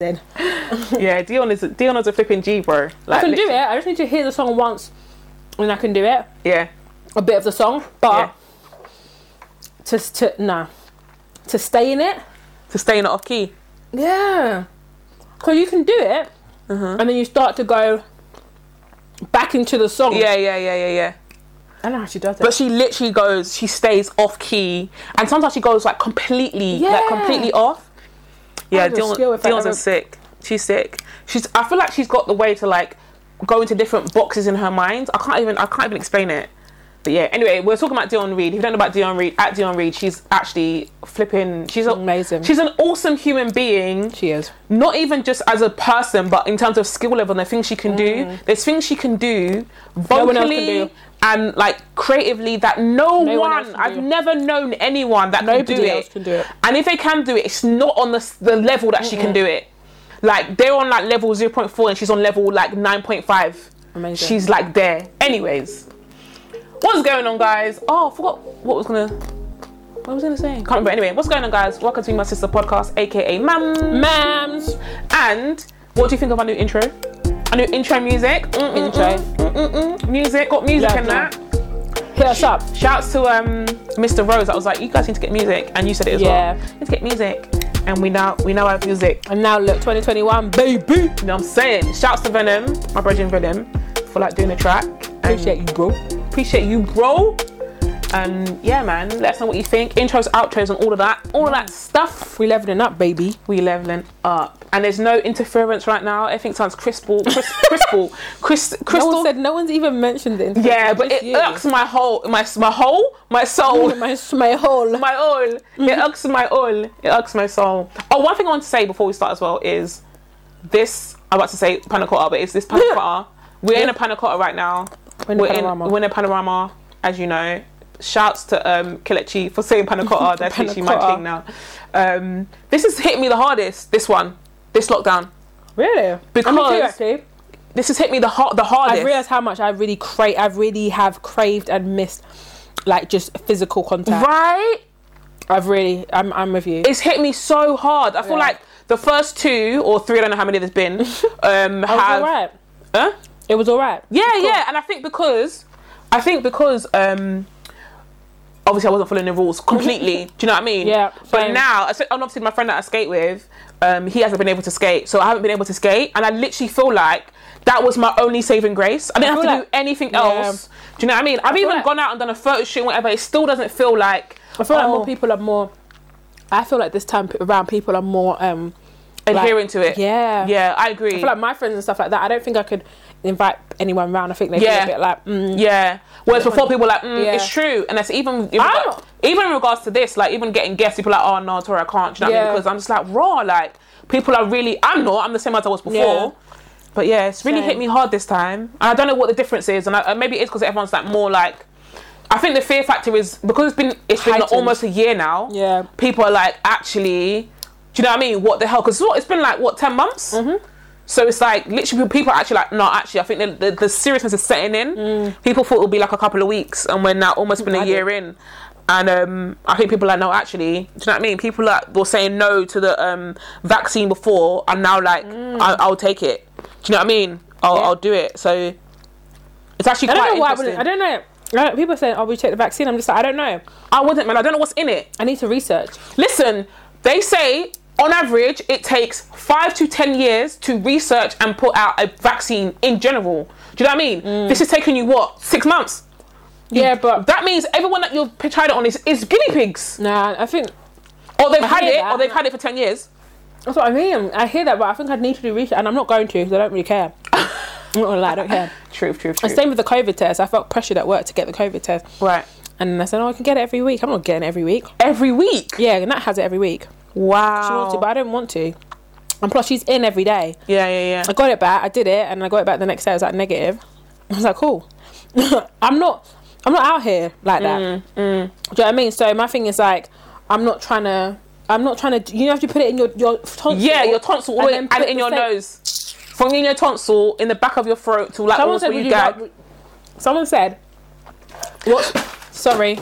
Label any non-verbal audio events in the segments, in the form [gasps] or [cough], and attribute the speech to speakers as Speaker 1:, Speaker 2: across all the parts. Speaker 1: then.
Speaker 2: yeah, Dion is Dion's a flipping G, bro. Like,
Speaker 1: I can do it.
Speaker 2: literally-
Speaker 1: I just need to hear the song once, and I can do it.
Speaker 2: Yeah,
Speaker 1: A bit of the song,
Speaker 2: yeah.
Speaker 1: but to to nah, to stay in it.
Speaker 2: To stay not off key.
Speaker 1: Yeah, because you can do it,
Speaker 2: Uh-huh.
Speaker 1: and then you start to go back into the song.
Speaker 2: Yeah, yeah, yeah, yeah, yeah.
Speaker 1: I know how she does it.
Speaker 2: But she literally goes, she stays off key, and sometimes she goes like completely, like
Speaker 1: Yeah.
Speaker 2: completely off. Yeah,
Speaker 1: have a
Speaker 2: Dion,
Speaker 1: skill
Speaker 2: Dion's
Speaker 1: if I ever-
Speaker 2: a sick. She's sick. She's. I feel like she's got the way to like go into different boxes in her mind. I can't even. I can't even explain it. But yeah. Anyway, we're talking about Dion Reed. If you don't know about Dion Reed, at Dion Reed, she's actually flipping. She's a,
Speaker 1: Amazing.
Speaker 2: She's an awesome human being
Speaker 1: she is.
Speaker 2: not even just as a person, but in terms of skill level and the things she can do. There's things she can
Speaker 1: Mm.
Speaker 2: do
Speaker 1: one else
Speaker 2: vocally
Speaker 1: can do.
Speaker 2: and like creatively that no,
Speaker 1: No one
Speaker 2: one,
Speaker 1: else can
Speaker 2: I've
Speaker 1: do.
Speaker 2: never known anyone that can
Speaker 1: Nobody
Speaker 2: do
Speaker 1: else
Speaker 2: it.
Speaker 1: can do it.
Speaker 2: And if they can do it, it's not on the, s- the level that she can do it. Like they're on like level 0.4 and she's on level like 9.5.
Speaker 1: Amazing.
Speaker 2: She's like there. Anyways, what's going on, guys? Oh, I forgot what was gonna. What was I gonna say? Can't remember. Anyway, what's going on, guys? Welcome to my sister podcast, aka Mam.
Speaker 1: Mams.
Speaker 2: And what do you think of our new intro? Our new intro music. Mm-mm-mm.
Speaker 1: Intro.
Speaker 2: Mm-mm. Music. Got music
Speaker 1: Yeah,
Speaker 2: and
Speaker 1: yeah.
Speaker 2: that.
Speaker 1: Hit us up.
Speaker 2: Shouts to um, Mr. Rose. I was like, you guys need to get music, and you said it as
Speaker 1: Yeah.
Speaker 2: well. Let's get music, and we now we now have music.
Speaker 1: And now look, 2021, baby.
Speaker 2: You know what I'm saying? Shouts to Venom, my brethren Venom, for like doing the track. And
Speaker 1: Appreciate you, bro.
Speaker 2: appreciate you, bro. And yeah, man, let us know what you think. Intros, outros, and all of that, all of that stuff.
Speaker 1: We leveling up, baby.
Speaker 2: We leveling up, and there's no interference right now. Everything sounds crystal, crisp, [laughs] crystal, crisp, crystal.
Speaker 1: No one said. No one's even mentioned it.
Speaker 2: yeah, but it irks my whole, my my whole, my
Speaker 1: [laughs]
Speaker 2: soul, [laughs]
Speaker 1: my [laughs] my whole.
Speaker 2: my all.
Speaker 1: [laughs]
Speaker 2: It irks my all. It irks my soul. Oh, one thing I want to say before we start as well is this. I'm about to say panna cotta, but it's
Speaker 1: [laughs]
Speaker 2: this panna cotta. We're in a panna cotta right now.
Speaker 1: We're in a panorama.
Speaker 2: In, we're in a panorama, as you know. Shouts to um, Kelechi for saying panna
Speaker 1: [laughs]
Speaker 2: cotta. That's
Speaker 1: Panna
Speaker 2: literally my
Speaker 1: cotta.
Speaker 2: thing now. Um, this has hit me the hardest. This one, this lockdown.
Speaker 1: Really?
Speaker 2: Because-
Speaker 1: Me too, actually.
Speaker 2: This has hit me the hard, the
Speaker 1: I've
Speaker 2: hardest.
Speaker 1: realised how much I really crave. I really have craved and missed, like just physical contact.
Speaker 2: right?
Speaker 1: I've really. I'm. I'm with you.
Speaker 2: It's hit me so hard. I feel
Speaker 1: Yeah.
Speaker 2: like the first two or three. I don't know how many
Speaker 1: [laughs]
Speaker 2: there's been. Um,
Speaker 1: I was
Speaker 2: have
Speaker 1: alright.
Speaker 2: Huh?
Speaker 1: It was alright.
Speaker 2: Yeah, yeah, and I think because I think because um obviously I wasn't following the
Speaker 1: [laughs]
Speaker 2: rules completely. do you know what I mean?
Speaker 1: Yeah,
Speaker 2: But
Speaker 1: same.
Speaker 2: now, I said- and obviously my friend that I skate with, um, he hasn't been able to skate, so I haven't been able to skate, and I literally feel like that was my only saving grace. I didn't have
Speaker 1: feel
Speaker 2: to
Speaker 1: like-
Speaker 2: do anything
Speaker 1: Yeah.
Speaker 2: else. Do you know what I mean? I've even
Speaker 1: like-
Speaker 2: gone out and done a photo shoot, and whatever. It still doesn't feel like.
Speaker 1: I feel like
Speaker 2: oh,
Speaker 1: more people are more. I feel like this time pe- around, people are more um like-
Speaker 2: adhering to it.
Speaker 1: Yeah.
Speaker 2: yeah, I agree.
Speaker 1: I feel like my friends and stuff like that. I don't think I could invite anyone round. I think they
Speaker 2: Yeah.
Speaker 1: feel a bit like. Mm,
Speaker 2: Yeah. Whereas before people were like, mm,
Speaker 1: Yeah.
Speaker 2: it's true, and that's even in
Speaker 1: I'm-
Speaker 2: regard, even in regards to this, like even getting guests, people are like, oh no, Tori, I can't. Do you know what I
Speaker 1: Yeah.
Speaker 2: mean? Because I'm just like raw. Like people are really. I'm not. I'm the same as I was before.
Speaker 1: Yeah.
Speaker 2: But yeah, it's really hit
Speaker 1: Same.
Speaker 2: me hard this time, and I don't know what the difference is, and I, uh, maybe it's because everyone's like more like. I think the fear factor is because it's been it's been
Speaker 1: Heightened.
Speaker 2: almost a year now.
Speaker 1: Yeah.
Speaker 2: People are like actually. Do you know what I mean? What the hell? Because it's been like what ten months. Mm-hmm. So it's like literally people are actually like, no, actually, I think the, the, the seriousness is setting in.
Speaker 1: Mm.
Speaker 2: People thought it would be like a couple of weeks, and we're now almost been a
Speaker 1: Bloody.
Speaker 2: year in. And um, I think people are like, no, actually, do you know what I mean? People that were saying no to the um, vaccine before are now like, I, I'll take it. Do you know what I mean? I'll,
Speaker 1: Mm. Yeah.
Speaker 2: I'll do it. So it's actually
Speaker 1: I
Speaker 2: quite
Speaker 1: don't know why. I, wouldn't,
Speaker 2: interesting.
Speaker 1: I don't know. I don't- People are saying, "Oh, we take the vaccine." I'm just like, I don't know.
Speaker 2: I wouldn't, man. I don't know what's in it.
Speaker 1: I need to research.
Speaker 2: Listen, they say on average it takes five to ten years to research and put out a vaccine in general. Do you know what I mean?
Speaker 1: Mm.
Speaker 2: This is taking you what six months.
Speaker 1: Yeah, but
Speaker 2: That means everyone that you've p- tried it on is, is guinea pigs,
Speaker 1: nah, I think
Speaker 2: or they've
Speaker 1: I
Speaker 2: had
Speaker 1: hear
Speaker 2: it,
Speaker 1: that.
Speaker 2: or they've had it for ten years.
Speaker 1: That's what I mean. I hear that, but I think I'd need to do research, and I'm not going to because I don't really
Speaker 2: [laughs]
Speaker 1: care. I'm not gonna lie, I don't care.
Speaker 2: Truth, truth,
Speaker 1: And
Speaker 2: truth.
Speaker 1: same with the COVID test. I felt pressured at work to get the COVID test,
Speaker 2: Right.
Speaker 1: and then I said, "Oh, I can get it every week." I'm not getting it every week.
Speaker 2: Every week.
Speaker 1: Yeah, and that has it every week. She
Speaker 2: Wow.
Speaker 1: wants to, but I don't want to. And plus, she's in every day.
Speaker 2: yeah, yeah,
Speaker 1: I
Speaker 2: yeah.
Speaker 1: got it back. I did it, and I got it back the next day. I was like negative. I was like, cool. [laughs] I'm not. I'm not out here like that.
Speaker 2: Mm,
Speaker 1: Do you know what I mean? So my thing is like, I'm not trying to. I'm not trying to. You know, if you put it in your your tonsil.
Speaker 2: Yeah, your tonsil all
Speaker 1: and
Speaker 2: in-
Speaker 1: then
Speaker 2: and,
Speaker 1: put
Speaker 2: in
Speaker 1: the
Speaker 2: your
Speaker 1: same-
Speaker 2: nose, from in your tonsil in the back of your throat to like
Speaker 1: Someone
Speaker 2: almost
Speaker 1: said,
Speaker 2: where
Speaker 1: would you
Speaker 2: you gag.
Speaker 1: like, someone said, what?
Speaker 2: [laughs]
Speaker 1: Sorry,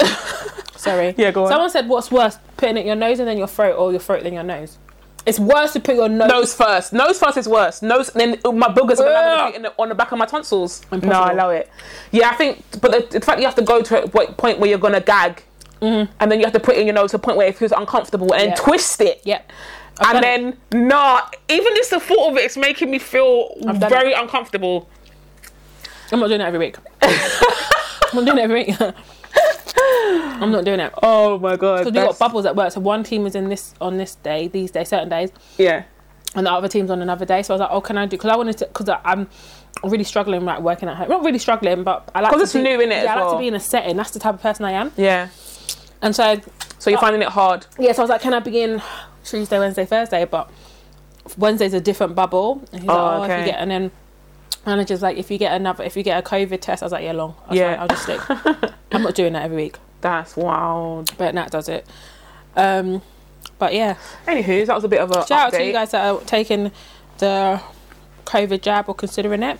Speaker 1: sorry.
Speaker 2: Yeah, go on.
Speaker 1: Someone said, what's worse, putting it in your nose and then your throat, or your throat then your nose? It's worse to put your nose.
Speaker 2: Nose first. Nose first is worse. Nose, then my boogers are gonna
Speaker 1: Ugh.
Speaker 2: be in the, on the back of my tonsils. No,
Speaker 1: Impossible.
Speaker 2: I allow it. Yeah, I think, but the, the fact you have to go to a point point where you're gonna gag, and then you have to put it in your nose to a point where it feels uncomfortable, and
Speaker 1: Yeah.
Speaker 2: twist it.
Speaker 1: Yep.
Speaker 2: and
Speaker 1: done
Speaker 2: then nah, even just the thought of it, it's making me feel
Speaker 1: done
Speaker 2: very uncomfortable.
Speaker 1: I'm not doing it every week. [laughs] I'm not doing it every week. [laughs] I'm not doing it.
Speaker 2: Oh my god.
Speaker 1: Because we got bubbles at work, so one team is in this on this day, these days, certain days,
Speaker 2: yeah.
Speaker 1: and the other team's on another day. So I was like, oh, can I do? Because I wanted to, because I'm really struggling like working at home. Not really struggling, but I like
Speaker 2: 'Cause
Speaker 1: to
Speaker 2: it's
Speaker 1: be-
Speaker 2: new, innit,
Speaker 1: Yeah,
Speaker 2: as
Speaker 1: I like
Speaker 2: well.
Speaker 1: to be in a setting. That's the type of person I am.
Speaker 2: Yeah.
Speaker 1: And so
Speaker 2: So you're finding it hard.
Speaker 1: yeah, so I was like, can I begin Tuesday, Wednesday, Thursday? But Wednesday's a different bubble. And he's
Speaker 2: Oh,
Speaker 1: like, oh, if
Speaker 2: okay.
Speaker 1: you get, and then manager's like, if you get another, if you get a COVID test, I was like, yeah, long. I was
Speaker 2: Yeah.
Speaker 1: like, I'll just stick.
Speaker 2: [laughs]
Speaker 1: I'm not doing that every week,
Speaker 2: That's wild.
Speaker 1: but Nat does it. Um, but yeah,
Speaker 2: Anywho, that was a bit of a
Speaker 1: shout out
Speaker 2: update.
Speaker 1: to you guys that are taking the COVID jab or considering it.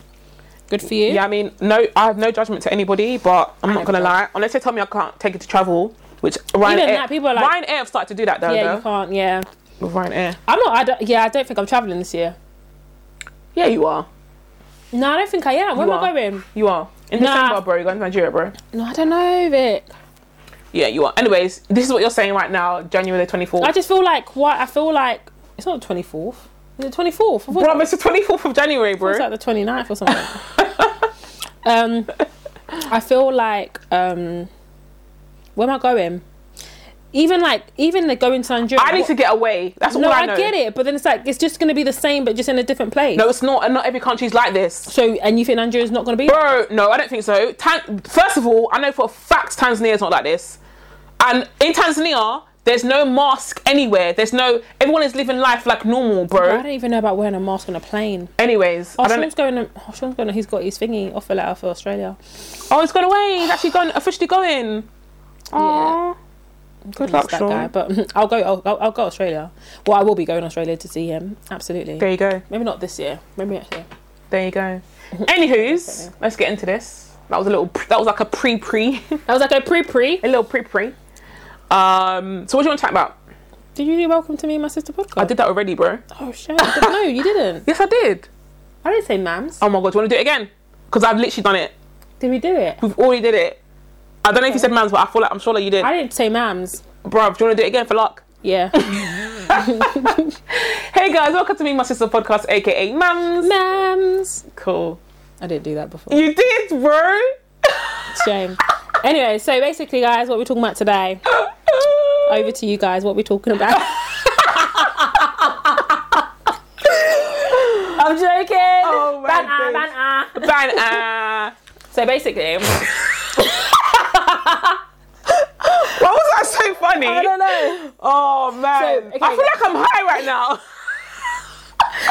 Speaker 1: Good for you.
Speaker 2: Yeah, I mean, no, I have no judgment to anybody, but I'm not
Speaker 1: never
Speaker 2: gonna
Speaker 1: judge.
Speaker 2: lie. Unless they tell me I can't take it to travel, which Ryanair,
Speaker 1: that, people are like-
Speaker 2: Ryanair have started to do that though.
Speaker 1: yeah,
Speaker 2: Yeah,
Speaker 1: you can't. Yeah,
Speaker 2: with Ryanair.
Speaker 1: I'm not. I don't, yeah, I don't think I'm traveling this year.
Speaker 2: Yeah, you are.
Speaker 1: No, I don't think I am. Where
Speaker 2: You
Speaker 1: am I
Speaker 2: are.
Speaker 1: going?
Speaker 2: You are. In
Speaker 1: Nah.
Speaker 2: December, bro, you're going to Nigeria, bro.
Speaker 1: No, I don't know, Vic.
Speaker 2: Yeah, you are. Anyways, this is what you're saying right now, January the 24th.
Speaker 1: I just feel like what I feel like it's not the twenty fourth. The twenty fourth. I thought
Speaker 2: bro, it's the 24th of January,
Speaker 1: it was
Speaker 2: bro.
Speaker 1: like the 29th or
Speaker 2: [laughs]
Speaker 1: something. um, I feel like um, where am I going? Even like even the going to Nigeria.
Speaker 2: I need to get away. That's
Speaker 1: No,
Speaker 2: all I
Speaker 1: I,
Speaker 2: know.
Speaker 1: get it, but then it's like it's just gonna be the same, but just in a different place.
Speaker 2: No, it's not. And not every country's like this.
Speaker 1: So and you think Nigeria's not gonna be?
Speaker 2: Bro, no, I don't think so. Tan- First of all, I know for a fact Tanzania's not like this. And in Tanzania, there's no mask anywhere. There's no. Everyone is living life like normal,
Speaker 1: Bro,
Speaker 2: bro.
Speaker 1: I don't even know about wearing a mask on a plane.
Speaker 2: Anyways,
Speaker 1: Oh,
Speaker 2: I don't.
Speaker 1: Sean's going. Oh, Sean's going. He's got his thingy offer letter for Australia.
Speaker 2: Oh, it's gone away. He's actually gone officially going. Aww. Good
Speaker 1: He's
Speaker 2: luck,
Speaker 1: that
Speaker 2: Sean.
Speaker 1: guy, but [laughs] I'll go. I'll, I'll, I'll go Australia. Well, I will be going Australia to see him. Absolutely.
Speaker 2: There you go.
Speaker 1: Maybe not this year. Maybe next year.
Speaker 2: There you [laughs] go. Anywho's, let's get into this. That was a little. That was like a pre pre, [laughs]
Speaker 1: I was like a pre pre.
Speaker 2: a little pre pre. Um. So what do you want to chat about?
Speaker 1: Did you do welcome to me, and my sister podcast?
Speaker 2: I did that already, bro.
Speaker 1: Oh shit! I didn't- no, you didn't.
Speaker 2: Yes, [laughs] I did.
Speaker 1: I didn't say mams.
Speaker 2: Oh my god, do you want to do it again? Because I've literally done it.
Speaker 1: Did we do it?
Speaker 2: We've already did it. I don't know if you said man's, but I feel like I'm sure that you did.
Speaker 1: I didn't say mams.
Speaker 2: Bruv, do you want to do it again for luck? [laughs]
Speaker 1: Yeah.
Speaker 2: Hey guys, welcome to me, my sister podcast, aka Mams.
Speaker 1: mams.
Speaker 2: Cool.
Speaker 1: I didn't do that before.
Speaker 2: You did, bro.
Speaker 1: Shame. Anyway, so basically, guys, what we're talking about today.
Speaker 2: [laughs]
Speaker 1: Over to you guys. What we're talking about. I'm joking.
Speaker 2: Oh my
Speaker 1: banter, banter.
Speaker 2: days. Ban- ah.
Speaker 1: So basically,
Speaker 2: Why was that so funny?
Speaker 1: I don't know.
Speaker 2: Oh man,
Speaker 1: So, okay.
Speaker 2: I feel like I'm high right now.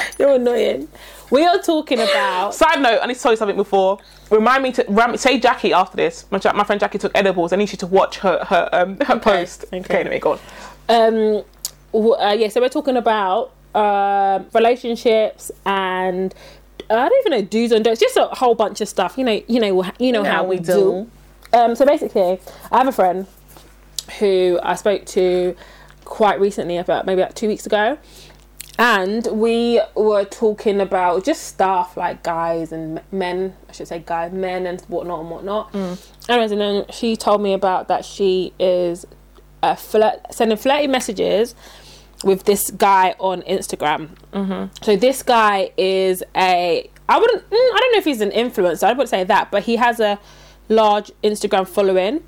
Speaker 2: [laughs]
Speaker 1: You're annoying. We are talking about.
Speaker 2: Side note, I need to tell you something before. Remind me to ram- say Jackie after this. My, ja- my friend Jackie took edibles. I need you to watch her her um, her post.
Speaker 1: okay.
Speaker 2: Okay, anyway, go on.
Speaker 1: um w- uh, yeah so we're talking about uh, relationships and uh, I don't even know do's and don'ts just a whole bunch of stuff you know you know wh- you know
Speaker 2: Yeah,
Speaker 1: how
Speaker 2: we
Speaker 1: we,
Speaker 2: do.
Speaker 1: do. um so basically I have a friend who I spoke to quite recently about maybe like two weeks ago and we were talking about just stuff like guys and m- men i should say guys men and whatnot and whatnot
Speaker 2: Mm.
Speaker 1: anyways and then she told me about that she is uh, flirt, sending flirty messages with this guy on instagram so this guy is a i wouldn't mm, i don't know if he's an influencer i wouldn't say that but he has a large instagram following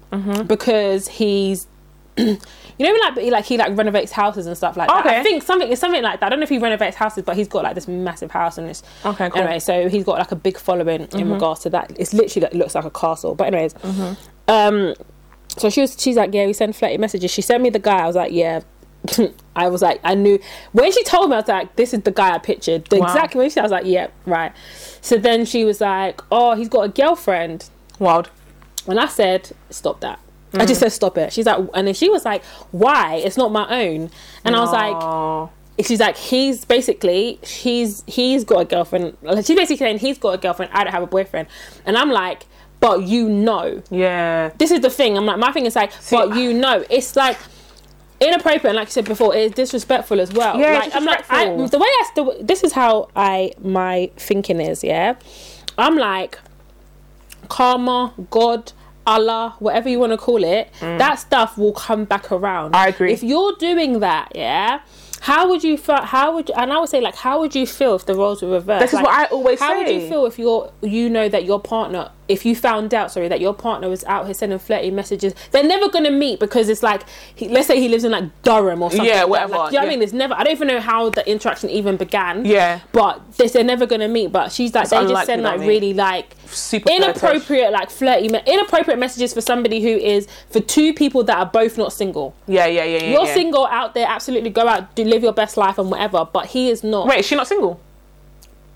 Speaker 1: because he's [clears throat] you know, like like he like renovates houses and stuff like that.
Speaker 2: Okay.
Speaker 1: I think something it's something like that. I don't know if he renovates houses, but he's got like this massive house and it's
Speaker 2: Okay, Mm-hmm. cool.
Speaker 1: Anyway, so he's got like a big following in regards to that. It's literally like, looks like a castle. But anyways,
Speaker 2: Mm-hmm.
Speaker 1: um, so she was she's like, yeah, we send flirty messages. She sent me the guy. I was like, yeah. [laughs] I was like, I knew when she told me, I was like, this is the guy I pictured. The
Speaker 2: Wow.
Speaker 1: exact when she, I was like, yeah, right. So then she was like, oh, he's got a girlfriend.
Speaker 2: Wild.
Speaker 1: And I said, stop that. I
Speaker 2: Mm.
Speaker 1: just said, stop it. She's like, and then she was like, why? It's not my own. And I was like,
Speaker 2: Oh.
Speaker 1: she's like, he's basically, he's he's got a girlfriend. Like, She's basically saying he's got a girlfriend. I don't have a boyfriend. And I'm like, but you know,
Speaker 2: yeah.
Speaker 1: this is the thing. I'm like, my thing is like, but you know, it's like, inappropriate, and like you said before, it is disrespectful as well.
Speaker 2: Yeah, it's
Speaker 1: like, I'm like, I,
Speaker 2: disrespectful.
Speaker 1: the way I, the, this is how I, my thinking is, yeah. I'm like, karma, God, Allah, whatever you want to call it, that stuff will come back around.
Speaker 2: Mm. I agree.
Speaker 1: If you're doing that, yeah. How would you feel? How would and I would say like how would you feel if the roles were reversed?
Speaker 2: This is
Speaker 1: Like,
Speaker 2: what I always
Speaker 1: How would you
Speaker 2: say.
Speaker 1: feel if your you know that your partner, if you found out, sorry, that your partner was out here sending flirty messages? They're never gonna meet because it's like, he, let's say he lives in like Durham or something.
Speaker 2: Yeah,
Speaker 1: like that.
Speaker 2: whatever,
Speaker 1: Like, do you know what I
Speaker 2: yeah.
Speaker 1: mean? There's never. I don't even know how the interaction even began.
Speaker 2: Yeah.
Speaker 1: But this, they're never gonna meet. But she's like, they just
Speaker 2: unlikely
Speaker 1: send
Speaker 2: that
Speaker 1: like
Speaker 2: they-
Speaker 1: really like
Speaker 2: Super flirtatious.
Speaker 1: inappropriate like flirty me- inappropriate messages for somebody who is for two people that are both not single
Speaker 2: Yeah, yeah, yeah, yeah.
Speaker 1: you're
Speaker 2: yeah.
Speaker 1: single out there absolutely go out do live your best life and whatever but he is not
Speaker 2: Wait, is she not single?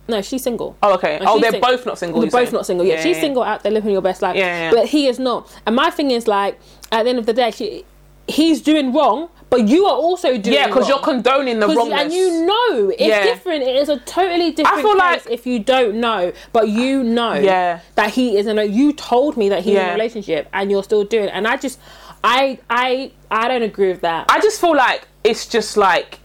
Speaker 1: no she's single
Speaker 2: Oh, okay.
Speaker 1: No,
Speaker 2: Oh,
Speaker 1: she's
Speaker 2: they're
Speaker 1: single.
Speaker 2: both not single.
Speaker 1: They're
Speaker 2: you
Speaker 1: both
Speaker 2: say?
Speaker 1: not single. Yeah, she's single out there living your best life.
Speaker 2: Yeah, yeah, yeah.
Speaker 1: But he is not. And my thing is like, at the end of the day, she, he's doing wrong, but you are also doing
Speaker 2: Yeah,
Speaker 1: wrong.
Speaker 2: because you're condoning the
Speaker 1: 'Cause you-
Speaker 2: wrongness.
Speaker 1: and you know it's
Speaker 2: Yeah.
Speaker 1: different. It is a totally different.
Speaker 2: feel
Speaker 1: case
Speaker 2: like-
Speaker 1: if you don't know, but you know
Speaker 2: Yeah.
Speaker 1: that he is in a. You told me that he's in a
Speaker 2: Yeah.
Speaker 1: relationship, and you're still doing. It. And I just, I, I, I don't agree with that.
Speaker 2: I just feel like it's just like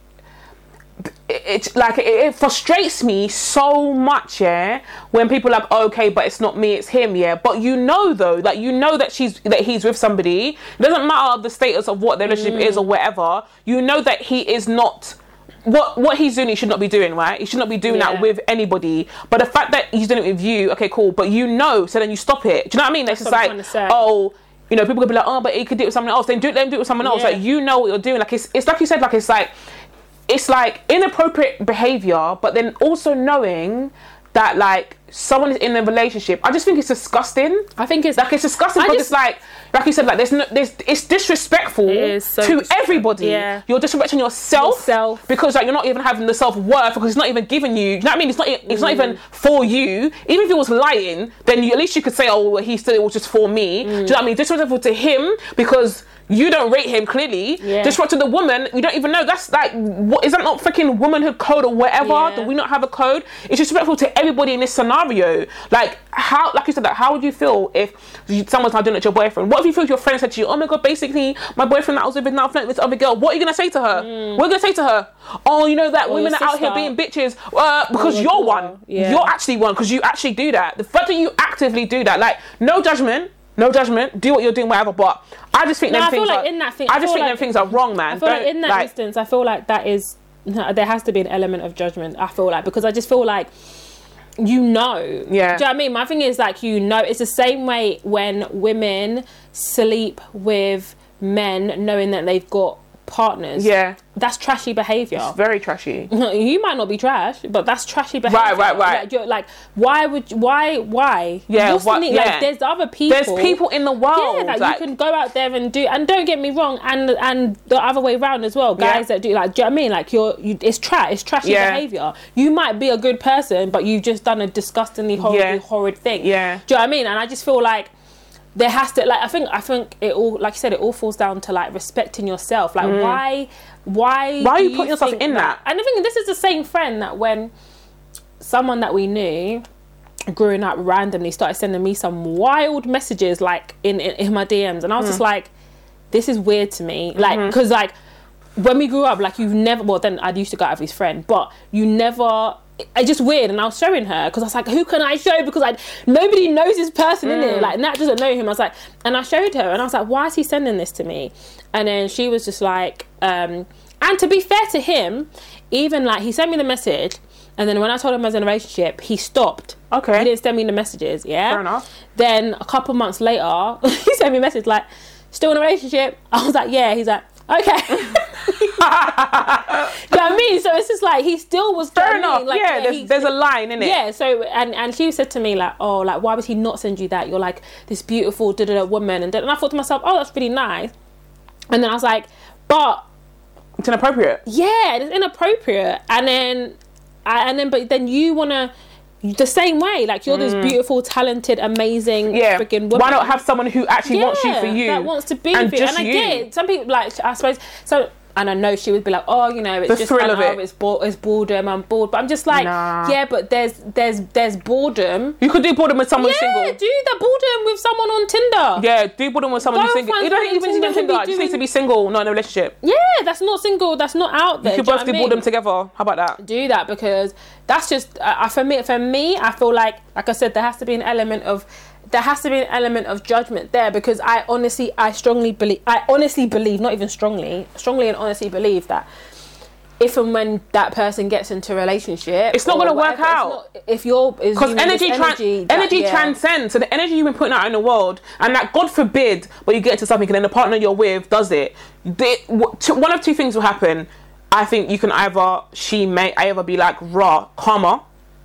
Speaker 2: it's like it, it frustrates me so much, yeah. When people are like, "Oh, okay, but it's not me, it's him, yeah. But you know though, like you know that she's that he's with somebody. It doesn't matter the status of what their relationship is or
Speaker 1: Mm.
Speaker 2: whatever. You know that he is not what what he's doing. He should not be doing, right? He should not be doing
Speaker 1: Yeah.
Speaker 2: that with anybody. But the fact that he's doing it with you, okay, cool. But you know, so then you stop it. Do you know what I mean? That's
Speaker 1: That's
Speaker 2: just
Speaker 1: what I'm
Speaker 2: like,
Speaker 1: trying to say.
Speaker 2: oh. You know, people could be like, "Oh, but he could do it with someone else." Then do, let him do it with someone else.
Speaker 1: Yeah.
Speaker 2: Like you know what you're doing. Like it's, it's like you said. Like it's like it's like inappropriate behavior, but then also knowing that like someone is in a relationship. I just think it's disgusting.
Speaker 1: I think it's
Speaker 2: Like it's disgusting
Speaker 1: I
Speaker 2: because
Speaker 1: just-
Speaker 2: it's like, like you said, like there's no, there's it's disrespectful
Speaker 1: is so
Speaker 2: to
Speaker 1: disrespect-
Speaker 2: everybody.
Speaker 1: yeah.
Speaker 2: You're disrespecting yourself,
Speaker 1: Yourself.
Speaker 2: because like you're not even having the self worth because it's not even giving you. You know what I mean? It's not. e- It's not
Speaker 1: Mm.
Speaker 2: even for you. Even if it was lying, then you, at least you could say, oh, well, he said it was just for me. Do you know what I mean? Disrespectful to him because. You don't rate him clearly.
Speaker 1: Yeah.
Speaker 2: Disrespectful to the woman, you don't even know. That's like, what is that not freaking womanhood code or whatever?
Speaker 1: Yeah.
Speaker 2: Do we not have a code? It's disrespectful to everybody in this scenario. Like how, like you said, that how would you feel if you, someone's not doing it to your boyfriend? What if you feel your friend said to you, "Oh my god, basically my boyfriend that I was with is now flirting with this other girl"? What are you gonna say to her? What are you gonna say to her? Oh, you know that women
Speaker 1: Hmm. your
Speaker 2: are out here
Speaker 1: sister.
Speaker 2: being bitches uh, because
Speaker 1: your
Speaker 2: you're
Speaker 1: daughter.
Speaker 2: one.
Speaker 1: Yeah.
Speaker 2: You're actually one because you actually do that. The fact that you actively do that, like no judgment. No judgment. Do what you're doing, whatever. But I just think
Speaker 1: No,
Speaker 2: them
Speaker 1: I feel
Speaker 2: things
Speaker 1: like
Speaker 2: are,
Speaker 1: in that thing- I
Speaker 2: I just
Speaker 1: feel
Speaker 2: think
Speaker 1: like-
Speaker 2: them things are wrong, man.
Speaker 1: I feel like
Speaker 2: Don't,
Speaker 1: in that instance, I feel like that is there has to be an element of judgment. I feel like because I just feel like you know. Yeah. Do you know
Speaker 2: Yeah.
Speaker 1: what I mean? My thing is like you know. It's the same way when women sleep with men, knowing that they've got partners.
Speaker 2: yeah,
Speaker 1: That's trashy behavior. [laughs]
Speaker 2: it's very trashy.
Speaker 1: you might not be trash, but that's trashy behavior.
Speaker 2: Right, right, right.
Speaker 1: Like, you're, like why would you- why why?
Speaker 2: Yeah,
Speaker 1: What's the
Speaker 2: why-
Speaker 1: need?
Speaker 2: yeah.
Speaker 1: Like there's other
Speaker 2: There's people in the world.
Speaker 1: yeah, like,
Speaker 2: Oh, like-
Speaker 1: you can go out there and do, and don't get me wrong, and and the other way round as well, guys
Speaker 2: Yeah.
Speaker 1: that do like, do you know what I mean? Like you're, you, it's trash, it's trashy
Speaker 2: Yeah.
Speaker 1: behavior. You might be a good person, but you've just done a disgustingly horribly
Speaker 2: Yeah.
Speaker 1: horrid thing.
Speaker 2: Yeah.
Speaker 1: do you know what I mean? And I just feel like there has to like I think I think it all like you said it all falls down to like respecting yourself. Like why why
Speaker 2: Mm. Why are
Speaker 1: do
Speaker 2: you putting yourself
Speaker 1: think
Speaker 2: in that?
Speaker 1: And I think this is the same friend that when someone that we knew growing up randomly started sending me some wild messages like in in, in my DMs and I was just
Speaker 2: Mm.
Speaker 1: like this is weird to me like because like when we grew up like you've never well then I used to go out with his friend but you never it's just weird and I was showing her because I was like who can I show because like nobody knows this person in it like Nat doesn't know him I was like and I showed her and I was like why is he sending this to me and then she was just like um and to be fair to him even like he sent me the message and then when I told him I was in a relationship he stopped
Speaker 2: Okay.
Speaker 1: he didn't send me the messages yeah
Speaker 2: Fair enough.
Speaker 1: then a couple months later, [laughs] he sent me a message like, "Still in a relationship?" I was like, "Yeah." He's like,
Speaker 2: [laughs]
Speaker 1: "Okay." Do you know what I mean? So it's just like he still was. do you
Speaker 2: Fair
Speaker 1: know what I
Speaker 2: enough.
Speaker 1: mean? Like,
Speaker 2: yeah, there's,
Speaker 1: he-
Speaker 2: there's a line in it.
Speaker 1: yeah. So and and she said to me like, "Oh, like why would he not send you that? You're like this beautiful da da da woman." And, then- and I thought to myself, "Oh, that's really nice." And then I was like, "But
Speaker 2: It's inappropriate.
Speaker 1: yeah, it's inappropriate. And then, I, and then, but then you want to the same way. Like you're this beautiful, talented, amazing,
Speaker 2: Mm. Yeah.
Speaker 1: freaking woman.
Speaker 2: Why not have someone who actually wants you for you?
Speaker 1: That wants to be
Speaker 2: and
Speaker 1: with you.
Speaker 2: just
Speaker 1: And I
Speaker 2: you.
Speaker 1: get it. Some people like I suppose so And I know she would be like, oh, you know, it's
Speaker 2: The
Speaker 1: just
Speaker 2: thrill
Speaker 1: I
Speaker 2: of
Speaker 1: know
Speaker 2: it.
Speaker 1: It's, bo- it's boredom. I'm bored, but I'm just like,
Speaker 2: Nah.
Speaker 1: yeah, but there's there's there's boredom.
Speaker 2: You could do boredom with someone
Speaker 1: yeah,
Speaker 2: single.
Speaker 1: do the boredom with someone on Tinder.
Speaker 2: Yeah, do boredom with someone
Speaker 1: Go
Speaker 2: who's single.
Speaker 1: find
Speaker 2: You don't
Speaker 1: someone
Speaker 2: even need
Speaker 1: single who
Speaker 2: to be
Speaker 1: be
Speaker 2: single. You just need to
Speaker 1: doing-
Speaker 2: be single, not in a relationship.
Speaker 1: Yeah, that's not single. That's not out there.
Speaker 2: You could
Speaker 1: do you know
Speaker 2: both
Speaker 1: what
Speaker 2: do
Speaker 1: I mean?
Speaker 2: boredom together. How about that?
Speaker 1: do that because that's just uh, uh, for me. For me, I feel like, like I said, there has to be an element of there has to be an element of judgment there because I honestly, I strongly believe, I honestly believe, not even strongly, strongly and honestly believe that if and when that person gets into a relationship,
Speaker 2: It's not
Speaker 1: or
Speaker 2: gonna work
Speaker 1: whatever, it's
Speaker 2: out.
Speaker 1: not- if you're
Speaker 2: Because energy, tran- energy,
Speaker 1: that- yeah.
Speaker 2: transcends. So the energy you've been putting out in the world, and that God forbid, but you get into something, and then the partner you're with does it. They, w- two, one of two things will happen. I think you can either she may either be like raw karma.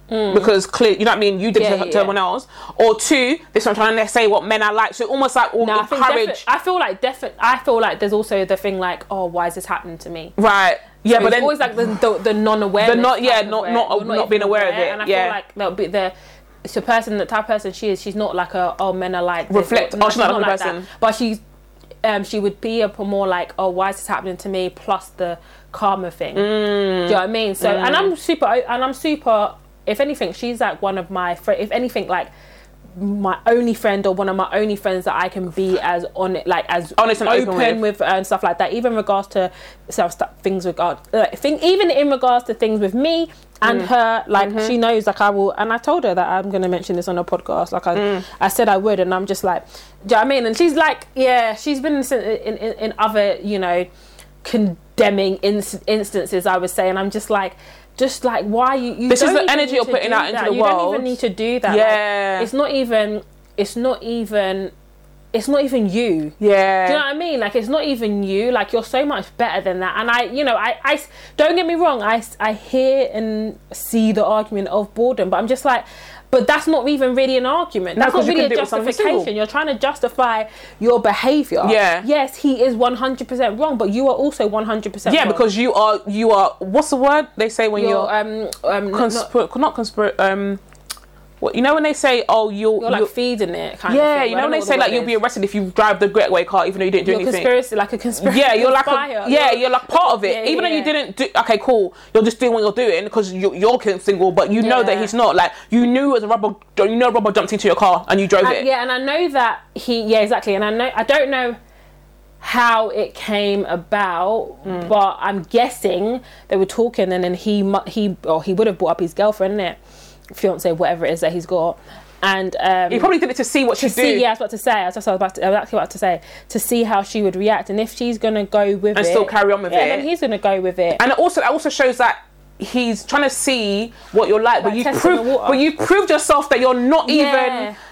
Speaker 2: Because clear, you know what I mean. You did
Speaker 1: Mm. Yeah,
Speaker 2: to,
Speaker 1: yeah,
Speaker 2: to
Speaker 1: yeah.
Speaker 2: everyone else, or two. This one trying to say what men are like. So almost like all
Speaker 1: No, I think
Speaker 2: encourage,
Speaker 1: defi- I feel like definitely. I feel like there's also the thing like, oh, why is this happening to me?
Speaker 2: right? Yeah, but
Speaker 1: it's
Speaker 2: then
Speaker 1: always like the the, the non-awareness.
Speaker 2: The not- yeah,
Speaker 1: type of
Speaker 2: not-
Speaker 1: where
Speaker 2: not-
Speaker 1: you're
Speaker 2: not
Speaker 1: even
Speaker 2: being aware of it,
Speaker 1: And I
Speaker 2: yeah.
Speaker 1: feel like that'll be the it's the person, the type of person she is. She's not like a oh men are like this,"
Speaker 2: Reflect-
Speaker 1: or-
Speaker 2: oh, she's not like the
Speaker 1: that.
Speaker 2: person.
Speaker 1: But she's um she would be a p- more like oh why is this happening to me? Plus the karma thing.
Speaker 2: Mm.
Speaker 1: Do you know what I mean? So and I'm super o- and I'm super. If anything, she's like one of my fri If anything, like my only friend or one of my only friends that I can be as on it like as
Speaker 2: Honest and open
Speaker 1: with, uh, and stuff like that even regards to self stuff things regard like, thing even in regards to things with me
Speaker 2: Mm.
Speaker 1: and her like
Speaker 2: Mm-hmm.
Speaker 1: she knows like I will and I told her that I'm going to mention this on a podcast like I
Speaker 2: Mm.
Speaker 1: I said I would and I'm just like do you know what I mean and she's like yeah she's been in in, in, in other you know condemning ins instances I would say and I'm just like just like why you, you
Speaker 2: This is
Speaker 1: don't
Speaker 2: the
Speaker 1: even
Speaker 2: energy
Speaker 1: need
Speaker 2: you're
Speaker 1: to
Speaker 2: putting
Speaker 1: do
Speaker 2: out into
Speaker 1: that.
Speaker 2: the
Speaker 1: you don't
Speaker 2: world.
Speaker 1: even need to do that Like,
Speaker 2: Yeah.
Speaker 1: it's not even it's not even it's not even you
Speaker 2: yeah.
Speaker 1: do you know what I mean? Like it's not even you. Like you're so much better than that. And I, you know, I, I s- don't get me wrong. I, s- I hear and see the argument of boredom, but I'm just like, but that's not even really an argument. That's
Speaker 2: 'cause
Speaker 1: not
Speaker 2: you
Speaker 1: really a
Speaker 2: can do it with something
Speaker 1: justification.
Speaker 2: simple.
Speaker 1: You're trying to justify your behavior.
Speaker 2: Yeah.
Speaker 1: Yes, he is 100% wrong, but you are also 100%
Speaker 2: yeah,
Speaker 1: wrong.
Speaker 2: because you are you are what's the word they say when you're,
Speaker 1: you're um um not-
Speaker 2: conspir- not conspir um what you know when they say oh you'll,
Speaker 1: you're like
Speaker 2: you'll-
Speaker 1: feeding it. Kind of
Speaker 2: yeah
Speaker 1: thing.
Speaker 2: you
Speaker 1: I
Speaker 2: know
Speaker 1: don't
Speaker 2: when they
Speaker 1: what
Speaker 2: say
Speaker 1: the
Speaker 2: like
Speaker 1: word
Speaker 2: you'll
Speaker 1: is.
Speaker 2: be arrested if you drive the getaway car even though you didn't do
Speaker 1: You're
Speaker 2: anything
Speaker 1: conspiracy like a conspiracy. [laughs]
Speaker 2: yeah you're like a,
Speaker 1: conspire.
Speaker 2: yeah you're like part of it
Speaker 1: Yeah,
Speaker 2: even
Speaker 1: yeah,
Speaker 2: though you
Speaker 1: yeah.
Speaker 2: didn't do okay cool you're just doing what you're doing because you, you're single but you know that
Speaker 1: Yeah.
Speaker 2: he's not like you knew as a rubber you know rubber jumped into your car and you drove
Speaker 1: I-
Speaker 2: it
Speaker 1: Uh, yeah, and I know that he. Yeah, exactly. And I know I don't know how it came about,
Speaker 2: Hmm.
Speaker 1: but I'm guessing they were talking, and then he mu- he or he would have brought up his girlfriend, it fiance, whatever it is that he's got, and um,
Speaker 2: he probably did it to see what she
Speaker 1: to
Speaker 2: she'd do
Speaker 1: see. Yeah, I was about to say. I was, just, I was about to, I was actually about to say to see how she would react, and if she's gonna go with
Speaker 2: And
Speaker 1: it,
Speaker 2: still carry on with
Speaker 1: yeah,
Speaker 2: it.
Speaker 1: then he's gonna go with it.
Speaker 2: and it also that also shows that he's trying to see what you're like, but
Speaker 1: Like
Speaker 2: you
Speaker 1: testing
Speaker 2: proved,
Speaker 1: the water.
Speaker 2: but you proved yourself that you're not
Speaker 1: Yeah.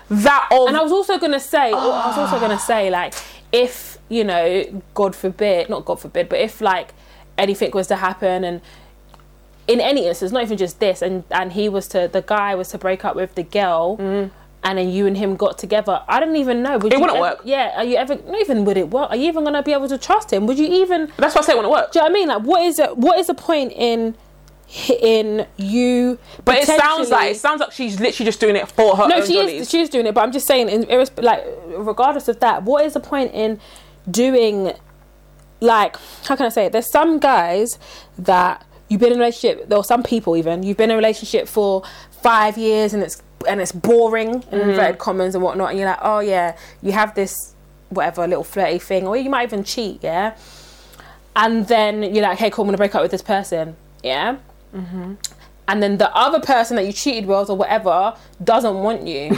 Speaker 2: even that old.
Speaker 1: And I was also gonna say, oh, I was also
Speaker 2: Ah.
Speaker 1: gonna say, like, if you know, God forbid, not God forbid, but if like anything was to happen, and in any instance, not even just this, and and he was to the guy was to break up with the girl. And then you and him got together. I don't even know. Would
Speaker 2: Mm. It
Speaker 1: you
Speaker 2: wouldn't
Speaker 1: ever-
Speaker 2: work.
Speaker 1: Yeah. Are you ever? Not even would it work? Are you even gonna be able to trust him? Would you even?
Speaker 2: That's why I say it wouldn't work.
Speaker 1: Do you know what I mean? Like, what is it? What is the point in in you?
Speaker 2: But it sounds like it sounds like she's literally just doing it for her
Speaker 1: No,
Speaker 2: own
Speaker 1: she
Speaker 2: jollies.
Speaker 1: is. She is doing it, but I'm just saying, in, irresp- like regardless of that, what is the point in doing? Like, how can I say it? There's some guys that you've been in a relationship, or some people even you've been in a relationship for five years, and it's and it's boring and
Speaker 2: Mm-hmm.
Speaker 1: inverted commas and whatnot, and you're like, oh yeah, you have this whatever little flirty thing, or you might even cheat, yeah. And then you're like, hey, cool, I'm gonna break up with this person, yeah
Speaker 2: Mm-hmm.
Speaker 1: and then the other person that you cheated with or whatever doesn't want
Speaker 2: [laughs]
Speaker 1: you.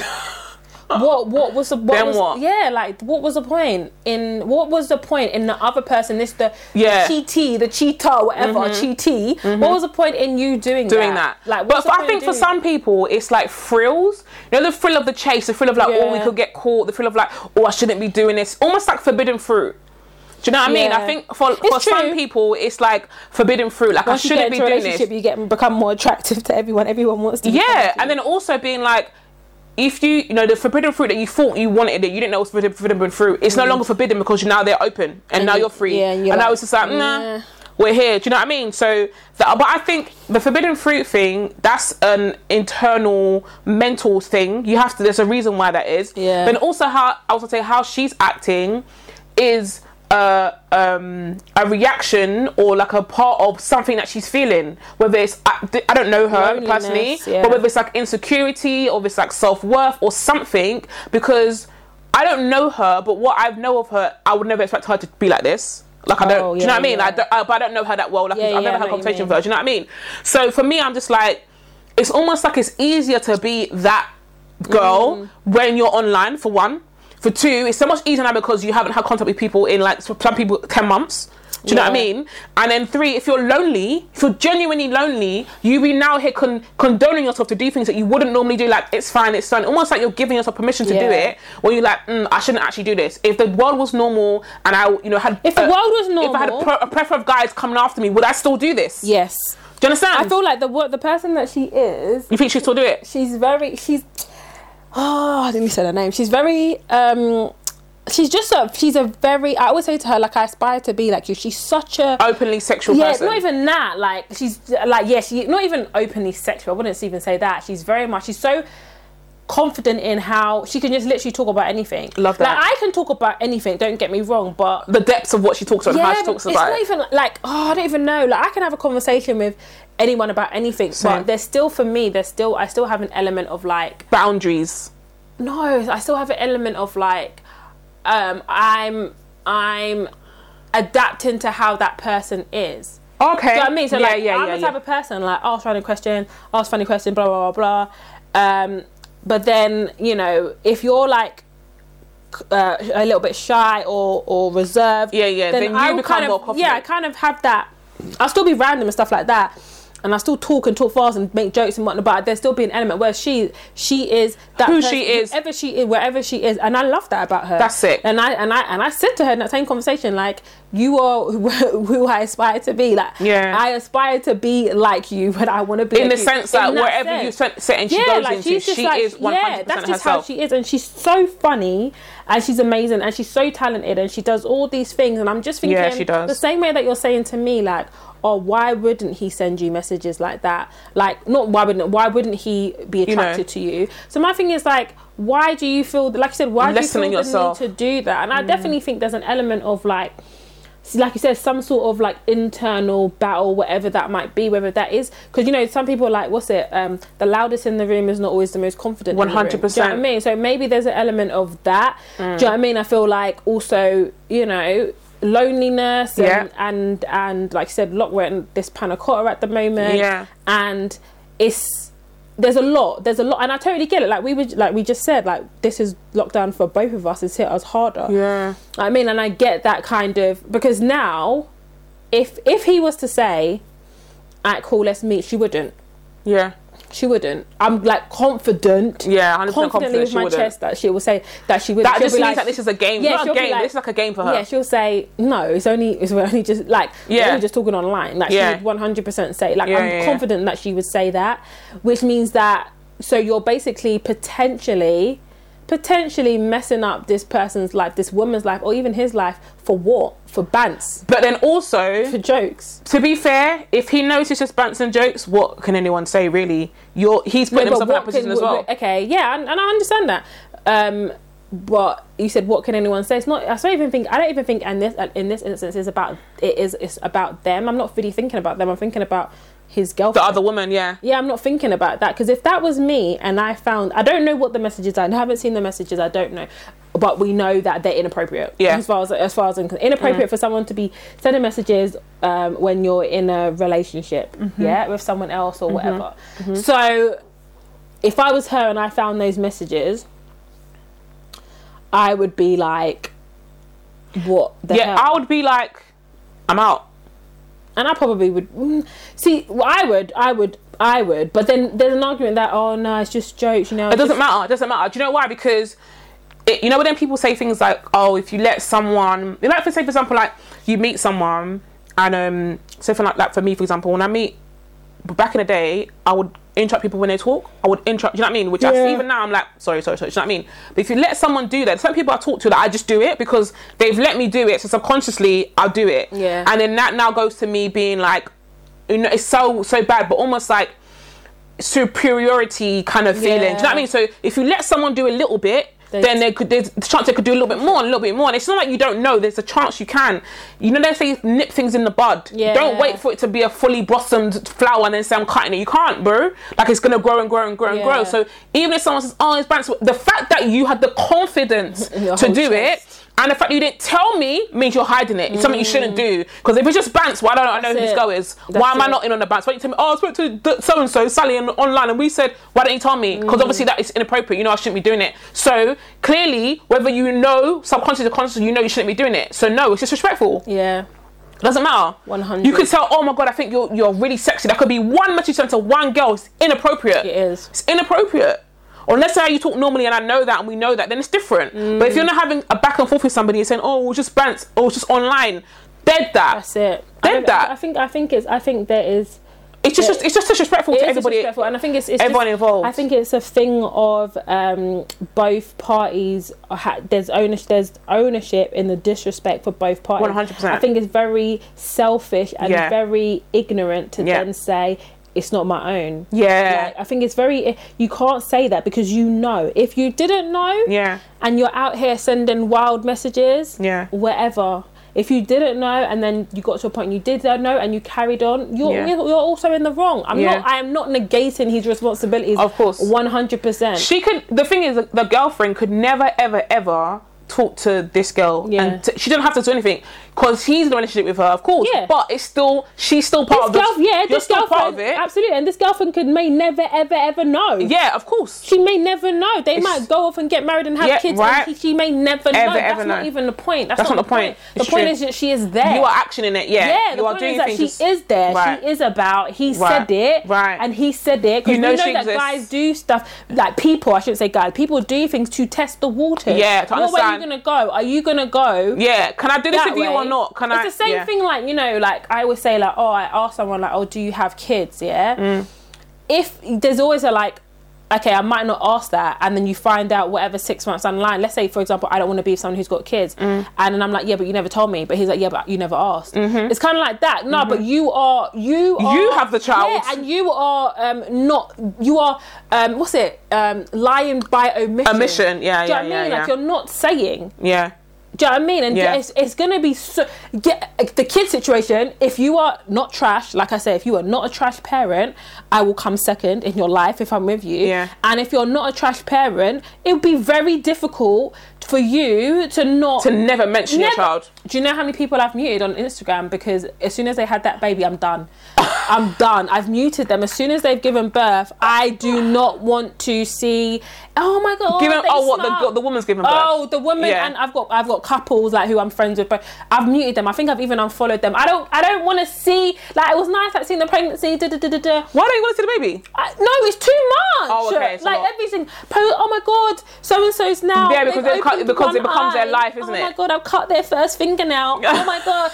Speaker 1: what what was the what
Speaker 2: Then
Speaker 1: was,
Speaker 2: what?
Speaker 1: Yeah, like what was the point in what was the point in the other person? This the
Speaker 2: Yeah. Mm-hmm.
Speaker 1: the cheatee, the cheater, whatever cheatee. What was the point in you doing
Speaker 2: doing that.
Speaker 1: Like,
Speaker 2: but
Speaker 1: what's the
Speaker 2: for- I
Speaker 1: point
Speaker 2: think
Speaker 1: in
Speaker 2: for
Speaker 1: doing
Speaker 2: some people, it's like thrills. You know, the thrill of the chase, the thrill of like, oh, we
Speaker 1: Yeah.
Speaker 2: could get caught, the thrill of like, oh, I shouldn't be doing this. Almost like forbidden fruit. Do you know what I mean?
Speaker 1: Yeah.
Speaker 2: I think for,
Speaker 1: It's
Speaker 2: for some
Speaker 1: true.
Speaker 2: people, it's like forbidden fruit. Like,
Speaker 1: Once
Speaker 2: I
Speaker 1: you get
Speaker 2: shouldn't be
Speaker 1: into a
Speaker 2: doing
Speaker 1: relationship,
Speaker 2: this.
Speaker 1: you get become more attractive to everyone. Everyone wants to. be
Speaker 2: Yeah,
Speaker 1: attracted to
Speaker 2: and then also being like, if you, you know, the forbidden fruit that you thought you wanted it, you didn't know it was forbidden, forbidden fruit. It's no longer forbidden because you now they're open and, now
Speaker 1: you-
Speaker 2: you're free.
Speaker 1: yeah,
Speaker 2: and
Speaker 1: Mm. and you're
Speaker 2: now
Speaker 1: like,
Speaker 2: it's just like, nah,
Speaker 1: nah.
Speaker 2: we're here. Do you know what I mean? So, that, but I think the forbidden fruit thing, that's an internal mental thing. You have to. There's a reason why that is.
Speaker 1: Yeah.
Speaker 2: Then also how I was gonna say how she's acting is a um, a reaction or like a part of something that she's feeling. Whether it's I, th- I don't know her
Speaker 1: Loneliness,
Speaker 2: personally,
Speaker 1: yeah.
Speaker 2: but whether it's like insecurity or it's like self worth or something, because I don't know her, but what I know of her, I would never expect her to be like this. Like I don't,
Speaker 1: Oh,
Speaker 2: do you know
Speaker 1: yeah,
Speaker 2: what I mean?
Speaker 1: yeah.
Speaker 2: I don't, I, but I don't know her that well. Like
Speaker 1: Yeah,
Speaker 2: I've
Speaker 1: yeah,
Speaker 2: never
Speaker 1: I
Speaker 2: had a
Speaker 1: know what you
Speaker 2: conversation
Speaker 1: mean.
Speaker 2: with her. Do you know what I mean? So for me, I'm just like, it's almost like it's easier to be that girl
Speaker 1: Mm.
Speaker 2: when you're online for one. For two, it's so much easier now because you haven't had contact with people in like some people ten months. Do you know what I
Speaker 1: Yeah.
Speaker 2: mean? And then three, if you're lonely, if you're genuinely lonely, you be now here con- condoning yourself to do things that you wouldn't normally do. Like it's fine, it's fine. Almost like you're giving yourself permission to do
Speaker 1: Yeah.
Speaker 2: it. Where you're like, mm, I shouldn't actually do this. If the world was normal and I, you know, had
Speaker 1: If the world was
Speaker 2: if I had a,
Speaker 1: normal-
Speaker 2: pre- a plethora of guys coming after me, would I still do this?
Speaker 1: Yes.
Speaker 2: Do you understand?
Speaker 1: I feel like the what the person that she is,
Speaker 2: you think she'd still do it.
Speaker 1: she's very she's oh let me say her name. She's very um she's just a she's a very I always say to her like I aspire to be like you. She's such a
Speaker 2: Openly sexual
Speaker 1: yeah,
Speaker 2: person.
Speaker 1: not even that. Like she's like yeah, she not even openly sexual. I wouldn't even say that. She's very much she's so confident in how she can just literally talk about anything.
Speaker 2: Love that.
Speaker 1: Like I can talk about anything. Don't get me wrong, but
Speaker 2: the depths of what she talks about, and how she
Speaker 1: but
Speaker 2: talks
Speaker 1: it's
Speaker 2: about
Speaker 1: not
Speaker 2: it.
Speaker 1: even like oh, I don't even know. Like I can have a conversation with anyone about anything,
Speaker 2: Same.
Speaker 1: but there's still for me, there's still I still have an element of like
Speaker 2: boundaries.
Speaker 1: no, I still have an element of like um I'm I'm adapting to how that person is. Do
Speaker 2: Okay.
Speaker 1: you know what I mean? So
Speaker 2: yeah,
Speaker 1: like
Speaker 2: yeah,
Speaker 1: I'm
Speaker 2: yeah,
Speaker 1: the
Speaker 2: yeah.
Speaker 1: type of person like ask random question, ask funny question, blah blah blah blah. Um, but then you know if you're like c- uh, a little bit shy or or reserved,
Speaker 2: Yeah, yeah, then you
Speaker 1: will
Speaker 2: become
Speaker 1: kind of,
Speaker 2: more confident.
Speaker 1: Yeah, I kind of have that. I'll still be random and stuff like that. And I still talk and talk fast and make jokes and whatnot, but there's still be an element where she she is that
Speaker 2: Who she is.
Speaker 1: wherever she is, wherever she is, and I love that about her.
Speaker 2: That's it.
Speaker 1: And I and I and I said to her in that same conversation, like, you are [laughs] who I aspire to be. Like,
Speaker 2: Yeah.
Speaker 1: I aspire to be like you, but I want to be
Speaker 2: in the
Speaker 1: like you.
Speaker 2: sense
Speaker 1: In
Speaker 2: that
Speaker 1: that
Speaker 2: wherever
Speaker 1: sense.
Speaker 2: you set, set and she
Speaker 1: yeah,
Speaker 2: goes
Speaker 1: like
Speaker 2: into,
Speaker 1: she's just
Speaker 2: she
Speaker 1: like,
Speaker 2: is 100%
Speaker 1: yeah, that's just
Speaker 2: herself.
Speaker 1: how she is, and she's so funny, and she's amazing, and she's so talented, and she does all these things, and I'm just thinking,
Speaker 2: Yeah, she does.
Speaker 1: the same way that you're saying to me, like, oh, why wouldn't he send you messages like that? Like, not why wouldn't why wouldn't he be
Speaker 2: You know.
Speaker 1: attracted to you? So my thing is like, why do you feel like you said, why do you feel
Speaker 2: Lessening
Speaker 1: the
Speaker 2: yourself. Mm.
Speaker 1: need to do that? And I definitely think there's an element of like like you said, some sort of like internal battle, whatever that might be, whether that is because you know some people are like what's it? Um, the loudest in the room is not always the most confident. in the room. Do you know what
Speaker 2: 100%.
Speaker 1: I mean, so maybe there's an element of that.
Speaker 2: Mm.
Speaker 1: Do you know what I mean? I feel like also you know loneliness and
Speaker 2: Yeah.
Speaker 1: and, and like you said, look, we're in this panna cotta at the moment,
Speaker 2: Yeah.
Speaker 1: and it's there's a lot there's a lot and i totally get it like we were like we just said like this is lockdown for both of us it's hit us harder
Speaker 2: Yeah.
Speaker 1: I mean, and I get that kind of because now, if if he was to say, "At cool, let's meet," she wouldn't.
Speaker 2: Yeah.
Speaker 1: She wouldn't. I'm like confident,
Speaker 2: Yeah, 100%
Speaker 1: confidently
Speaker 2: confident
Speaker 1: with
Speaker 2: she
Speaker 1: my
Speaker 2: wouldn't.
Speaker 1: chest that she will say that she would.
Speaker 2: That just means that this is a game.
Speaker 1: Yeah,
Speaker 2: It's not
Speaker 1: she'll
Speaker 2: a
Speaker 1: be
Speaker 2: game.
Speaker 1: like-
Speaker 2: It's like a game for her.
Speaker 1: Yeah, she'll say no. It's only it's we're only just like
Speaker 2: Yeah.
Speaker 1: yeah, only just talking online. Like
Speaker 2: Yeah.
Speaker 1: she would one hundred percent say like
Speaker 2: Yeah,
Speaker 1: I'm
Speaker 2: yeah, yeah.
Speaker 1: confident that she would say that, which means that so you're basically potentially potentially messing up this person's life, this woman's life, or even his life for what? For bants,
Speaker 2: But then also,
Speaker 1: for jokes.
Speaker 2: to be fair, if he notices just bants and jokes, what can anyone say really? You're he's putting
Speaker 1: No,
Speaker 2: himself in that position
Speaker 1: can-
Speaker 2: as well.
Speaker 1: Okay, yeah, and, and I understand that. Um, but you said, what can anyone say? It's not. I don't even think. I don't even think. And this, in this instance, is about it is it's about them. I'm not really thinking about them. I'm thinking about his girlfriend.
Speaker 2: the other woman, yeah.
Speaker 1: yeah, I'm not thinking about that because if that was me and I found, I don't know what the messages are. I haven't seen the messages. I don't know, but we know that they're inappropriate.
Speaker 2: Yeah. Mm.
Speaker 1: as far as as far as I'm con- inappropriate for someone to be sending messages um, when you're in a relationship,
Speaker 2: Mm-hmm.
Speaker 1: yeah, with someone else or whatever. So, if I was her and I found those messages, I would be like, "What the
Speaker 2: Yeah,
Speaker 1: hell?"
Speaker 2: I would be like, I'm out.
Speaker 1: and I probably would mm, see. well, I would, I would, I would. But then there's an argument that oh no, it's just jokes, you know.
Speaker 2: It doesn't matter. It doesn't matter. Do you know why? Because it, you know when people say things like, "Oh, if you let someone," you know, like for say for example, like you meet someone, and um, so for like, like for me, for example, when I meet, back in the day, I would interrupt people when they talk. I would interrupt. You know what I mean? Which
Speaker 1: Yeah.
Speaker 2: I, even now I'm like, sorry, sorry, sorry. Do you know what I mean? But if you let someone do that, some people I talk to, like I just do it because they've let me do it. So subconsciously, I'll do it.
Speaker 1: Yeah.
Speaker 2: And then that now goes to me being like, you know, it's so so bad, but almost like superiority kind of feeling. Do you know what I
Speaker 1: Yeah.
Speaker 2: mean? So if you let someone do a little bit,
Speaker 1: They-
Speaker 2: then there could there's a chance they could do a little bit more and a little bit more. And it's not like you don't know. There's a chance you can. You know they say nip things in the bud.
Speaker 1: Yeah.
Speaker 2: Don't wait for it to be a fully blossomed flower and then say I'm cutting it. You can't, bro. Like it's gonna grow and grow and grow and
Speaker 1: Yeah.
Speaker 2: grow. So even if someone says, "Oh, it's branch," the fact that you had the confidence
Speaker 1: [laughs] Your
Speaker 2: to
Speaker 1: whole
Speaker 2: do
Speaker 1: chest.
Speaker 2: it. And the fact that you didn't tell me means you're hiding it. It's something you shouldn't do. Because if it's just Bants, why don't I know
Speaker 1: Mm. That's
Speaker 2: who this
Speaker 1: it.
Speaker 2: girl is?
Speaker 1: That's
Speaker 2: why am I
Speaker 1: it.
Speaker 2: not in on the Bants? Why don't you tell me, oh, I spoke to so and so, Sally, and online, and we said, why don't you tell me?
Speaker 1: Mm.
Speaker 2: Because obviously that is inappropriate. You know, I shouldn't be doing it. So clearly, whether you know subconscious or conscious, you know you shouldn't be doing it. So no, it's disrespectful.
Speaker 1: yeah.
Speaker 2: It doesn't matter.
Speaker 1: 100.
Speaker 2: You could tell, oh my God, I think you're, you're really sexy. That could be one message sent to one girl. It's inappropriate.
Speaker 1: It is.
Speaker 2: It's inappropriate. Or unless how you talk normally and I know that and we know that, then it's different.
Speaker 1: Mm.
Speaker 2: But if you're not having a back and forth with somebody and saying, oh, we'll just bants, or it's just online, dead that.
Speaker 1: That's it.
Speaker 2: Did
Speaker 1: I don't-
Speaker 2: that.
Speaker 1: I think I think it's I think there is
Speaker 2: it's just,
Speaker 1: it-
Speaker 2: it's just disrespectful
Speaker 1: it
Speaker 2: to
Speaker 1: is
Speaker 2: everybody.
Speaker 1: disrespectful, and I think it's, it's
Speaker 2: everyone
Speaker 1: just-
Speaker 2: involved.
Speaker 1: I think it's a thing of um, both parties. Ha- there's ownership. There's ownership in the disrespect for both parties.
Speaker 2: 100%.
Speaker 1: I think it's very selfish and
Speaker 2: Yeah.
Speaker 1: very ignorant to
Speaker 2: Yeah.
Speaker 1: then say it's not my own.
Speaker 2: Yeah.
Speaker 1: Like, I think it's very. eh, You can't say that because you know. If you didn't know,
Speaker 2: Yeah.
Speaker 1: and you're out here sending wild messages,
Speaker 2: Yeah.
Speaker 1: whatever. If you didn't know, and then you got to a point you did know, and you carried on, you're
Speaker 2: Yeah.
Speaker 1: you're you're also in the wrong. I'm
Speaker 2: Yeah.
Speaker 1: not. I am not negating his responsibilities.
Speaker 2: Of course.
Speaker 1: one hundred percent.
Speaker 2: She could, the thing is, the girlfriend could never, ever, ever talk to this girl.
Speaker 1: Yeah.
Speaker 2: And t- she doesn't have to do anything because he's in a relationship with her, of course.
Speaker 1: Yeah.
Speaker 2: But it's still, she's still part
Speaker 1: This
Speaker 2: of the-
Speaker 1: girl, yeah,
Speaker 2: you're
Speaker 1: this
Speaker 2: still part
Speaker 1: girlfriend,
Speaker 2: of it.
Speaker 1: absolutely, and this girlfriend could may never ever ever know.
Speaker 2: Yeah, of course.
Speaker 1: She may never know. They might go off and get married and have
Speaker 2: Yeah,
Speaker 1: kids,
Speaker 2: right.
Speaker 1: and she, she may never know.
Speaker 2: Ever,
Speaker 1: That's
Speaker 2: ever
Speaker 1: not
Speaker 2: know.
Speaker 1: even the point. That's,
Speaker 2: That's not the point.
Speaker 1: The
Speaker 2: It's
Speaker 1: point
Speaker 2: true.
Speaker 1: is that she is there.
Speaker 2: You are actioning it, yeah.
Speaker 1: Yeah, the
Speaker 2: you are
Speaker 1: point
Speaker 2: doing
Speaker 1: is that
Speaker 2: things.
Speaker 1: she is there.
Speaker 2: Right.
Speaker 1: She is about. He
Speaker 2: Right.
Speaker 1: said it,
Speaker 2: Right.
Speaker 1: And he said it because
Speaker 2: You know
Speaker 1: we know
Speaker 2: she
Speaker 1: that
Speaker 2: exists.
Speaker 1: guys do stuff like people. I shouldn't say guys. People do things to test the water.
Speaker 2: Yeah, to
Speaker 1: Well, where are you
Speaker 2: understand.
Speaker 1: gonna go? Are you gonna go?
Speaker 2: Yeah, can I do this
Speaker 1: that
Speaker 2: with you or
Speaker 1: way.
Speaker 2: not? Can
Speaker 1: it's
Speaker 2: I?
Speaker 1: the same
Speaker 2: yeah.
Speaker 1: thing, like you know, like I always say, like oh, I ask someone, like oh, do you have kids? Yeah.
Speaker 2: Mm.
Speaker 1: If there's always a like, okay, I might not ask that, and then you find out whatever six months down the line. Let's say, for example, I don't want to be with someone who's got kids,
Speaker 2: Mm.
Speaker 1: and then I'm like, yeah, but you never told me. But he's like, yeah, but you never asked. It's kind of like that. No, but you are you are,
Speaker 2: Mm-hmm. You have the child.
Speaker 1: yeah, and you are um not you are um what's it um lying by omission.
Speaker 2: Omission, yeah,
Speaker 1: Do you know
Speaker 2: yeah,
Speaker 1: what I
Speaker 2: yeah,
Speaker 1: mean?
Speaker 2: yeah.
Speaker 1: Like you're not saying.
Speaker 2: Yeah.
Speaker 1: Do you know what I mean? And
Speaker 2: Yeah.
Speaker 1: it's, it's going to be so. Get, the kid situation, if you are not trash, like I say, if you are not a trash parent, I will come second in your life if I'm with you.
Speaker 2: Yeah.
Speaker 1: And if you're not a trash parent, it would be very difficult for you to not.
Speaker 2: To never mention your child.
Speaker 1: Do you know how many people I've muted on Instagram? Because as soon as they had that baby, I'm done. [laughs] I'm done. I've muted them. As soon as they've given birth, I do not want to see. Oh my god!
Speaker 2: Given
Speaker 1: they
Speaker 2: oh what the
Speaker 1: smile."
Speaker 2: girl- the woman's given birth.
Speaker 1: Oh, the woman
Speaker 2: Yeah.
Speaker 1: and I've got I've got couples like who I'm friends with, but I've muted them. I think I've even unfollowed them. I don't I don't want to see like it was nice like seeing the pregnancy. Da, da, da, da, da.
Speaker 2: Why don't you want to see the baby?
Speaker 1: I, no, it's too much.
Speaker 2: Oh, okay, it's a
Speaker 1: like
Speaker 2: lot.
Speaker 1: everything. Po- oh my god, so and so's now.
Speaker 2: Yeah, because
Speaker 1: they've
Speaker 2: they've cut-
Speaker 1: opened
Speaker 2: because it
Speaker 1: one
Speaker 2: becomes their
Speaker 1: eye.
Speaker 2: life, isn't
Speaker 1: Oh my
Speaker 2: it?
Speaker 1: god, I've cut their first fingernail. oh
Speaker 2: [laughs]
Speaker 1: my god,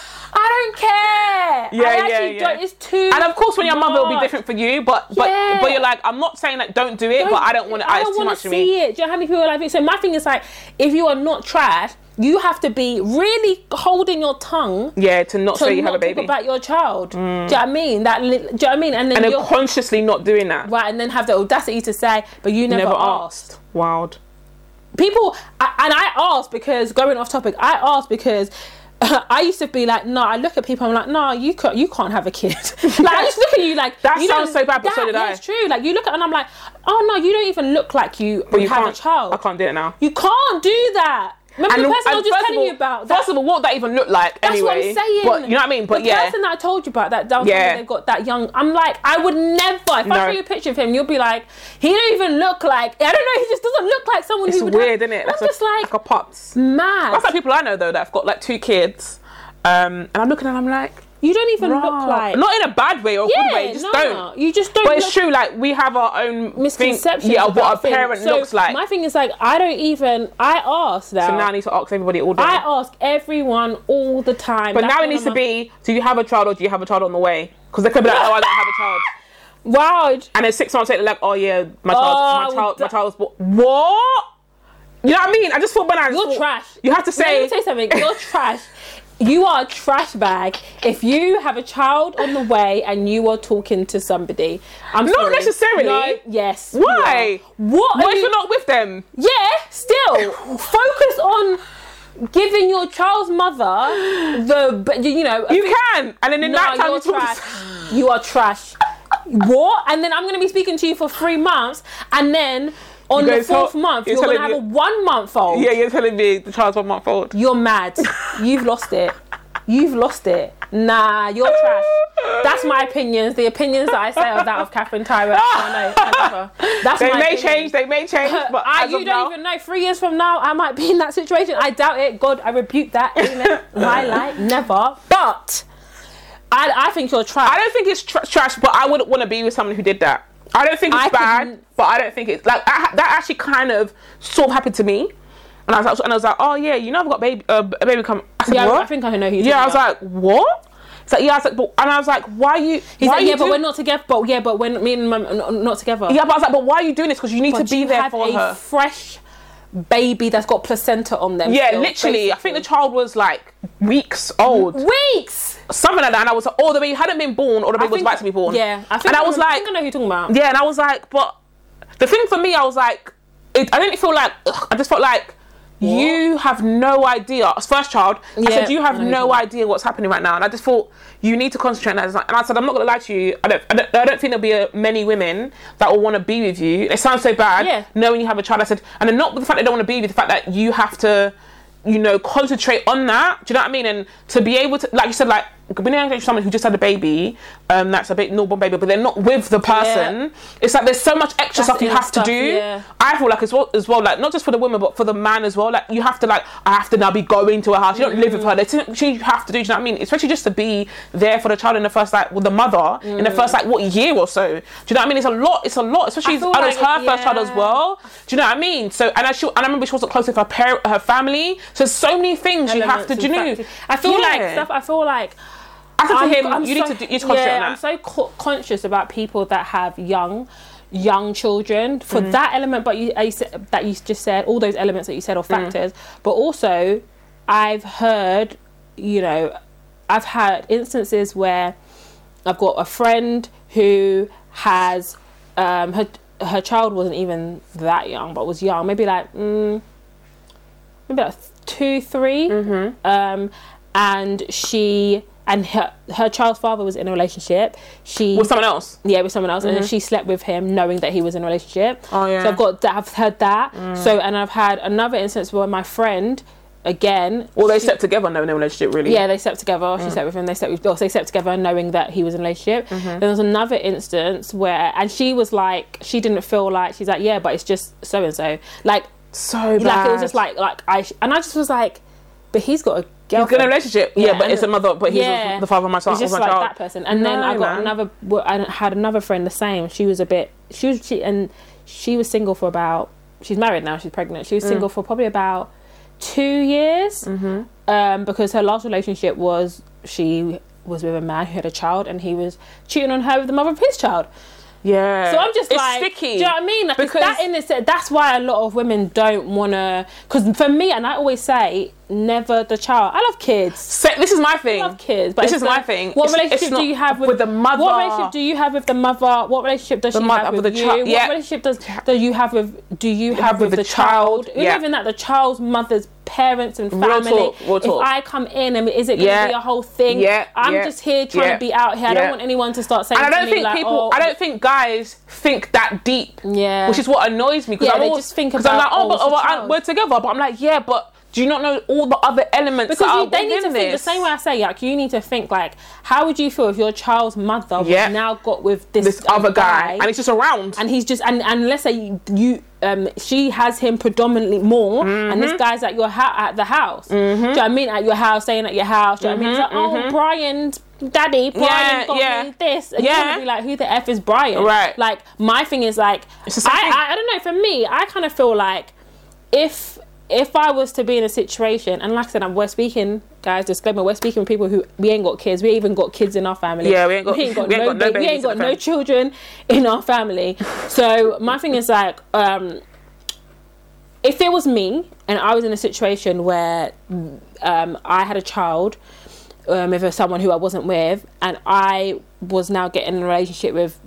Speaker 1: I don't care.
Speaker 2: Yeah,
Speaker 1: I
Speaker 2: yeah,
Speaker 1: actually
Speaker 2: yeah.
Speaker 1: Don't, it's too.
Speaker 2: And of course, when your mother will be
Speaker 1: much.
Speaker 2: different for you, but but
Speaker 1: Yeah.
Speaker 2: but you're like, I'm not saying that don't do it, but I don't want to.
Speaker 1: I
Speaker 2: It's
Speaker 1: don't
Speaker 2: too
Speaker 1: want
Speaker 2: much
Speaker 1: to
Speaker 2: for me.
Speaker 1: see it. Do you know how many people are like it? So my thing is like, if you are not trash, you have to be really holding your tongue
Speaker 2: Yeah, to not
Speaker 1: to
Speaker 2: say you
Speaker 1: not
Speaker 2: have a baby, Mm.
Speaker 1: talk about your child. Do you know what I mean? That li- do you know what I mean? And then
Speaker 2: and
Speaker 1: you're
Speaker 2: they're consciously not doing that.
Speaker 1: right, and then have the audacity to say, but you never,
Speaker 2: Never
Speaker 1: asked.
Speaker 2: asked. Wild.
Speaker 1: People, I, and I asked because going off topic, I asked because. [laughs] I used to be like, no. I look at people. I'm like, no, you can't. You can't have a kid. [laughs] like, I just look at you like
Speaker 2: [laughs] That
Speaker 1: you
Speaker 2: sounds
Speaker 1: don't-
Speaker 2: so bad, but so did
Speaker 1: yeah,
Speaker 2: I.
Speaker 1: It's true. Like you look at, and I'm like, oh no, you don't even look like you.
Speaker 2: But you
Speaker 1: have
Speaker 2: can't.
Speaker 1: a child.
Speaker 2: I can't do it now.
Speaker 1: You can't do that. Remember the person I was just
Speaker 2: first of
Speaker 1: telling
Speaker 2: all-
Speaker 1: you about?
Speaker 2: First of all, what that even looked like.
Speaker 1: that's
Speaker 2: anyway.
Speaker 1: what I'm saying.
Speaker 2: But you know what I mean. But
Speaker 1: the
Speaker 2: yeah,
Speaker 1: person that I told you about that, that was
Speaker 2: Yeah.
Speaker 1: yeah. they've got that young. I'm like, I would never. If
Speaker 2: No.
Speaker 1: I show you a picture of him, you'll be like, he don't even look like. I don't know. He just doesn't look like someone
Speaker 2: it's
Speaker 1: who would.
Speaker 2: weird,
Speaker 1: have,
Speaker 2: isn't it?
Speaker 1: I'm just
Speaker 2: a,
Speaker 1: like,
Speaker 2: a pops.
Speaker 1: mad.
Speaker 2: That's like people I know though that have got like two kids, um, and I'm looking and I'm like,
Speaker 1: you don't even
Speaker 2: "Bruh."
Speaker 1: look like.
Speaker 2: not in a bad way or a
Speaker 1: yeah,
Speaker 2: good way, just
Speaker 1: no,
Speaker 2: don't.
Speaker 1: You just don't.
Speaker 2: But
Speaker 1: look
Speaker 2: it's true, like we have our own
Speaker 1: Misconceptions.
Speaker 2: Thing, yeah, of
Speaker 1: about
Speaker 2: what a
Speaker 1: things.
Speaker 2: parent
Speaker 1: So
Speaker 2: looks like.
Speaker 1: My thing is like, I don't even. I ask that.
Speaker 2: so now I need to ask everybody all day.
Speaker 1: I ask everyone all the time.
Speaker 2: but
Speaker 1: That's
Speaker 2: now
Speaker 1: one
Speaker 2: it
Speaker 1: of
Speaker 2: needs to
Speaker 1: my-
Speaker 2: be: Do you have a child or do you have a child on the way? Because they could be like, "Oh, I don't have a child,"
Speaker 1: Wow,
Speaker 2: and then six months later, like, "Oh yeah, my child,
Speaker 1: Oh,
Speaker 2: my child, my
Speaker 1: that-
Speaker 2: child was born." What? You know what I mean? I just thought when I
Speaker 1: You're
Speaker 2: thought-
Speaker 1: trash.
Speaker 2: You have to
Speaker 1: Let
Speaker 2: say
Speaker 1: me tell you something. You're trash. You are a trash bag if you have a child on the way and you are talking to somebody. I'm
Speaker 2: Not
Speaker 1: sorry.
Speaker 2: necessarily.
Speaker 1: No, yes. you
Speaker 2: Why?
Speaker 1: are. What?
Speaker 2: [laughs] What
Speaker 1: are
Speaker 2: if
Speaker 1: you-
Speaker 2: you're not with them?
Speaker 1: yeah, still focus on giving your child's mother the but you know a
Speaker 2: You
Speaker 1: bit-
Speaker 2: can, and then in
Speaker 1: No,
Speaker 2: that time
Speaker 1: you're
Speaker 2: you talk
Speaker 1: trash.
Speaker 2: to-
Speaker 1: you are trash. what? And then I'm gonna be speaking to you for three months, and then on
Speaker 2: You
Speaker 1: the
Speaker 2: guys tell-
Speaker 1: fourth month
Speaker 2: you're
Speaker 1: you're gonna
Speaker 2: telling
Speaker 1: have
Speaker 2: me-
Speaker 1: a one month old.
Speaker 2: [laughs] Yeah, you're telling me the child's one month old.
Speaker 1: You're mad. You've lost it. You've lost it. Nah, you're trash. That's my opinions. The opinions that I say are that of Catherine Tyra. [laughs] I know, I love her. That's
Speaker 2: They
Speaker 1: my
Speaker 2: may
Speaker 1: opinion.
Speaker 2: change. They
Speaker 1: [laughs]
Speaker 2: may change. But
Speaker 1: I,
Speaker 2: as
Speaker 1: you
Speaker 2: of
Speaker 1: don't
Speaker 2: now,
Speaker 1: even know. Three years from now, I might be in that situation. I doubt it. God, I rebuke that. Amen.
Speaker 2: [laughs]
Speaker 1: my life, never. But I, I think you're trash.
Speaker 2: I don't think it's tr- trash, but I wouldn't want to be with someone who did that. I don't think it's
Speaker 1: I
Speaker 2: bad,
Speaker 1: couldn't-
Speaker 2: but I don't think it's like I, ha- that. Actually, kind of sort of happened to me, and I was like, and I was like, oh yeah, you know I've got baby, uh, a baby come. I said,
Speaker 1: yeah,
Speaker 2: what?
Speaker 1: I think I know who you're
Speaker 2: yeah, I
Speaker 1: talking
Speaker 2: was
Speaker 1: about.
Speaker 2: like, what? It's like yeah, I was like, but, and I was like, why are you?
Speaker 1: He's
Speaker 2: why
Speaker 1: like,
Speaker 2: you
Speaker 1: yeah, but
Speaker 2: do-
Speaker 1: we're not together. But yeah, but when me and mum are not- not together.
Speaker 2: Yeah, but I was like, but why are you doing this? Because you need
Speaker 1: but
Speaker 2: to be
Speaker 1: you
Speaker 2: there
Speaker 1: have
Speaker 2: for
Speaker 1: a
Speaker 2: her.
Speaker 1: fresh baby that's got placenta on them.
Speaker 2: yeah,
Speaker 1: still,
Speaker 2: literally. I
Speaker 1: basically. Mm-hmm.
Speaker 2: think the child was like weeks old,
Speaker 1: weeks.
Speaker 2: something like that. And I was like, oh, the baby hadn't been born, or the baby was about to be born.
Speaker 1: Yeah, I think
Speaker 2: and I was
Speaker 1: know-
Speaker 2: like,
Speaker 1: I think I know who you're talking about.
Speaker 2: yeah, and I was like, but the thing for me, I was like, it, I didn't feel like ugh, I just felt like you have no idea. First child, I
Speaker 1: Yeah,
Speaker 2: said you have
Speaker 1: I know
Speaker 2: no
Speaker 1: that.
Speaker 2: idea what's happening right now, and I just thought you need to concentrate. on that. And I said, I'm not gonna lie to you. I don't, I don't, I don't think there'll be uh many women that will want to be with you. It sounds so bad,
Speaker 1: Yeah.
Speaker 2: knowing you have a child. I said, and then not with the fact they don't want to be with you, the fact that you have to. You know, concentrate on that. Do you know what I mean? And to be able to, like you said, like when you're engaged with someone who just had a baby, um, that's a bit newborn baby, but they're not with the person. It's like there's so much extra
Speaker 1: That's
Speaker 2: stuff you
Speaker 1: the
Speaker 2: have
Speaker 1: stuff,
Speaker 2: to do.
Speaker 1: yeah.
Speaker 2: I feel like as well as well, like not just for the women but for the man as well. Like you have to like I have to now be going to her house. You don't live with
Speaker 1: Mm.
Speaker 2: her. There's things you have to do. Do you know what I mean? Especially just to be there for the child in the first like with the mother in the first like what year or so. Do you know what I mean? It's a lot. It's a lot. Especially
Speaker 1: Mm. I
Speaker 2: as
Speaker 1: feel
Speaker 2: and it's her
Speaker 1: like-
Speaker 2: first child as
Speaker 1: yeah.
Speaker 2: well. Do you know what I mean? So and I she, and I remember she wasn't close with her parent, her family. So so many things you have
Speaker 1: Elements
Speaker 2: to
Speaker 1: and
Speaker 2: do. you know?
Speaker 1: factors. I feel like
Speaker 2: Yeah.
Speaker 1: stuff. I feel like
Speaker 2: I said to him,
Speaker 1: I'm
Speaker 2: you
Speaker 1: so-
Speaker 2: need to do, you need to concentrate
Speaker 1: yeah,
Speaker 2: on that.
Speaker 1: I'm so co- conscious about people that have young young children for
Speaker 2: Mm-hmm.
Speaker 1: that element but you, I said- that you just said all those elements that you said are
Speaker 2: Mm.
Speaker 1: factors but also I've heard you know I've had instances where I've got a friend who has um, her her child wasn't even that young but was young maybe like mm, maybe like two three.
Speaker 2: Mm-hmm.
Speaker 1: um, and she and her her child's father was in a relationship she
Speaker 2: with someone else.
Speaker 1: yeah with someone else and then she slept with him knowing that he was in a relationship
Speaker 2: Oh, yeah. Mm.
Speaker 1: so i've got that i've heard that so and i've had another instance where my friend again
Speaker 2: Or they
Speaker 1: she-
Speaker 2: slept together, no, in a relationship, really.
Speaker 1: yeah, they slept together.
Speaker 2: Mm.
Speaker 1: She slept with him. They slept with. Well, they slept together, knowing that he was in a relationship.
Speaker 2: Mm-hmm.
Speaker 1: There was another instance where, and she was like, she didn't feel like she's like, yeah, but it's just so and so. Like,
Speaker 2: so bad.
Speaker 1: like it was just like, like I, sh- and I just was like, but he's got a girlfriend.
Speaker 2: He's got a relationship, yeah,
Speaker 1: Yeah,
Speaker 2: but
Speaker 1: and-
Speaker 2: it's a mother, but he's
Speaker 1: yeah.
Speaker 2: also the father of my child.
Speaker 1: It's just
Speaker 2: of my
Speaker 1: like
Speaker 2: child.
Speaker 1: that person. And then
Speaker 2: oh, No,
Speaker 1: I got
Speaker 2: man.
Speaker 1: another. Well, I had another friend the same. She was a bit. She was she and she was single for about. She's married now. She's pregnant. She was
Speaker 2: Mm.
Speaker 1: single for probably about two years.
Speaker 2: Mm-hmm.
Speaker 1: Um, because her last relationship was she was with a man who had a child and he was cheating on her with the mother of his child.
Speaker 2: Yeah.
Speaker 1: So I'm just
Speaker 2: it's
Speaker 1: like,
Speaker 2: sticky.
Speaker 1: do you know what I mean? Like, it's
Speaker 2: Because-
Speaker 1: that in itself, that's why a lot of women don't want to. Because for me, and I always say, never the child. I love kids.
Speaker 2: Se- this is my thing.
Speaker 1: I love kids, but
Speaker 2: This
Speaker 1: it's
Speaker 2: is my
Speaker 1: like,
Speaker 2: thing.
Speaker 1: What
Speaker 2: It's-
Speaker 1: relationship
Speaker 2: it's
Speaker 1: do
Speaker 2: not
Speaker 1: you have with,
Speaker 2: with the mother.
Speaker 1: What relationship do you have with the mother? What relationship does she
Speaker 2: mother-
Speaker 1: have with,
Speaker 2: with the
Speaker 1: you?
Speaker 2: chi- yeah.
Speaker 1: What relationship does do you have with do you have, with, the, child?
Speaker 2: child, yeah.
Speaker 1: Even that the child's mother's parents and
Speaker 2: Real
Speaker 1: family.
Speaker 2: talk, real talk.
Speaker 1: If I come in, I mean, is it going to
Speaker 2: Yeah.
Speaker 1: be a whole thing?
Speaker 2: Yeah,
Speaker 1: I'm
Speaker 2: yeah,
Speaker 1: just here trying
Speaker 2: yeah,
Speaker 1: to be out here. I
Speaker 2: yeah.
Speaker 1: don't want anyone to start saying.
Speaker 2: and I
Speaker 1: to
Speaker 2: don't
Speaker 1: me,
Speaker 2: think
Speaker 1: like,
Speaker 2: people,
Speaker 1: oh,
Speaker 2: I don't think guys think that deep.
Speaker 1: Yeah.
Speaker 2: Which is what annoys me. because
Speaker 1: Yeah,
Speaker 2: I'm
Speaker 1: they
Speaker 2: always-
Speaker 1: just think
Speaker 2: 'cause I'm
Speaker 1: about, oh,
Speaker 2: like, oh, but
Speaker 1: it's a
Speaker 2: oh, well, I-
Speaker 1: child.
Speaker 2: we're together. But I'm like, yeah, but do you not know all the other elements that
Speaker 1: because
Speaker 2: are
Speaker 1: you, they need
Speaker 2: within
Speaker 1: to think the
Speaker 2: this?
Speaker 1: same way I say, like you need to think like, how would you feel if your child's mother was
Speaker 2: Yeah.
Speaker 1: now got with this,
Speaker 2: This other guy, and it's just around.
Speaker 1: and he's just and, and let's say you, you um she has him predominantly more and
Speaker 2: Mm-hmm.
Speaker 1: this guy's at your house at the house do you know what i mean at your house staying at your house do you know what i mean He's like, oh brian's daddy brian
Speaker 2: Mm-hmm. Yeah,
Speaker 1: got
Speaker 2: yeah.
Speaker 1: me this and
Speaker 2: Yeah.
Speaker 1: you're gonna be like who the f is brian
Speaker 2: Right.
Speaker 1: like my thing is like
Speaker 2: It's the same thing.
Speaker 1: I, I i don't know for me i kind of feel like if if I was to be in a situation, and like I said, I'm, we're speaking, guys, disclaimer, we're speaking with people who we ain't got kids. We even got kids in our family.
Speaker 2: Yeah, we ain't got- [laughs] we ain't got no
Speaker 1: ba- we
Speaker 2: babies in
Speaker 1: ain't got
Speaker 2: the
Speaker 1: no
Speaker 2: family.
Speaker 1: children in our family. So my thing is like, um, if it was me and I was in a situation where um, I had a child um, with someone who I wasn't with, and I was now getting in a relationship with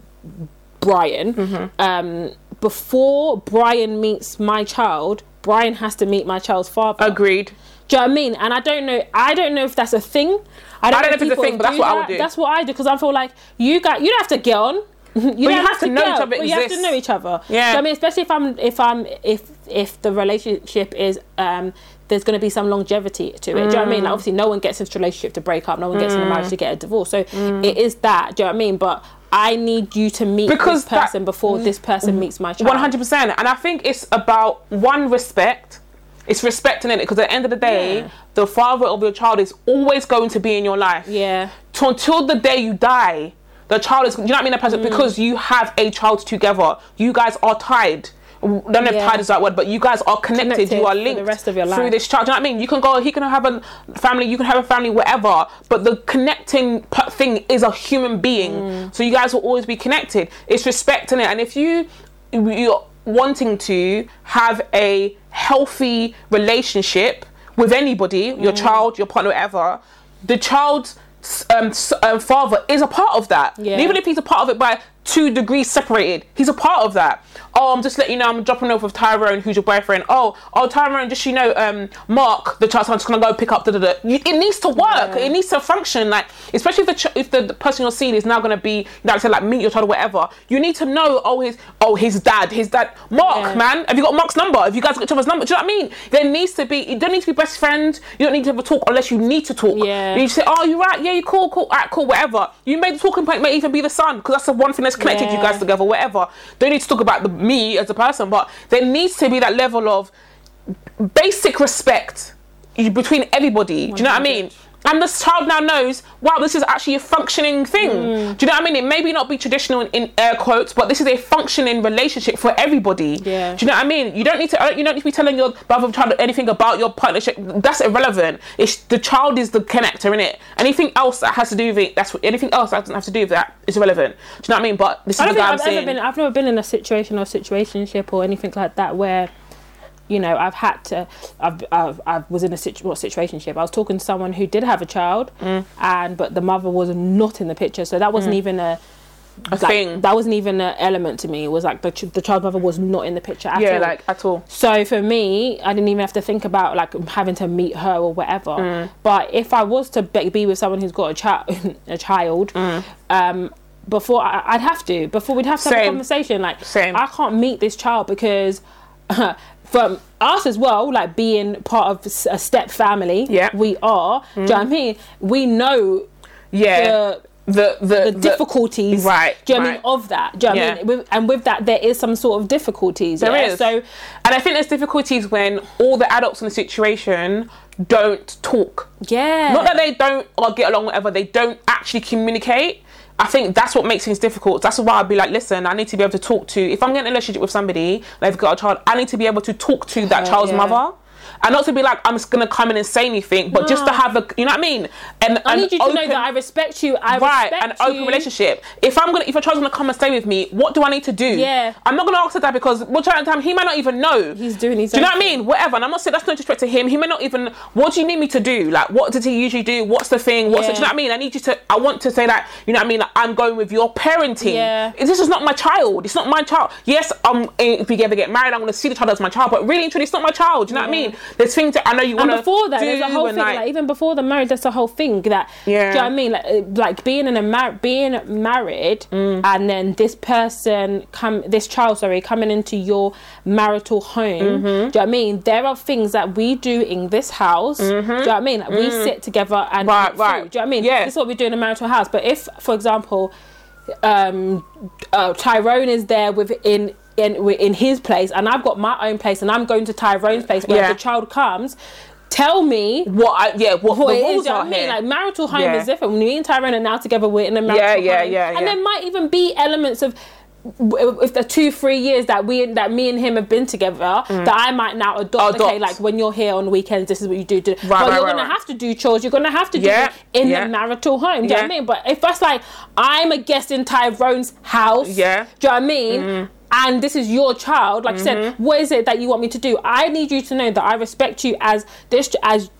Speaker 1: Brian. Um, before Brian meets my child, Brian has to meet my child's father.
Speaker 2: Agreed.
Speaker 1: Do you know what I mean? And I don't know. I don't know if that's a thing. I
Speaker 2: don't know if it's a
Speaker 1: people
Speaker 2: thing, but that's
Speaker 1: do
Speaker 2: what I would
Speaker 1: that.
Speaker 2: do.
Speaker 1: That's what I do because I feel like you guys, you don't have to get on. [laughs] you don't
Speaker 2: have to know
Speaker 1: get
Speaker 2: each
Speaker 1: on,
Speaker 2: other
Speaker 1: but You have to
Speaker 2: exists.
Speaker 1: know each other. Do you
Speaker 2: Yeah.
Speaker 1: know what I mean, especially if I'm if I'm if if the relationship is um there's going to be some longevity to it. Do you know what I
Speaker 2: Mm.
Speaker 1: mean? Like obviously, no one gets into a relationship to break up. No one gets in a marriage to get a divorce. So
Speaker 2: Mm.
Speaker 1: it is that. Do you know what I mean? But I need you to meet
Speaker 2: Because
Speaker 1: this
Speaker 2: that- Mm.
Speaker 1: person before this person meets my child.
Speaker 2: One hundred percent, and I think it's about one respect. It's respecting it because at the end of the day,
Speaker 1: Yeah.
Speaker 2: the father of your child is always going to be in your life.
Speaker 1: Yeah.
Speaker 2: T- until the day you die, the child is. You know what I mean? That
Speaker 1: Mm.
Speaker 2: person because you have a child together. You guys are tied. W- I don't know
Speaker 1: Yeah.
Speaker 2: if tied is that word, but you guys are connected.
Speaker 1: Connected
Speaker 2: you
Speaker 1: for
Speaker 2: are
Speaker 1: the
Speaker 2: linked
Speaker 1: rest of your
Speaker 2: through
Speaker 1: life.
Speaker 2: this child. Do you know what I mean? You can go. He can have a family. You can have a family, whatever. But the connecting p- thing is a human being. So you guys will always be connected. It's respecting it, and if you you're wanting to have a healthy relationship with anybody, your child, your partner, whatever, the child's um, s- um, father is a part of that.
Speaker 1: Yeah.
Speaker 2: Even if he's a part of it by two degrees separated, he's a part of that. Oh, I'm just letting you know I'm dropping off with Tyrone, who's your boyfriend. Oh, oh Tyrone, just so you know, um, Mark, the child, so I'm just gonna go pick up. Da, da, da. You, it needs to work. It needs to function. Like especially if the ch- if the, the person you're seeing is now gonna be like I said, like meet your child or whatever. You need to know. Oh, his oh his dad, his dad, Mark,
Speaker 1: Yeah.
Speaker 2: man. Have you got Mark's number? Have you guys got each other's number? Do you know what I mean? There needs to be. You don't need to be best friends. You don't need to have a talk unless you need to talk.
Speaker 1: Yeah.
Speaker 2: You say, oh, you're right. Yeah, you cool, cool, alright, cool, whatever. You made the talking point may even be the son because that's the one thing that's connected you
Speaker 1: Yeah.
Speaker 2: guys together, whatever. Don't need to talk about the me as a person, but there needs to be that level of basic respect you- between everybody. Do you know what I mean? And this child now knows, wow, this is actually a functioning thing.
Speaker 1: Mm.
Speaker 2: Do you know what I mean? It may be not be traditional in, in air quotes, but this is a functioning relationship for everybody.
Speaker 1: Yeah.
Speaker 2: Do you know what I mean? You don't need to. I don't- You don't need to be telling your brother child anything about your partnership. That's irrelevant. It's the child is the connector in it. Anything else that has to do with it, that's anything else that doesn't have to do with that is irrelevant. Do you know what I mean? But this is
Speaker 1: I
Speaker 2: the
Speaker 1: don't think
Speaker 2: guy I'm
Speaker 1: I've ever
Speaker 2: seeing.
Speaker 1: been. I've never been in a situation or situationship or anything like that where, you know, I've had to. I've, I've I was in a situ- what situationship. I was talking to someone who did have a child,
Speaker 2: Mm.
Speaker 1: and but the mother was not in the picture, so that wasn't even a.
Speaker 2: a
Speaker 1: like,
Speaker 2: thing.
Speaker 1: that wasn't even an element to me. It was like the, ch- the child mother was not in the picture at
Speaker 2: yeah,
Speaker 1: all.
Speaker 2: like at all.
Speaker 1: So for me, I didn't even have to think about like having to meet her or whatever.
Speaker 2: Mm.
Speaker 1: But if I was to be, be with someone who's got a child, [laughs] a child,
Speaker 2: Mm.
Speaker 1: um, before I, I'd have to. Before we'd have to have a
Speaker 2: Same.
Speaker 1: conversation. Like,
Speaker 2: Same.
Speaker 1: I can't meet this child because. [laughs] From us as well, like being part of s- a step family,
Speaker 2: Yeah. Mm.
Speaker 1: we are. Do you know what I mean? We know
Speaker 2: Yeah.
Speaker 1: the
Speaker 2: The the,
Speaker 1: the difficulties,
Speaker 2: Right,
Speaker 1: Do you know what I mean?
Speaker 2: right.
Speaker 1: Of that, do you know what
Speaker 2: Yeah.
Speaker 1: I mean? With, and with that, there is some sort of difficulties.
Speaker 2: There
Speaker 1: yeah?
Speaker 2: is.
Speaker 1: So
Speaker 2: and I think there's difficulties when all the adults in the situation don't talk.
Speaker 1: yeah,
Speaker 2: Not that they don't or get along, whatever. They don't actually communicate. I think that's what makes things difficult. That's why I'd be like, listen, I need to be able to talk to. If I'm getting in a relationship with somebody, and they've got a child, I need to be able to talk to that
Speaker 1: Her,
Speaker 2: child's
Speaker 1: yeah.
Speaker 2: mother. And not to be like, I'm just gonna come in and say anything, but just to
Speaker 1: No.
Speaker 2: have a, you know what I mean? And
Speaker 1: I need you to know that I respect you. I
Speaker 2: right an
Speaker 1: respect
Speaker 2: open
Speaker 1: you.
Speaker 2: relationship if i'm gonna if a child's gonna come and stay with me what do i need to do
Speaker 1: Yeah.
Speaker 2: i'm not gonna ask her that because what trying time he might not even know
Speaker 1: He's doing his
Speaker 2: do you know
Speaker 1: own
Speaker 2: what i mean whatever and i'm not saying that's no disrespect to him he may not even what do you need me to do like what did he usually do what's the thing what's the, do you know
Speaker 1: Yeah.
Speaker 2: what i mean i need you to i want to say that you know what i mean like, i'm going with your parenting
Speaker 1: Yeah.
Speaker 2: this is not my child it's not my child yes um if we ever get married i'm gonna see the child as my child but really and truly it's not my child do you know what i
Speaker 1: Yeah.
Speaker 2: mean there's things that i know you
Speaker 1: And
Speaker 2: want to
Speaker 1: before that,
Speaker 2: do
Speaker 1: there's a whole
Speaker 2: and,
Speaker 1: thing. Like, even before the marriage, there's a whole thing that.
Speaker 2: Yeah.
Speaker 1: Do you know what I mean? Like, uh, like being in a mar- being married,
Speaker 2: Mm.
Speaker 1: and then this person come, this child, sorry, coming into your marital
Speaker 2: Mm-hmm.
Speaker 1: home. Do you know what I mean? There are things that we do in this house. Do you know what I mean? Like, we sit together and
Speaker 2: Mm-hmm. Mm. Right,
Speaker 1: eat
Speaker 2: right.
Speaker 1: food, Do you know what I mean?
Speaker 2: Yeah.
Speaker 1: This is what we do in a marital house. But if, for example, um, uh, Tyrone is there within. In, in his place, and I've got my own place, and I'm going to Tyrone's place where
Speaker 2: Yeah.
Speaker 1: the child comes. Tell me
Speaker 2: what I, yeah what,
Speaker 1: what
Speaker 2: the
Speaker 1: it
Speaker 2: rules
Speaker 1: is, you know
Speaker 2: are
Speaker 1: what I mean?
Speaker 2: here
Speaker 1: Like marital home
Speaker 2: Yeah.
Speaker 1: is different. Me and Tyrone are now together. We're in a marital
Speaker 2: Yeah, yeah,
Speaker 1: home.
Speaker 2: yeah,
Speaker 1: And
Speaker 2: yeah.
Speaker 1: there might even be elements of w- if the two three years that we that me and him have been together that I might now adopt,
Speaker 2: Mm. Adopt.
Speaker 1: okay like when you're here on weekends this is what you do, do. but
Speaker 2: right,
Speaker 1: you're
Speaker 2: right,
Speaker 1: gonna
Speaker 2: right.
Speaker 1: have to do chores you're gonna have to do
Speaker 2: Yeah,
Speaker 1: it in
Speaker 2: yeah.
Speaker 1: the marital home do you know what
Speaker 2: Yeah.
Speaker 1: I mean but if that's like I'm a guest in Tyrone's house
Speaker 2: Yeah. Mm-hmm.
Speaker 1: do you know what I mean and this is your child like you said what is it that you want me to do I need you to know that I respect you as this as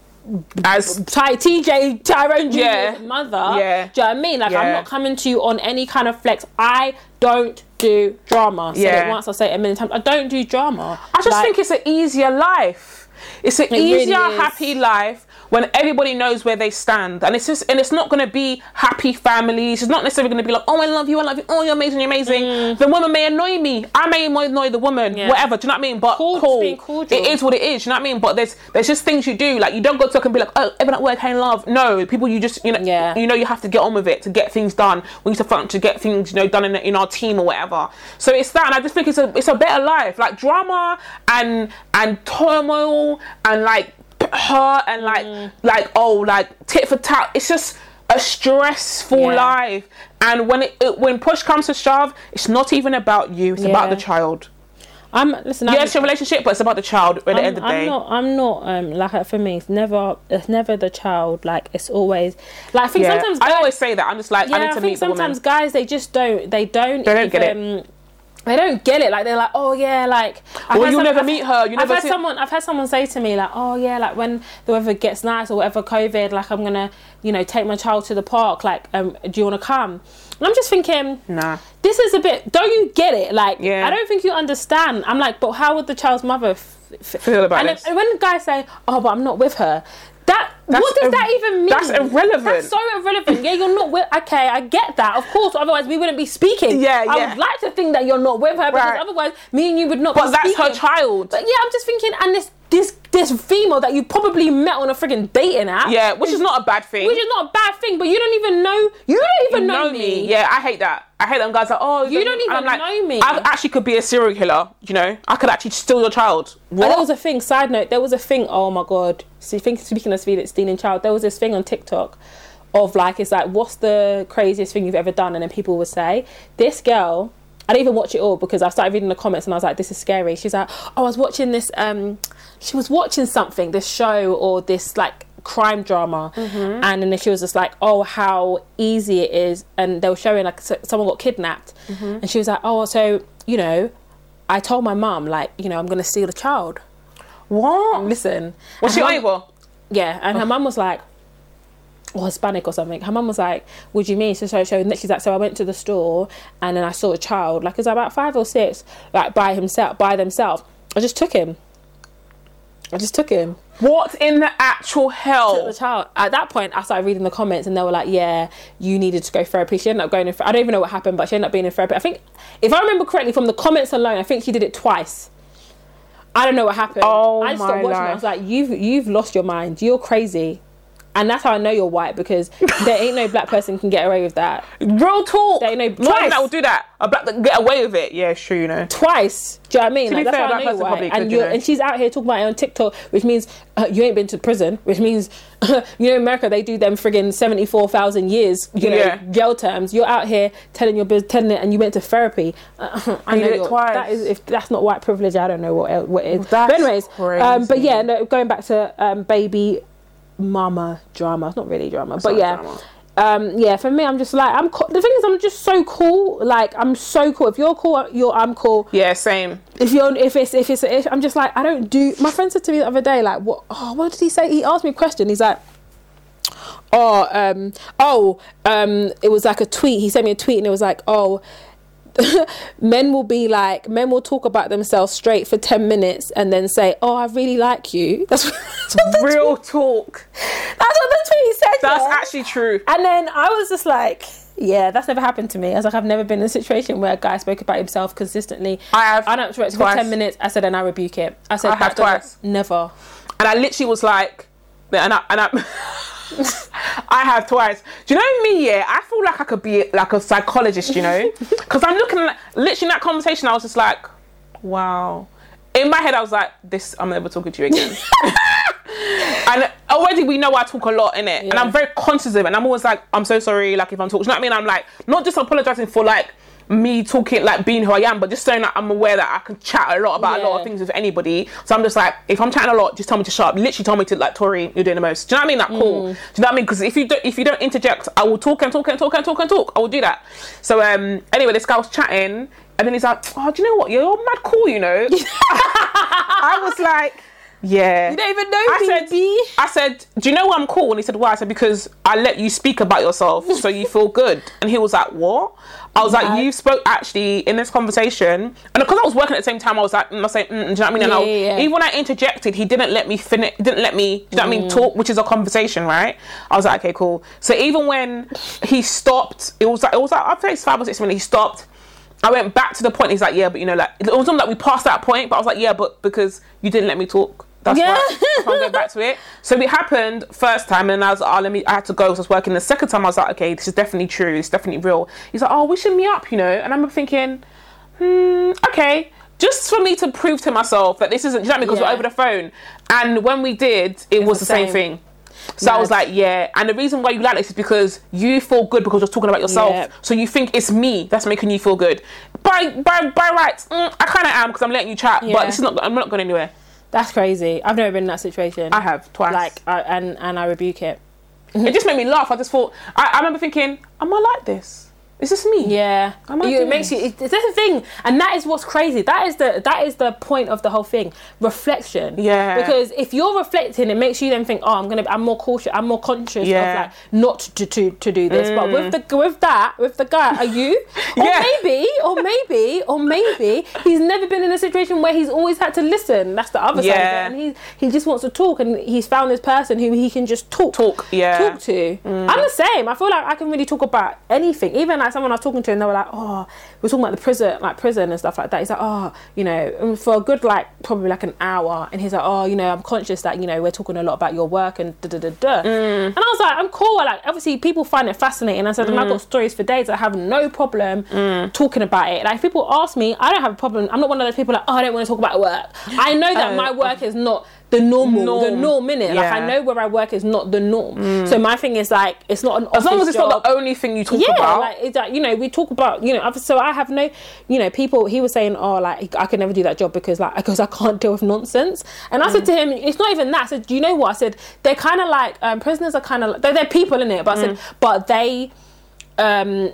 Speaker 2: as
Speaker 1: Ty, TJ Tyrone Jr.'s
Speaker 2: Yeah.
Speaker 1: mother.
Speaker 2: Yeah.
Speaker 1: Do you know what I mean? Like, I'm
Speaker 2: Yeah.
Speaker 1: not coming to you on any kind of flex. I don't do drama. Said
Speaker 2: Yeah.
Speaker 1: it once, I'll say it a million times. I don't do drama.
Speaker 2: I just think it's an easier life. It's an
Speaker 1: really
Speaker 2: easier,
Speaker 1: is.
Speaker 2: happy life when everybody knows where they stand, and it's just and it's not going to be happy families. It's not necessarily going to be like, oh, I love you, I love you, oh, you're amazing, you're amazing. The woman may annoy me, I may annoy the woman,
Speaker 1: Mm. Yeah.
Speaker 2: whatever. Do you know what I mean? But
Speaker 1: Cool,
Speaker 2: cool,
Speaker 1: just being cordial.
Speaker 2: it is what it is. Do you know what I mean? But there's there's just things you do like you don't go talk and be like, oh, everyone at work, hey, love. No, people you just you know
Speaker 1: Yeah.
Speaker 2: you know you have to get on with it to get things done. We need to function to get things you know done in, in our team or whatever. So it's that, and I just think it's a it's a better life. Like drama and and turmoil and like p- hurt and like
Speaker 1: Mm.
Speaker 2: like oh like tit for tat. It's just a stressful
Speaker 1: Yeah.
Speaker 2: life. And when it, it when push comes to shove, it's not even about you. It's about
Speaker 1: Yeah.
Speaker 2: the child.
Speaker 1: I'm listen.
Speaker 2: Yeah,
Speaker 1: I'm,
Speaker 2: it's your relationship, but it's about the child at the
Speaker 1: I'm,
Speaker 2: end of the
Speaker 1: I'm
Speaker 2: day.
Speaker 1: not. I'm not. Um, like for me, it's never. It's never the child. Like it's always. Like I think
Speaker 2: Yeah.
Speaker 1: sometimes
Speaker 2: I always say that. I'm just like,
Speaker 1: yeah,
Speaker 2: I
Speaker 1: I,
Speaker 2: need to
Speaker 1: think
Speaker 2: meet the woman.
Speaker 1: sometimes guys they just don't they don't
Speaker 2: They don't get it.
Speaker 1: They don't get it. Like they're like, oh yeah, like. I've
Speaker 2: Or
Speaker 1: had
Speaker 2: you'll
Speaker 1: some-
Speaker 2: never
Speaker 1: I've-
Speaker 2: meet her, you
Speaker 1: I've
Speaker 2: never
Speaker 1: had
Speaker 2: see-
Speaker 1: someone. I've had someone say to me like, oh yeah, like when the weather gets nice or whatever COVID, like I'm gonna, you know, take my child to the park. Like, um, do you want to come? And I'm just thinking,
Speaker 2: Nah.
Speaker 1: this is a bit. Don't you get it? Like,
Speaker 2: Yeah.
Speaker 1: I don't think you understand. I'm like, but how would the child's mother f- f-
Speaker 2: Feel about
Speaker 1: and
Speaker 2: this.
Speaker 1: And when guys say, "Oh, but I'm not with her," that what does
Speaker 2: ir-
Speaker 1: that even mean?
Speaker 2: that's irrelevant.
Speaker 1: That's so irrelevant. Yeah, you're not with. Okay, I get that. Of course, otherwise we wouldn't be speaking.
Speaker 2: Yeah,
Speaker 1: I
Speaker 2: yeah.
Speaker 1: would like to think that you're not with her because
Speaker 2: Right.
Speaker 1: otherwise me and you would not.
Speaker 2: But
Speaker 1: be
Speaker 2: that's her
Speaker 1: speaking.
Speaker 2: child.
Speaker 1: But yeah, I'm just thinking, and this this this female that you probably met on a friggin' dating app.
Speaker 2: Yeah, which is not a bad thing.
Speaker 1: Which is not a bad thing, but you don't even know. You don't even know, me.
Speaker 2: Yeah, I hate that. I hate them guys. Like, oh,
Speaker 1: You don't even
Speaker 2: I'm like,
Speaker 1: know me.
Speaker 2: I actually could be a serial killer. You know, I could actually steal your child. What?
Speaker 1: And there was a thing. Side note: there was a thing. Oh my god! See, think, speaking of stealing, stealing child, there was this thing on TikTok of like, it's like, what's the craziest thing you've ever done? And then people would say, this girl. I didn't even watch it all because I started reading the comments and I was like, this is scary. She's like, oh, I was watching this. Um, she was watching something, this show or this like crime drama, and then she was just like, oh, how easy it is. And they were showing like so, someone got kidnapped, and she was like, oh, so you know, I told my mum, like, you know, I'm going to steal a child.
Speaker 2: what?
Speaker 1: Listen.
Speaker 2: Was she
Speaker 1: And her mum-
Speaker 2: able? Oh.
Speaker 1: Yeah. And her mum was like, or Hispanic or something. Her mum was like, "Would you mean?" So, so, so and she's like, "So I went to the store and then I saw a child, like, it was about five or six, like by himself, by themselves. I just took him. I just took him
Speaker 2: What in the actual
Speaker 1: took
Speaker 2: hell?
Speaker 1: the child. At that point, I started reading the comments, and they were like, "Yeah, you needed to go therapy." She ended up going. In, I don't even know what happened, but she ended up being in therapy. I think, if I remember correctly, from the comments alone, I think she did it twice. I don't know what happened.
Speaker 2: Oh,
Speaker 1: I just stopped
Speaker 2: my
Speaker 1: watching. it. I was like, "You've you've lost your mind. You're crazy." And that's how I know you're white
Speaker 2: [laughs]
Speaker 1: because there ain't no black person can get away with that.
Speaker 2: Real talk.
Speaker 1: They know
Speaker 2: Not even
Speaker 1: twice.
Speaker 2: that will do that. A black that get away with it. Yeah, sure, you know.
Speaker 1: Twice, do you know what I mean?
Speaker 2: To be
Speaker 1: Like, that's
Speaker 2: fair,
Speaker 1: how I know
Speaker 2: black
Speaker 1: you're
Speaker 2: person
Speaker 1: white.
Speaker 2: probably could,
Speaker 1: And,
Speaker 2: you
Speaker 1: you're,
Speaker 2: know.
Speaker 1: and she's out here talking about it on TikTok, which means uh, you ain't been to prison, which means, [laughs] you know, in America, they do them friggin' 74,000 years, you know,
Speaker 2: Yeah.
Speaker 1: jail terms. You're out here telling your business, telling it, and you went to therapy. [laughs] I
Speaker 2: you
Speaker 1: know
Speaker 2: did it
Speaker 1: you're-
Speaker 2: twice.
Speaker 1: That is, if that's not white privilege, I don't know what, el- what is.
Speaker 2: That's
Speaker 1: but, anyways, um, but
Speaker 2: crazy.
Speaker 1: yeah, no, going back to um, baby mama drama. It's not really drama, but
Speaker 2: not
Speaker 1: yeah.
Speaker 2: drama.
Speaker 1: Um, yeah, for me, I'm just like I'm. Co- the thing is, I'm just so cool. Like I'm so cool. If you're cool, you're I'm cool
Speaker 2: Yeah, same.
Speaker 1: if you're if it's if it's if I'm just like I don't do. My friend said to me the other day like what oh what did he say? He asked me a question. He's like. Oh, um, oh, um, it was like a tweet. He sent me a tweet and it was like, oh, [laughs] men will be like, men will talk about themselves straight for 10 minutes and then say, oh, I really like you. That's [laughs] what, that's what, the,
Speaker 2: Real talk.
Speaker 1: that's what the tweet said.
Speaker 2: That's
Speaker 1: yeah.
Speaker 2: actually true.
Speaker 1: And then I was just like, yeah, that's never happened to me. I was like, I've never been in a situation where a guy spoke about himself consistently.
Speaker 2: I have
Speaker 1: I don't for
Speaker 2: twice.
Speaker 1: ten minutes. I said, and I rebuke it. I said,
Speaker 2: I have
Speaker 1: that doesn't-
Speaker 2: twice.
Speaker 1: Never.
Speaker 2: and I literally was like, and I, and I, [laughs] I have twice. Do you know me? Yeah, I feel like I could be like a psychologist, you know, because I'm looking at literally in that conversation. I was just like, wow. In my head, I was like, this. I'm never talking to you again. and already we know I talk a lot in it, and
Speaker 1: Yeah.
Speaker 2: I'm very conscious of it. And I'm always like, I'm so sorry, like if I'm talking. You know what I mean? I'm like, not just apologizing for like me talking, like being who I am, but just saying that I'm aware that I can chat a lot about a lot
Speaker 1: Yeah.
Speaker 2: of things with anybody. So I'm just like, if I'm chatting a lot, just tell me to shut up. Literally tell me to like, Tori, you're doing the most. Do you know what I mean? Like,
Speaker 1: Mm.
Speaker 2: cool. Do you know what I mean? Because if you don't, if you don't interject, I will talk and talk and talk and talk and talk. I will do that. So um, anyway, this guy was chatting.
Speaker 1: [laughs]
Speaker 2: And then he's like, oh, do you know what? You're mad cool, you know. [laughs] I was like, Yeah.
Speaker 1: You don't even know
Speaker 2: I said-
Speaker 1: BB.
Speaker 2: I said, "Do you know why I'm cool?" And he said, "Why?" I said, "Because I let you speak about yourself, so you feel good." And he was like, "What?" I was
Speaker 1: Yeah.
Speaker 2: like, "You spoke actually in this conversation," and because I was working at the same time, I was like, mm, "I was saying, mm, do you know what I mean?" And
Speaker 1: Yeah,
Speaker 2: I,
Speaker 1: yeah, yeah.
Speaker 2: even when I interjected, he didn't let me finish. Didn't let me. Do you know what I mean?
Speaker 1: Mm.
Speaker 2: Talk, which is a conversation, right? I was like, "Okay, cool." So even when he stopped, it was like it was like I think it's five or six minutes. He stopped. I went back to the point. He's like, "Yeah, but you know, like it was something like we passed that point." But I was like, "Yeah, but because you didn't let me talk." That's
Speaker 1: Yeah.
Speaker 2: why. That's why I'm going back to it. So it happened first time, and I was like, oh, let me. I had to go. 'cause I was working. The second time, I was like, okay, this is definitely true. It's definitely real. He's like, oh, wishing me up, you know. And I'm thinking, hmm, okay, just for me to prove to myself that this isn't. Do you know what I mean? Because
Speaker 1: Yeah.
Speaker 2: we're over the phone, and when we did, it was
Speaker 1: the
Speaker 2: the same,
Speaker 1: same.
Speaker 2: thing. So I was
Speaker 1: Mad.
Speaker 2: like, yeah. And the reason why you like this is because you feel good because you're talking about yourself.
Speaker 1: Yep.
Speaker 2: So you think it's me that's making you feel good. By by by rights, mm, I kind of am because I'm letting you chat.
Speaker 1: Yeah.
Speaker 2: But this is not. I'm not going anywhere.
Speaker 1: That's crazy. I've never been in that situation.
Speaker 2: I have twice.
Speaker 1: like, I, and and I rebuke it.
Speaker 2: it just made me laugh. I just thought, I, I remember thinking, am I like this? Is this me?
Speaker 1: Yeah,
Speaker 2: Am I
Speaker 1: You- it
Speaker 2: doing
Speaker 1: makes you.
Speaker 2: this?
Speaker 1: It, that's the thing, and that is what's crazy. That is the that is the point of the whole thing. Reflection.
Speaker 2: Yeah.
Speaker 1: Because if you're reflecting, it makes you then think, oh, I'm gonna, I'm more cautious, I'm more conscious
Speaker 2: Yeah. Mm.
Speaker 1: of like not to to, to do this. But with the with that with the guy, are
Speaker 2: [laughs]
Speaker 1: you? Or
Speaker 2: Yeah.
Speaker 1: maybe, or maybe, or maybe he's never been in a situation where he's always had to listen. That's the other
Speaker 2: Yeah.
Speaker 1: side of it. And he he just wants to talk, and he's found this person who he can just talk
Speaker 2: Talk, yeah.
Speaker 1: talk to. I'm the same. I feel like I can really talk about anything. Even like someone I was talking to and they were like, oh, we're talking about the prison, like prison and stuff like that. He's like, oh, you know, and for a good like probably like an hour. And he's like, oh, you know, I'm conscious that you know we're talking a lot about your work and da da da da.
Speaker 2: Mm.
Speaker 1: And I was like, I'm cool. Like obviously people find it fascinating. I said, and I've
Speaker 2: Mm.
Speaker 1: got stories for days. I have no problem talking about it. Like if people ask me, I don't have a problem. I'm not one of those people like, oh, I don't want to talk about work. I know that
Speaker 2: Oh,
Speaker 1: my work is not the normal, the
Speaker 2: Norm.
Speaker 1: norm in it. Like I
Speaker 2: Yeah. Mm.
Speaker 1: know where I work is not the norm. So my thing is like it's not an
Speaker 2: As long as it's not the only thing you talk
Speaker 1: yeah,
Speaker 2: about.
Speaker 1: like it's like you know we talk about you know I've- so I have no you know people he was saying oh like I could never do that job because like [laughs] because I can't deal with nonsense and I said
Speaker 2: Mm.
Speaker 1: to him it's not even that I said do you know what I said they're kind of like um, prisoners are kind of like, they're, they're people in it but I said
Speaker 2: Mm.
Speaker 1: but they um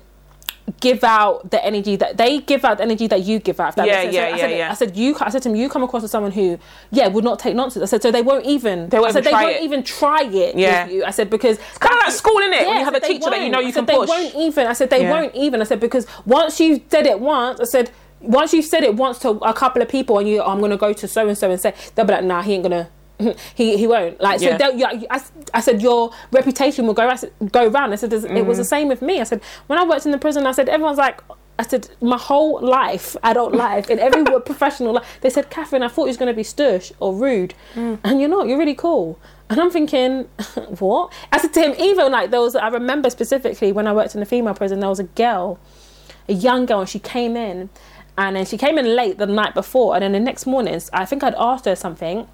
Speaker 1: give out the energy that they give out the energy that you give out. if that
Speaker 2: Yeah,
Speaker 1: makes sense.
Speaker 2: yeah,
Speaker 1: I
Speaker 2: yeah,
Speaker 1: said,
Speaker 2: yeah.
Speaker 1: I said you. I said to him, you come across as someone who, yeah, would not take nonsense. I said, so they won't even.
Speaker 2: They won't
Speaker 1: I said,
Speaker 2: even
Speaker 1: they
Speaker 2: try
Speaker 1: won't
Speaker 2: it.
Speaker 1: even try it.
Speaker 2: Yeah.
Speaker 1: With you. I said because it's
Speaker 2: kinda like school, innit? When you have a teacher that you know you
Speaker 1: I said,
Speaker 2: can
Speaker 1: they
Speaker 2: push.
Speaker 1: won't even. I said they
Speaker 2: Yeah.
Speaker 1: won't even. I said because once you've said it once, I said. Once you've said it once to a couple of people, and you, oh, I'm gonna go to so and so and say, they'll be like, nah, he ain't gonna, [laughs] he he won't. Like, so
Speaker 2: Yeah.
Speaker 1: they'll yeah, you- I, s- I said your reputation will go ra- go round. I said "There's- it was the same with me. I said when I worked in the prison, I said everyone's like. I said my whole life, adult life, in every wo- professional life, they said, Catherine, I thought you was going to be stush or rude, and you're not. You're really cool. And I'm thinking, [laughs] what? I said to him, even like there was. I remember specifically when I worked in the female prison, there was a girl a young girl and she came in and then she came in late the night before and then the next morning i think i'd asked her something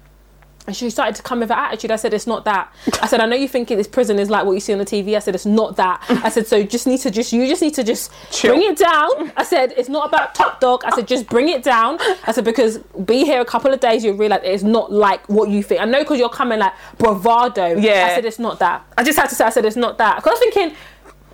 Speaker 1: and she started to come with her attitude. I said, "It's not that." I said, "I know you think this prison is like what you see on the TV." I said, "It's not that." I said, "So you just need to just you just need to just
Speaker 2: Chill.
Speaker 1: bring it down." I said, "It's not about top dog." I said, "Just bring it down." I said, "Because be here a couple of days, you'll realize it's not like what you think." I know because you're coming like bravado.
Speaker 2: Yeah.
Speaker 1: I said, "It's not that." I just had to say, "I said it's not that." Because I was thinking.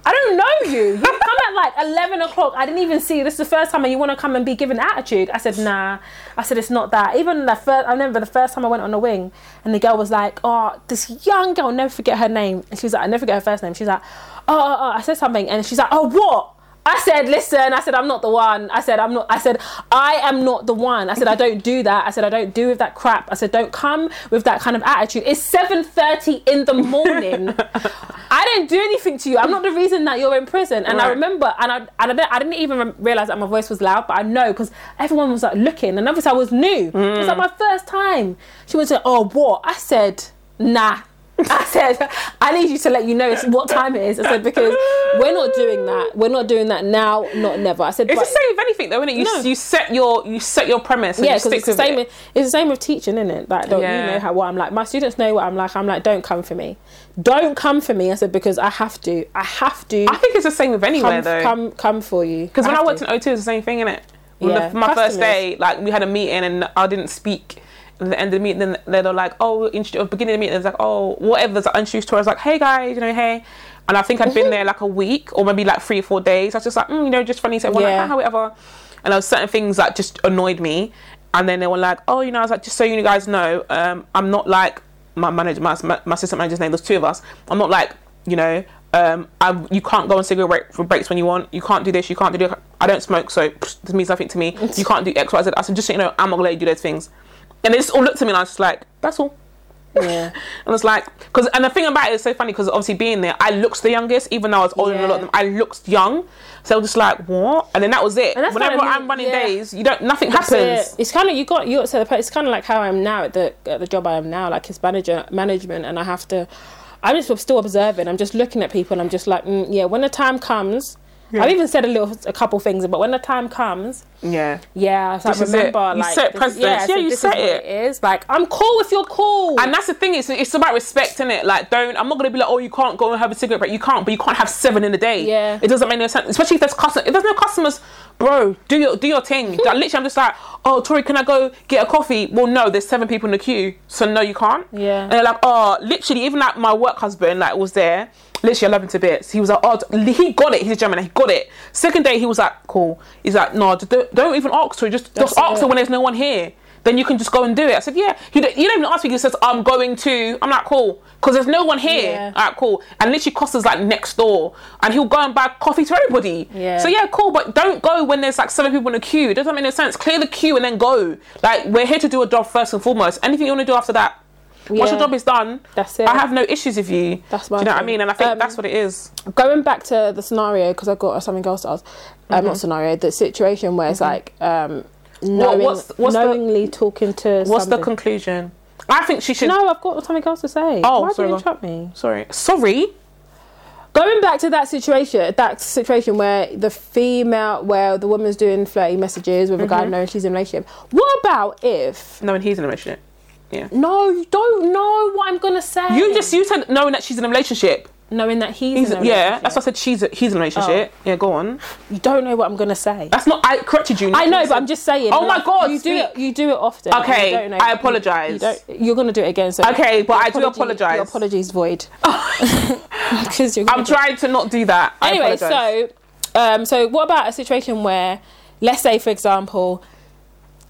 Speaker 1: I don't know you. [laughs] You come at like 11 o'clock. I didn't even see you. This is the first time and you want to come and be given attitude. I said, nah. I said, it's not that. Even the first, I remember the first time I went on the wing and the girl was like, oh, this young girl, never forget her name. And she was like, I never forget her first name. She's like, oh, oh, oh. I said something and she's like, oh, what? I said, listen, I said, I'm not the one. I said, I'm not, I said, I am not the one. I said, I don't do that. I said, I don't do with that crap. I said, don't come with that kind of attitude. It's 7.30 in the morning. I didn't do anything to you. I'm not the reason that you're in prison. And I
Speaker 2: Right.
Speaker 1: remember, and I, and I, didn't, I didn't even rem- realize that my voice was loud, but I know because everyone was like looking. And obviously, I was new. It was like my first time. She was like, "Oh, what?" I said, "Nah." [laughs] I said, "I need you to let you know it's, what time it is." I said because we're not doing that. We're not doing that now, not never. I said,
Speaker 2: it's
Speaker 1: but-
Speaker 2: the same with anything, though, isn't it? You,
Speaker 1: No.
Speaker 2: you set your you set your premise. And
Speaker 1: yeah,
Speaker 2: you
Speaker 1: because
Speaker 2: stick
Speaker 1: it's the
Speaker 2: with
Speaker 1: same.
Speaker 2: It.
Speaker 1: It's the same with teaching, isn't it? Like, don't
Speaker 2: Yeah.
Speaker 1: you know how what I'm like? My students know what I'm like. I'm like, don't come for me, don't come for me. I said because I have to. I have to.
Speaker 2: I think it's the same with anywhere
Speaker 1: come,
Speaker 2: though.
Speaker 1: come, come for you.
Speaker 2: Because when I
Speaker 1: have
Speaker 2: worked
Speaker 1: to.
Speaker 2: in O2, it was the same thing, innit? When
Speaker 1: Yeah.
Speaker 2: the, my
Speaker 1: Customers.
Speaker 2: first day, like, we had a meeting and I didn't speak. And the end of the meeting, then they were like, oh, we'll introduce- at the beginning of the meeting, it was like, oh, whatever, there's an unstructured tour. I was like, hey guys, you know, hey. And I think i had
Speaker 1: Mm-hmm.
Speaker 2: been there like a week or maybe like three or four days. I was just like, mm, you know, just funny to everyone,
Speaker 1: Yeah.
Speaker 2: like, "Ah, whatever. And there was certain things that just annoyed me. and then they were like, "Oh, you know," I was like, "Just so you guys know, um, I'm not like my manager, my, my assistant manager's name. There's two of us. I'm not like you know, um, I'm, you can't go on cigarette break, for breaks when you want. You can't do this. You can't do that. I don't smoke, so psh, this means nothing to me. You can't do X, Y, Z. I said, just so you know, I'm not gonna let you do those things. And they just all looked at me, and I was just like, "That's all."
Speaker 1: Yeah.
Speaker 2: And it's like, because and the thing about it is so funny because obviously being there, I looked the youngest, even though I was older than a lot
Speaker 1: Yeah.
Speaker 2: of them. I looked young, so I was just like, what? And then that was it.
Speaker 1: And that's
Speaker 2: Whenever
Speaker 1: what I mean,
Speaker 2: I'm running
Speaker 1: yeah.
Speaker 2: days, you don't nothing
Speaker 1: It's,
Speaker 2: [laughs] happens.
Speaker 1: it's kind of you got you got to the point. It's kind of like how I'm now at the at the job I am now. Like it's manager management, and I have to. I'm just still observing. I'm just looking at people, and I'm just like, mm, yeah. When the time comes, I've even said a little, a couple things, but when the time comes,
Speaker 2: Yeah.
Speaker 1: yeah. So
Speaker 2: This
Speaker 1: I
Speaker 2: is it.
Speaker 1: remember,
Speaker 2: You
Speaker 1: like,
Speaker 2: set
Speaker 1: this-
Speaker 2: precedence.
Speaker 1: I
Speaker 2: Yeah,
Speaker 1: said,
Speaker 2: you
Speaker 1: this
Speaker 2: set
Speaker 1: is what
Speaker 2: it.
Speaker 1: It is like I'm cool if you're cool.
Speaker 2: And that's the thing, it's, it's about respect, innit? Like, don't, I'm not gonna be like, oh, you can't go and have a cigarette break. You can't, but you can't have seven in a day.
Speaker 1: Yeah.
Speaker 2: It doesn't make no sense. Especially if there's customers, if there's no customers, bro, do your do your thing. like, literally, I'm just like, oh, Tori, can I go get a coffee? Well, no, there's seven people in the queue, so no, you can't.
Speaker 1: Yeah.
Speaker 2: And they're like, oh, literally, even like my work husband, like, was there. Literally, I love him to bits. He was like, oh, he got it. He's German. He got it. Second day, he was like, cool. He's like, no, just don't, don't even ask. Tori, just just
Speaker 1: That's
Speaker 2: ask
Speaker 1: it.
Speaker 2: her when there's no one here. Then you can just go and do it. I said, yeah. You don't, you don't even ask me. He says, I'm going to. I'm like, cool. Because there's no one here.
Speaker 1: Yeah.
Speaker 2: All right, cool. And literally Costa's like next door. And he'll go and buy coffee to everybody.
Speaker 1: Yeah.
Speaker 2: So yeah, cool. But don't go when there's like seven people in the queue. It doesn't make no sense. Clear the queue and then go. Like, we're here to do a job first and foremost. Anything you want to do after that, once your
Speaker 1: Yeah.
Speaker 2: job is done,
Speaker 1: That's it.
Speaker 2: I have no issues with you.
Speaker 1: That's
Speaker 2: Do
Speaker 1: my
Speaker 2: you know what I
Speaker 1: thing.
Speaker 2: mean? And I think
Speaker 1: Um,
Speaker 2: that's what it is.
Speaker 1: going back to the scenario because I got something else. I was um,
Speaker 2: Mm-hmm.
Speaker 1: not scenario. The situation where it's like um, knowing,
Speaker 2: what's- what's the-
Speaker 1: knowingly talking to.
Speaker 2: What's the
Speaker 1: somebody.
Speaker 2: conclusion? I think she should.
Speaker 1: No, I've got something else to say.
Speaker 2: Oh,
Speaker 1: Why did
Speaker 2: sorry,
Speaker 1: you
Speaker 2: go on.
Speaker 1: interrupt me?
Speaker 2: Sorry. Sorry.
Speaker 1: Going back to that situation, that situation where the female, where the woman's doing flirty messages with a
Speaker 2: Mm-hmm.
Speaker 1: guy knowing she's in a relationship. What about if?
Speaker 2: No, and he's in a relationship. Yeah.
Speaker 1: No, you don't know what I'm gonna say.
Speaker 2: You just you said knowing that she's in a relationship.
Speaker 1: knowing that he's,
Speaker 2: He's
Speaker 1: in a
Speaker 2: yeah.
Speaker 1: relationship. Oh.
Speaker 2: That's why I said she's he's in a relationship. Yeah, go on.
Speaker 1: you don't know what I'm gonna say.
Speaker 2: That's not I corrected you.
Speaker 1: I know, but I'm just saying.
Speaker 2: Oh my
Speaker 1: like,
Speaker 2: God,
Speaker 1: You
Speaker 2: speak.
Speaker 1: do it. You do it often. and
Speaker 2: Okay,
Speaker 1: you don't know-
Speaker 2: I
Speaker 1: you-
Speaker 2: apologise.
Speaker 1: You don't, you're gonna do it again. So
Speaker 2: Okay, but
Speaker 1: your
Speaker 2: I do
Speaker 1: apology-
Speaker 2: apologise.
Speaker 1: Your apologies void. [laughs] Because you're.
Speaker 2: [laughs] I'm
Speaker 1: gonna do it.
Speaker 2: trying to not do that. I
Speaker 1: Anyway,
Speaker 2: apologise.
Speaker 1: so, um, so what about a situation where, let's say, for example,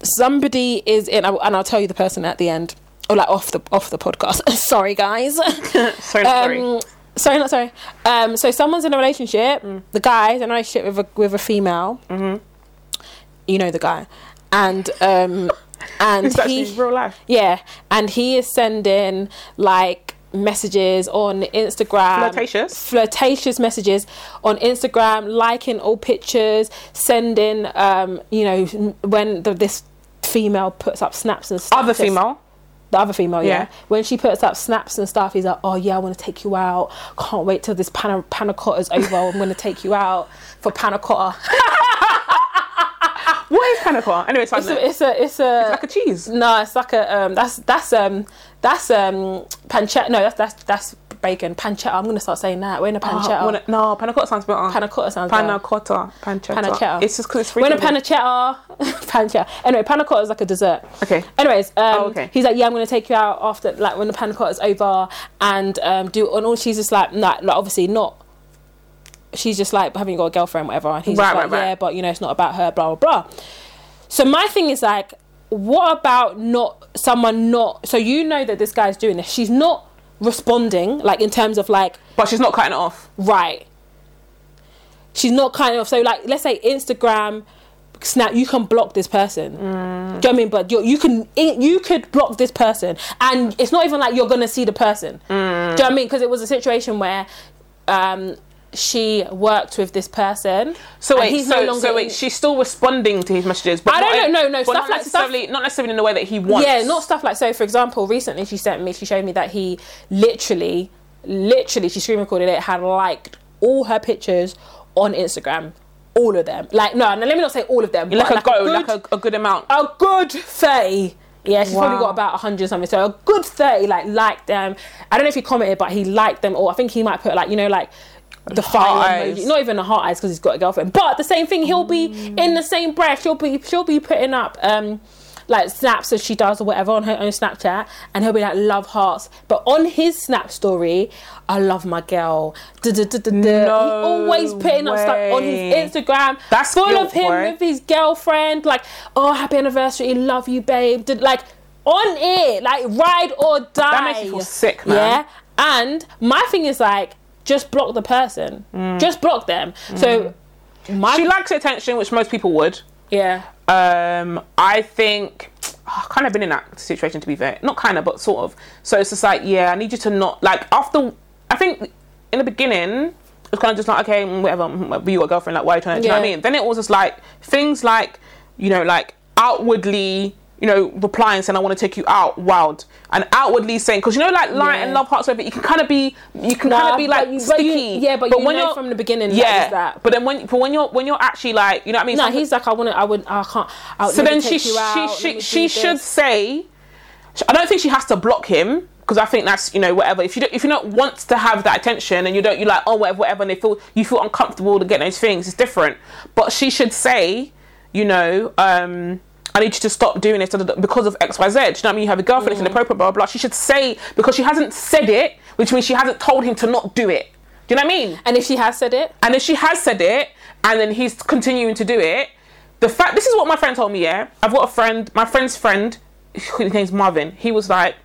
Speaker 1: somebody is in, and I'll tell you the person at the end, or like off the off the podcast. [laughs] sorry, guys.
Speaker 2: [laughs] sorry, not sorry.
Speaker 1: um, sorry, not sorry. Um, so someone's in a relationship.
Speaker 2: Mm.
Speaker 1: The guy's in a relationship with a with a female.
Speaker 2: Mm-hmm.
Speaker 1: You know the guy, and
Speaker 2: [laughs]
Speaker 1: um, and
Speaker 2: It's actually
Speaker 1: he
Speaker 2: real life.
Speaker 1: yeah, and he is sending like messages on Instagram,
Speaker 2: Flirtatious?
Speaker 1: flirtatious messages on Instagram, liking all pictures, sending, um, you know, n- when the, this female puts up snaps and stuff.
Speaker 2: Other female.
Speaker 1: the other female, yeah.
Speaker 2: Yeah.
Speaker 1: When she puts up snaps and stuff, he's like, "Oh yeah, I want to take you out. Can't wait till this panna, panna cotta's over. I'm going to take you out for panna cotta.
Speaker 2: What is panacotta? Anyway,
Speaker 1: [laughs]
Speaker 2: it's,
Speaker 1: It's a, it's a, it's a,
Speaker 2: like a cheese.
Speaker 1: No, it's like a um, that's that's um that's um pancetta. No, that's that's that's bacon pancetta. I'm gonna start saying that. We're in a pancetta.
Speaker 2: Oh, wanna- no, panacotta sounds better.
Speaker 1: panna cotta sounds
Speaker 2: Panna
Speaker 1: better.
Speaker 2: cotta, pancetta.
Speaker 1: Pancetta.
Speaker 2: It's just because it's
Speaker 1: We're in a
Speaker 2: freaking-
Speaker 1: pancetta. [laughs] pancetta. Anyway, panna cotta is like a dessert.
Speaker 2: Okay.
Speaker 1: Anyways, um,
Speaker 2: Oh, okay.
Speaker 1: he's like, yeah, I'm gonna take you out after like when the panna cotta's over and um do and all. She's just like, nah, like obviously not. She's just like having got a girlfriend, whatever. And he's just
Speaker 2: Right,
Speaker 1: like,
Speaker 2: right, right.
Speaker 1: yeah, but you know it's not about her, blah blah blah. So my thing is like, what about not someone not? So you know that this guy's doing this. She's not responding, like in terms of like
Speaker 2: But she's not cutting it off.
Speaker 1: right. She's not kind of so like let's say Instagram, Snap. You can block this
Speaker 2: Mm.
Speaker 1: person. Do you know what I mean? But you you can you could block this person, and it's not even like you're gonna see the
Speaker 2: Mm.
Speaker 1: person. Do you know what I mean? Because it was a situation where. Um, she worked with this person.
Speaker 2: So
Speaker 1: and
Speaker 2: wait,
Speaker 1: he's
Speaker 2: so,
Speaker 1: no longer
Speaker 2: so wait,
Speaker 1: in-
Speaker 2: she's still responding to his messages, but
Speaker 1: I
Speaker 2: not e-
Speaker 1: don't know, no, no,
Speaker 2: but
Speaker 1: stuff
Speaker 2: not
Speaker 1: like- stuff-
Speaker 2: necessarily, not necessarily in the way that he wants.
Speaker 1: Yeah, not stuff like so. For example, recently she sent me, she showed me that he literally, literally, she screen recorded it, had liked all her pictures on Instagram, all of them. Like, no, no let me not say all of them.
Speaker 2: like,
Speaker 1: but
Speaker 2: a go, like a, a good amount.
Speaker 1: a good 30. Yeah, she's
Speaker 2: Wow.
Speaker 1: probably got about 100 something. So a good 30, like, liked them. I don't know if he commented, but he liked them. Or I think he might put, like, you know, like, the
Speaker 2: Heart
Speaker 1: fire
Speaker 2: eyes. Mm.
Speaker 1: emoji. Not even the heart eyes because he's got a girlfriend. But the same thing, he'll be in the same breath. She'll be, she'll be putting up, um, like snaps as she does or whatever on her own Snapchat, and he'll be like love hearts. But on his Snap story, I love my girl. No he always putting up stuff on
Speaker 2: way.
Speaker 1: his Instagram.
Speaker 2: That's
Speaker 1: full
Speaker 2: guilt,
Speaker 1: of him
Speaker 2: boy.
Speaker 1: with his girlfriend. Like, oh happy anniversary, love you, babe. Did like on it, like ride or die.
Speaker 2: That makes me feel sick, man.
Speaker 1: Yeah. And my thing is like, just block the person. Just block them. So my
Speaker 2: Mm. She likes attention, which most people would.
Speaker 1: yeah.
Speaker 2: Um, I think [sighs] I've kind of been in that situation to be fair. Not kind of, but sort of. So it's just like, yeah, I need you to not like after. I think in the beginning it's kind of just like, okay, mm, whatever. mm, whatever, You got a girlfriend, like why are you trying to? Do you know what
Speaker 1: Yeah.
Speaker 2: I mean? Then it was just like things like, you know, like outwardly. You know, replying saying I want to take you out, wild, and outwardly saying because you know, like light and
Speaker 1: Yeah.
Speaker 2: love hearts, whatever. You can kind of be, you can kind
Speaker 1: Nah,
Speaker 2: of be
Speaker 1: but
Speaker 2: like
Speaker 1: you- but you-
Speaker 2: sticky.
Speaker 1: yeah, but you know from the beginning that
Speaker 2: yeah.
Speaker 1: it's that.
Speaker 2: But then when, but when you're when you're actually like, you know what I mean?
Speaker 1: No,
Speaker 2: Sometimes-
Speaker 1: he's like I wouldn't. I wouldn't. I can't. I'll
Speaker 2: so
Speaker 1: never
Speaker 2: then she
Speaker 1: take you
Speaker 2: she
Speaker 1: out, let
Speaker 2: she,
Speaker 1: me
Speaker 2: she
Speaker 1: do
Speaker 2: should
Speaker 1: this.
Speaker 2: say I don't think she has to block him because I think that's you know whatever if you don't, if you don't want to have that attention and you don't you like oh whatever whatever and they feel you feel uncomfortable to get those things it's different but she should say you know um I need you to stop doing this da, da, da, because of X Y Z. Do you know what I mean? You have a girlfriend,
Speaker 1: Mm.
Speaker 2: it's inappropriate, blah, blah blah. She should say because she hasn't said it, which means she hasn't told him to not do it. Do you know what I mean?
Speaker 1: And if she has said it,
Speaker 2: And if she has said it, and then he's continuing to do it, the fact this is what my friend told me. Yeah, I've got a friend, my friend's friend, his name's Marvin. He was like,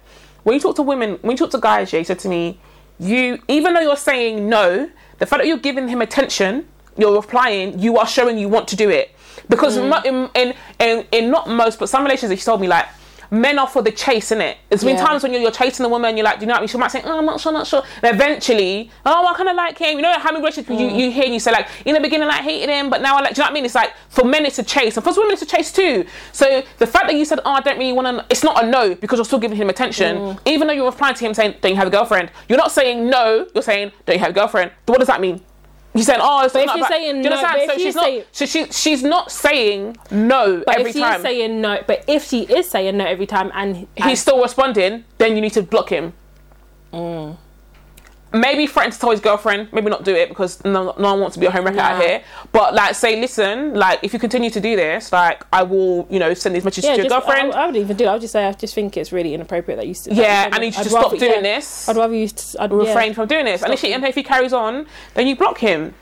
Speaker 2: when you talk to women, when you talk to guys, yeah, he said to me, you even though you're saying no, the fact that you're giving him attention, you're replying, you are showing you want to do it. Because mo- in, in in in not most, but some relationships, he told me like. Men are for the chase, innit? There's been
Speaker 1: Yeah.
Speaker 2: times when you're, you're chasing a woman, you're like, do you know what I mean? She might say, oh, I'm not sure, not sure. And eventually, oh, I kind of like him. You know how many relationships you,
Speaker 1: Mm.
Speaker 2: you hear and you say, like, in the beginning, I hated him, but now I like, do you know what I mean? It's like, for men, it's a chase. And for women, it's a chase too. So the fact that you said, oh, I don't really want to, it's not a no because you're still giving him attention.
Speaker 1: Mm.
Speaker 2: Even though you're replying to him saying, don't you have a girlfriend? You're not saying no, you're saying, don't you have a girlfriend? But what does that mean? You're saying, oh, it's
Speaker 1: if
Speaker 2: not
Speaker 1: you're
Speaker 2: about-"
Speaker 1: saying
Speaker 2: do you
Speaker 1: no-
Speaker 2: understand?
Speaker 1: but if
Speaker 2: so
Speaker 1: you
Speaker 2: she's not,
Speaker 1: say-
Speaker 2: so she, she's not saying no
Speaker 1: but
Speaker 2: every
Speaker 1: if she
Speaker 2: time.
Speaker 1: is saying no, but if she is saying no every time, and
Speaker 2: he's still responding, then you need to block him.
Speaker 1: Mm.
Speaker 2: Maybe threaten to tell his girlfriend, maybe not do it because no, no one wants to be a home wrecker out
Speaker 1: Nah.
Speaker 2: here. But like, say, listen, like, if you continue to do this, like, I will, you know, send these messages
Speaker 1: yeah,
Speaker 2: to your
Speaker 1: just, uh,
Speaker 2: girlfriend.
Speaker 1: I, I would even do. it. I would just say I just think it's really inappropriate that you. s- that
Speaker 2: Yeah,
Speaker 1: you said
Speaker 2: I
Speaker 1: that.
Speaker 2: need you
Speaker 1: I'd
Speaker 2: to stop
Speaker 1: rather-
Speaker 2: doing
Speaker 1: yeah,
Speaker 2: this.
Speaker 1: I'd rather you. s- I'd yeah.
Speaker 2: refrain from doing this. And if, she, and if he carries on, then you block him.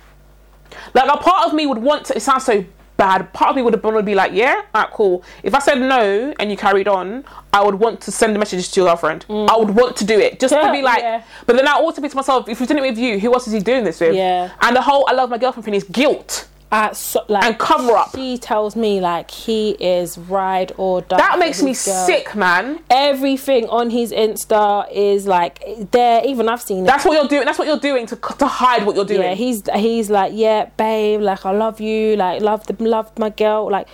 Speaker 2: Like a part of me would want to. It sounds so bad. Part of me would have wanted to be like, yeah, alright, cool. If I said no and you carried on, I would want to send a message to your girlfriend. I would want to do it just to
Speaker 1: Mm. Yeah,
Speaker 2: be like.
Speaker 1: yeah.
Speaker 2: But then I also think to myself, if he's doing it with you, who else is he doing this with?
Speaker 1: Yeah.
Speaker 2: And the whole I love my girlfriend thing is guilt.
Speaker 1: Uh, so, like,
Speaker 2: And cover up.
Speaker 1: She tells me like he is ride or die.
Speaker 2: That
Speaker 1: for
Speaker 2: makes me
Speaker 1: his girl.
Speaker 2: sick, man.
Speaker 1: Everything on his Insta is like there. Even I've seen it.
Speaker 2: That's what you're doing. That's what you're doing to to hide what you're doing.
Speaker 1: Yeah, he's he's like, yeah, babe, like I love you, like love the love my girl, like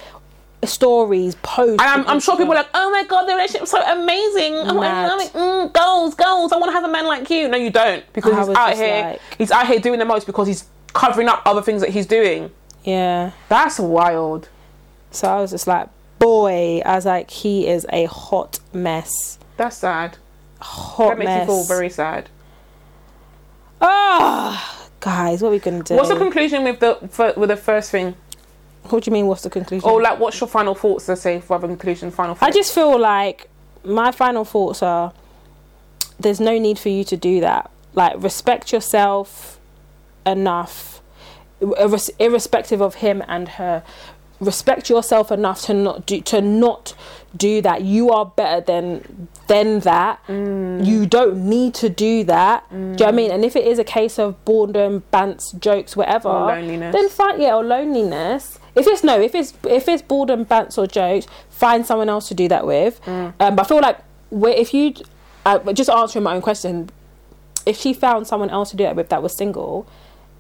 Speaker 1: stories, posts.
Speaker 2: And I'm, I'm sure people are like, oh my god, the relationship's so amazing. Oh, I
Speaker 1: Mad.
Speaker 2: love it. Mm, goals, goals. I want to have a man like you. No, you don't, because
Speaker 1: I
Speaker 2: he's
Speaker 1: was
Speaker 2: out
Speaker 1: just
Speaker 2: here.
Speaker 1: like-
Speaker 2: He's out here doing the most because he's covering up other things that he's doing.
Speaker 1: yeah.
Speaker 2: That's wild.
Speaker 1: So I was just like, boy, I was like, he is a hot mess,
Speaker 2: That's sad.
Speaker 1: hot
Speaker 2: that makes
Speaker 1: mess.
Speaker 2: me feel very sad.
Speaker 1: Ah, guys, what are we gonna do?
Speaker 2: What's the conclusion with the for, with the first thing?
Speaker 1: what do you mean? What's the conclusion?
Speaker 2: Or Oh, like, what's your final thoughts? Let's say for other conclusion, final.
Speaker 1: I
Speaker 2: Thoughts.
Speaker 1: just feel like my final thoughts are there's no need for you to do that. Like, respect yourself enough, irres- irrespective of him and her. Respect yourself enough to not do to not do that. You are better than than that.
Speaker 2: Mm.
Speaker 1: You don't need to do that. Do you know what I mean? And if it is a case of boredom, bants, jokes, whatever,
Speaker 2: Or loneliness.
Speaker 1: then find yeah, or loneliness. If it's no, if it's if it's boredom, bants, or jokes, find someone else to do that with.
Speaker 2: Mm.
Speaker 1: Um, but I feel like wh- if you uh, just answering my own question, if she found someone else to do that with that was single,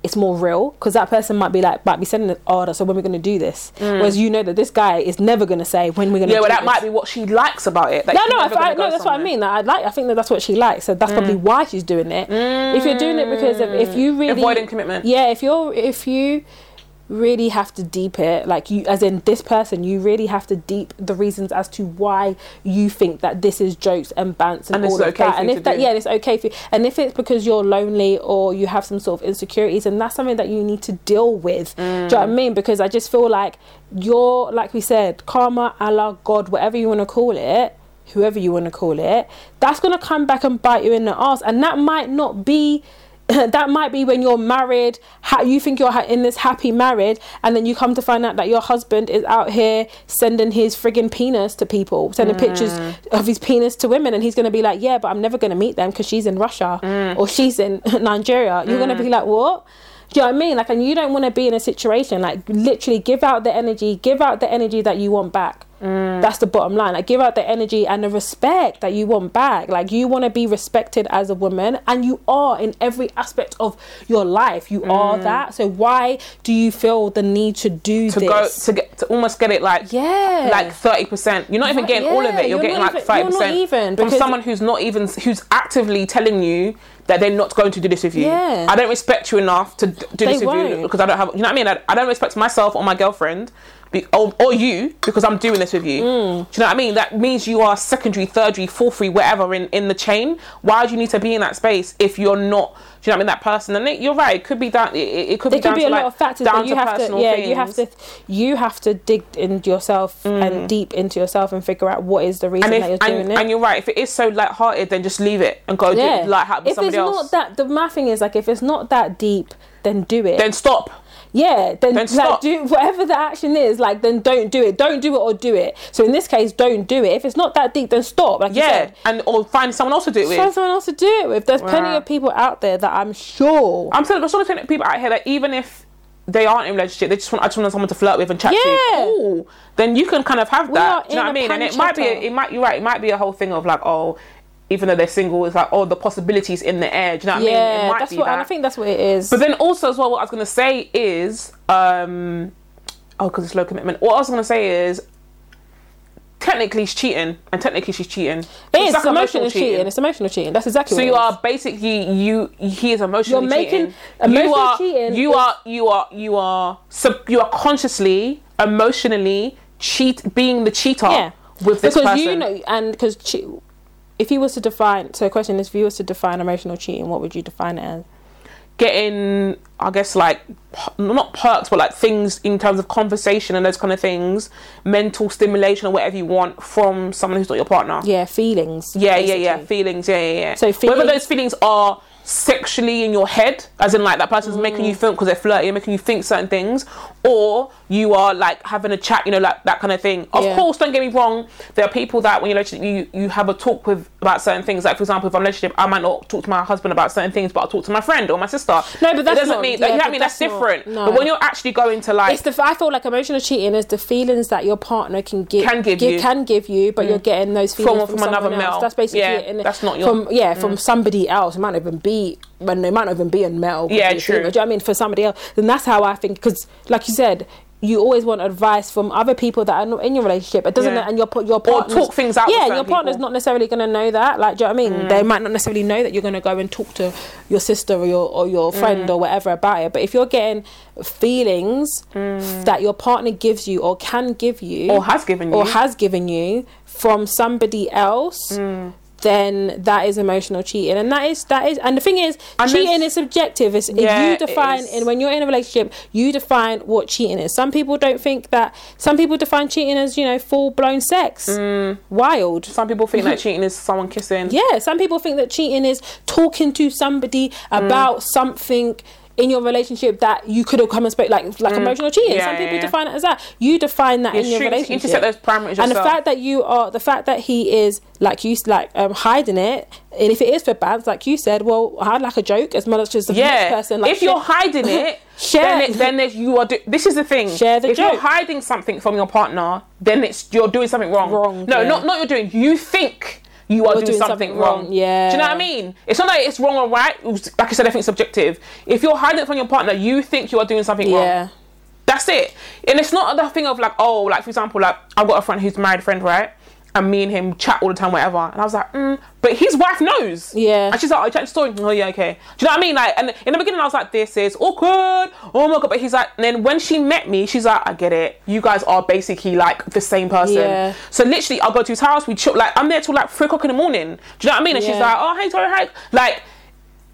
Speaker 1: it's more real because that person might be like might be sending an order. So when we're gonna do this, whereas you know that this guy is never gonna say when we're gonna.
Speaker 2: Mm. yeah,
Speaker 1: do [laughs]
Speaker 2: well, that
Speaker 1: this.
Speaker 2: might be what she likes about it. that
Speaker 1: No,
Speaker 2: she's
Speaker 1: no, I,
Speaker 2: never gonna
Speaker 1: I,
Speaker 2: go
Speaker 1: no. That's what I
Speaker 2: somewhere. Mm.
Speaker 1: mean. I, like, I think that that's what she likes. So that's probably why she's doing it. If you're doing it because of, if you really
Speaker 2: Avoiding commitment.
Speaker 1: yeah, if you're if you really have to deep it like you as in this person you really have to deep the reasons as to why you think that this is jokes and bants and,
Speaker 2: And this
Speaker 1: all
Speaker 2: is
Speaker 1: of
Speaker 2: okay
Speaker 1: that
Speaker 2: for
Speaker 1: and
Speaker 2: you
Speaker 1: if
Speaker 2: to
Speaker 1: that
Speaker 2: do.
Speaker 1: yeah and it's okay for you and if it's because you're lonely or you have some sort of insecurities and that's something that you need to deal with do
Speaker 2: Mm.
Speaker 1: you know what i mean because i just feel like you're like we said karma allah god whatever you want to call it whoever you want to call it that's going to come back and bite you in the ass and that might not be [laughs] that might be when you're married how you think you're ha- in this happy marriage and then you come to find out that your husband is out here sending his friggin penis to people sending pictures of his penis to women and he's going to be like yeah but i'm never going to meet them because she's in russia or she's in [laughs] nigeria you're going to be like what do you know what I mean? Like, and you don't want to be in a situation like literally give out the energy, give out the energy that you want back.
Speaker 2: Mm.
Speaker 1: That's the bottom line. Like, give out the energy and the respect that you want back. Like, you want to be respected as a woman, and you are in every aspect of your life. You are that. So, why do you feel the need to do
Speaker 2: Mm. to go
Speaker 1: this?
Speaker 2: to get to almost get it like
Speaker 1: Yeah.
Speaker 2: like thirty percent. You're not even
Speaker 1: Right,
Speaker 2: getting all of
Speaker 1: yeah,
Speaker 2: it.
Speaker 1: you're
Speaker 2: You're, getting
Speaker 1: not
Speaker 2: like
Speaker 1: even-
Speaker 2: five
Speaker 1: you're not
Speaker 2: percent
Speaker 1: even,
Speaker 2: from
Speaker 1: because-
Speaker 2: someone who's not even who's actively telling you that they're not going to do this with you.
Speaker 1: Yeah.
Speaker 2: I don't respect you enough to d- do
Speaker 1: They
Speaker 2: this with you
Speaker 1: won't.
Speaker 2: because I don't have. You know what I mean? I, I don't respect myself or my girlfriend. Be, or, or you because I'm doing this with
Speaker 1: Mm.
Speaker 2: you. Do you know what I mean? That means you are secondary, thirdary, fourthary, whatever in, in the chain. Why do you need to be in that space if you're not? Do you know what I mean? That person. And it, you're right. It could be down. It, it it could
Speaker 1: there
Speaker 2: be down
Speaker 1: could be a
Speaker 2: to like
Speaker 1: lot of factors
Speaker 2: down
Speaker 1: that you
Speaker 2: to
Speaker 1: have to
Speaker 2: personal
Speaker 1: yeah
Speaker 2: things. Mm.
Speaker 1: you have to you have to dig into yourself and deep into yourself and figure out what is the reason
Speaker 2: and
Speaker 1: that
Speaker 2: if
Speaker 1: you're doing
Speaker 2: and,
Speaker 1: it
Speaker 2: and you're right, if it is so light-hearted, then just leave it and go do
Speaker 1: yeah
Speaker 2: it like how with
Speaker 1: if it's
Speaker 2: somebody
Speaker 1: not
Speaker 2: else.
Speaker 1: that the my thing is like if it's not that deep then do it
Speaker 2: then stop.
Speaker 1: yeah then, like
Speaker 2: stop.
Speaker 1: do whatever the action is like then don't do it don't do it or do it so in this case don't do it if it's not that deep then stop like you
Speaker 2: Yeah,
Speaker 1: said.
Speaker 2: and or find someone else to do it
Speaker 1: find
Speaker 2: with.
Speaker 1: someone else to do it with there's plenty
Speaker 2: Wow.
Speaker 1: of people out there that i'm sure
Speaker 2: I'm telling, I'm sure there's plenty of people out here that even if they aren't in a relationship, they just want I just want someone to flirt with and chat to.
Speaker 1: Yeah.
Speaker 2: Ooh, then you can kind of have
Speaker 1: are
Speaker 2: that. Do you know
Speaker 1: in
Speaker 2: what I
Speaker 1: a
Speaker 2: mean? And it might be,
Speaker 1: pancetta.
Speaker 2: it might. You're right. It might be a whole thing of like, oh, even though they're single, it's like, oh, the possibilities in the air. Do you know what I mean?
Speaker 1: yeah
Speaker 2: It might
Speaker 1: that's
Speaker 2: be
Speaker 1: what and
Speaker 2: that.
Speaker 1: i think that's what it is
Speaker 2: But then also as well, what I was gonna say is, um, oh, because it's low commitment. What I was gonna say is, technically she's cheating, and technically she's cheating.
Speaker 1: it is it's emotional cheating. it's emotional cheating that's exactly
Speaker 2: So
Speaker 1: what
Speaker 2: you
Speaker 1: it is.
Speaker 2: are basically you. He is emotionally
Speaker 1: You're making-
Speaker 2: cheating. you
Speaker 1: emotional
Speaker 2: are,
Speaker 1: cheating
Speaker 2: You
Speaker 1: is-
Speaker 2: are. You are. You are. Sub, you are consciously, emotionally cheat, being the cheater
Speaker 1: yeah
Speaker 2: with this
Speaker 1: because
Speaker 2: person.
Speaker 1: you know and because che- if you was to define so the question is if you was to define emotional cheating what would you define it as
Speaker 2: getting i guess like p- not perks but like things in terms of conversation and those kind of things mental stimulation or whatever you want from someone who's not your partner
Speaker 1: yeah feelings
Speaker 2: yeah yeah yeah,
Speaker 1: basically.
Speaker 2: feelings yeah yeah yeah
Speaker 1: So
Speaker 2: whether
Speaker 1: feelings-
Speaker 2: those feelings are sexually in your head as in like that person's making
Speaker 1: Mm.
Speaker 2: you think because they're flirting making you think certain things or you are like having a chat you know like that kind of thing of
Speaker 1: Yeah.
Speaker 2: course don't get me wrong there are people that when you're in a relationship you, you have a talk with about certain things like for example if i'm in a relationship i might not talk to my husband about certain things but i'll talk to my friend or my sister
Speaker 1: No, but
Speaker 2: It
Speaker 1: that's
Speaker 2: doesn't
Speaker 1: not-
Speaker 2: mean
Speaker 1: yeah,
Speaker 2: you know what I
Speaker 1: but
Speaker 2: mean that's,
Speaker 1: that's not-
Speaker 2: different
Speaker 1: no.
Speaker 2: but when you're actually going to like
Speaker 1: it's the I feel like emotional cheating is the feelings that your partner can give
Speaker 2: Can give you. Mm.
Speaker 1: can give you, but you're getting those feelings
Speaker 2: From-
Speaker 1: from,
Speaker 2: from another
Speaker 1: someone else.
Speaker 2: male.
Speaker 1: That's basically
Speaker 2: Yeah,
Speaker 1: it. And
Speaker 2: that's not your- Mm.
Speaker 1: from yeah from somebody else. It might not even be, but it might not even be a male. it could
Speaker 2: Yeah,
Speaker 1: be a
Speaker 2: true.
Speaker 1: female. Do you know what I mean for somebody else? Then that's how I think because like you said. You always want advice from other people that are not in your relationship. It doesn't,
Speaker 2: Yeah.
Speaker 1: and your pa- your
Speaker 2: Or
Speaker 1: partner
Speaker 2: talk things out with
Speaker 1: Yeah, and
Speaker 2: certain
Speaker 1: your partner's
Speaker 2: people.
Speaker 1: not necessarily going to know that. Like, do you know what I mean?
Speaker 2: Mm.
Speaker 1: They might not necessarily know that you're going to go and talk to your sister or your or your friend
Speaker 2: Mm.
Speaker 1: or whatever about it. But if you're getting feelings that your partner gives you or can give you
Speaker 2: Mm. or has given you
Speaker 1: or has given you from somebody else
Speaker 2: Mm.
Speaker 1: then that is emotional cheating and that is that is and the thing is
Speaker 2: And
Speaker 1: cheating
Speaker 2: there's-
Speaker 1: is subjective it's
Speaker 2: Yeah,
Speaker 1: you
Speaker 2: it
Speaker 1: define
Speaker 2: is.
Speaker 1: and when you're in a relationship you define what cheating is some people don't think that some people define cheating as you know full-blown sex
Speaker 2: Mm.
Speaker 1: wild
Speaker 2: some people
Speaker 1: [laughs]
Speaker 2: think that cheating is someone kissing
Speaker 1: yeah some people think that cheating is talking to somebody
Speaker 2: Mm.
Speaker 1: about something in your relationship that you could have come and spoke like like emotional cheating
Speaker 2: Mm. Yeah,
Speaker 1: some
Speaker 2: yeah,
Speaker 1: people
Speaker 2: yeah.
Speaker 1: define it as that you define that in
Speaker 2: you
Speaker 1: your
Speaker 2: should
Speaker 1: relationship
Speaker 2: intercept those parameters
Speaker 1: and the
Speaker 2: yourself.
Speaker 1: fact that you are the fact that he is like you s- like um hiding it and if it is for bands like you said well i'd like a joke as much as the
Speaker 2: yeah.
Speaker 1: next person like
Speaker 2: if you're
Speaker 1: shit.
Speaker 2: hiding it,
Speaker 1: [laughs] Share-
Speaker 2: then, it, then there's, you are. Do- this is the thing.
Speaker 1: Share the
Speaker 2: if you're
Speaker 1: joke.
Speaker 2: hiding something from your partner, then it's you're doing something wrong.
Speaker 1: Wrong,
Speaker 2: No,
Speaker 1: yeah.
Speaker 2: not not you're doing. You think you are doing, something, wrong.
Speaker 1: yeah.
Speaker 2: Do you know what I mean? It's not like it's wrong or right. Like I said, I think it's subjective. If you're hiding it from your partner, you think you are doing something
Speaker 1: yeah
Speaker 2: wrong. That's it. And it's not the thing of like, oh, like for example, like I've got a friend who's a married friend, right? and me and him chat all the time, whatever. And I was like, mm. but his wife knows.
Speaker 1: Yeah.
Speaker 2: And she's like, oh, you checked the story. Oh, yeah, okay. Do you know what I mean? Like, and in the beginning, I was like, this is awkward. Oh my god. But he's like, and then when she met me, she's like, I get it. You guys are basically like the same person.
Speaker 1: Yeah.
Speaker 2: So literally, I'll go to his house. We chill. Like, I'm there till like three o'clock in the morning. Do you know what I mean? And she's
Speaker 1: Yeah.
Speaker 2: like, oh, hey, Tori, hey. Like,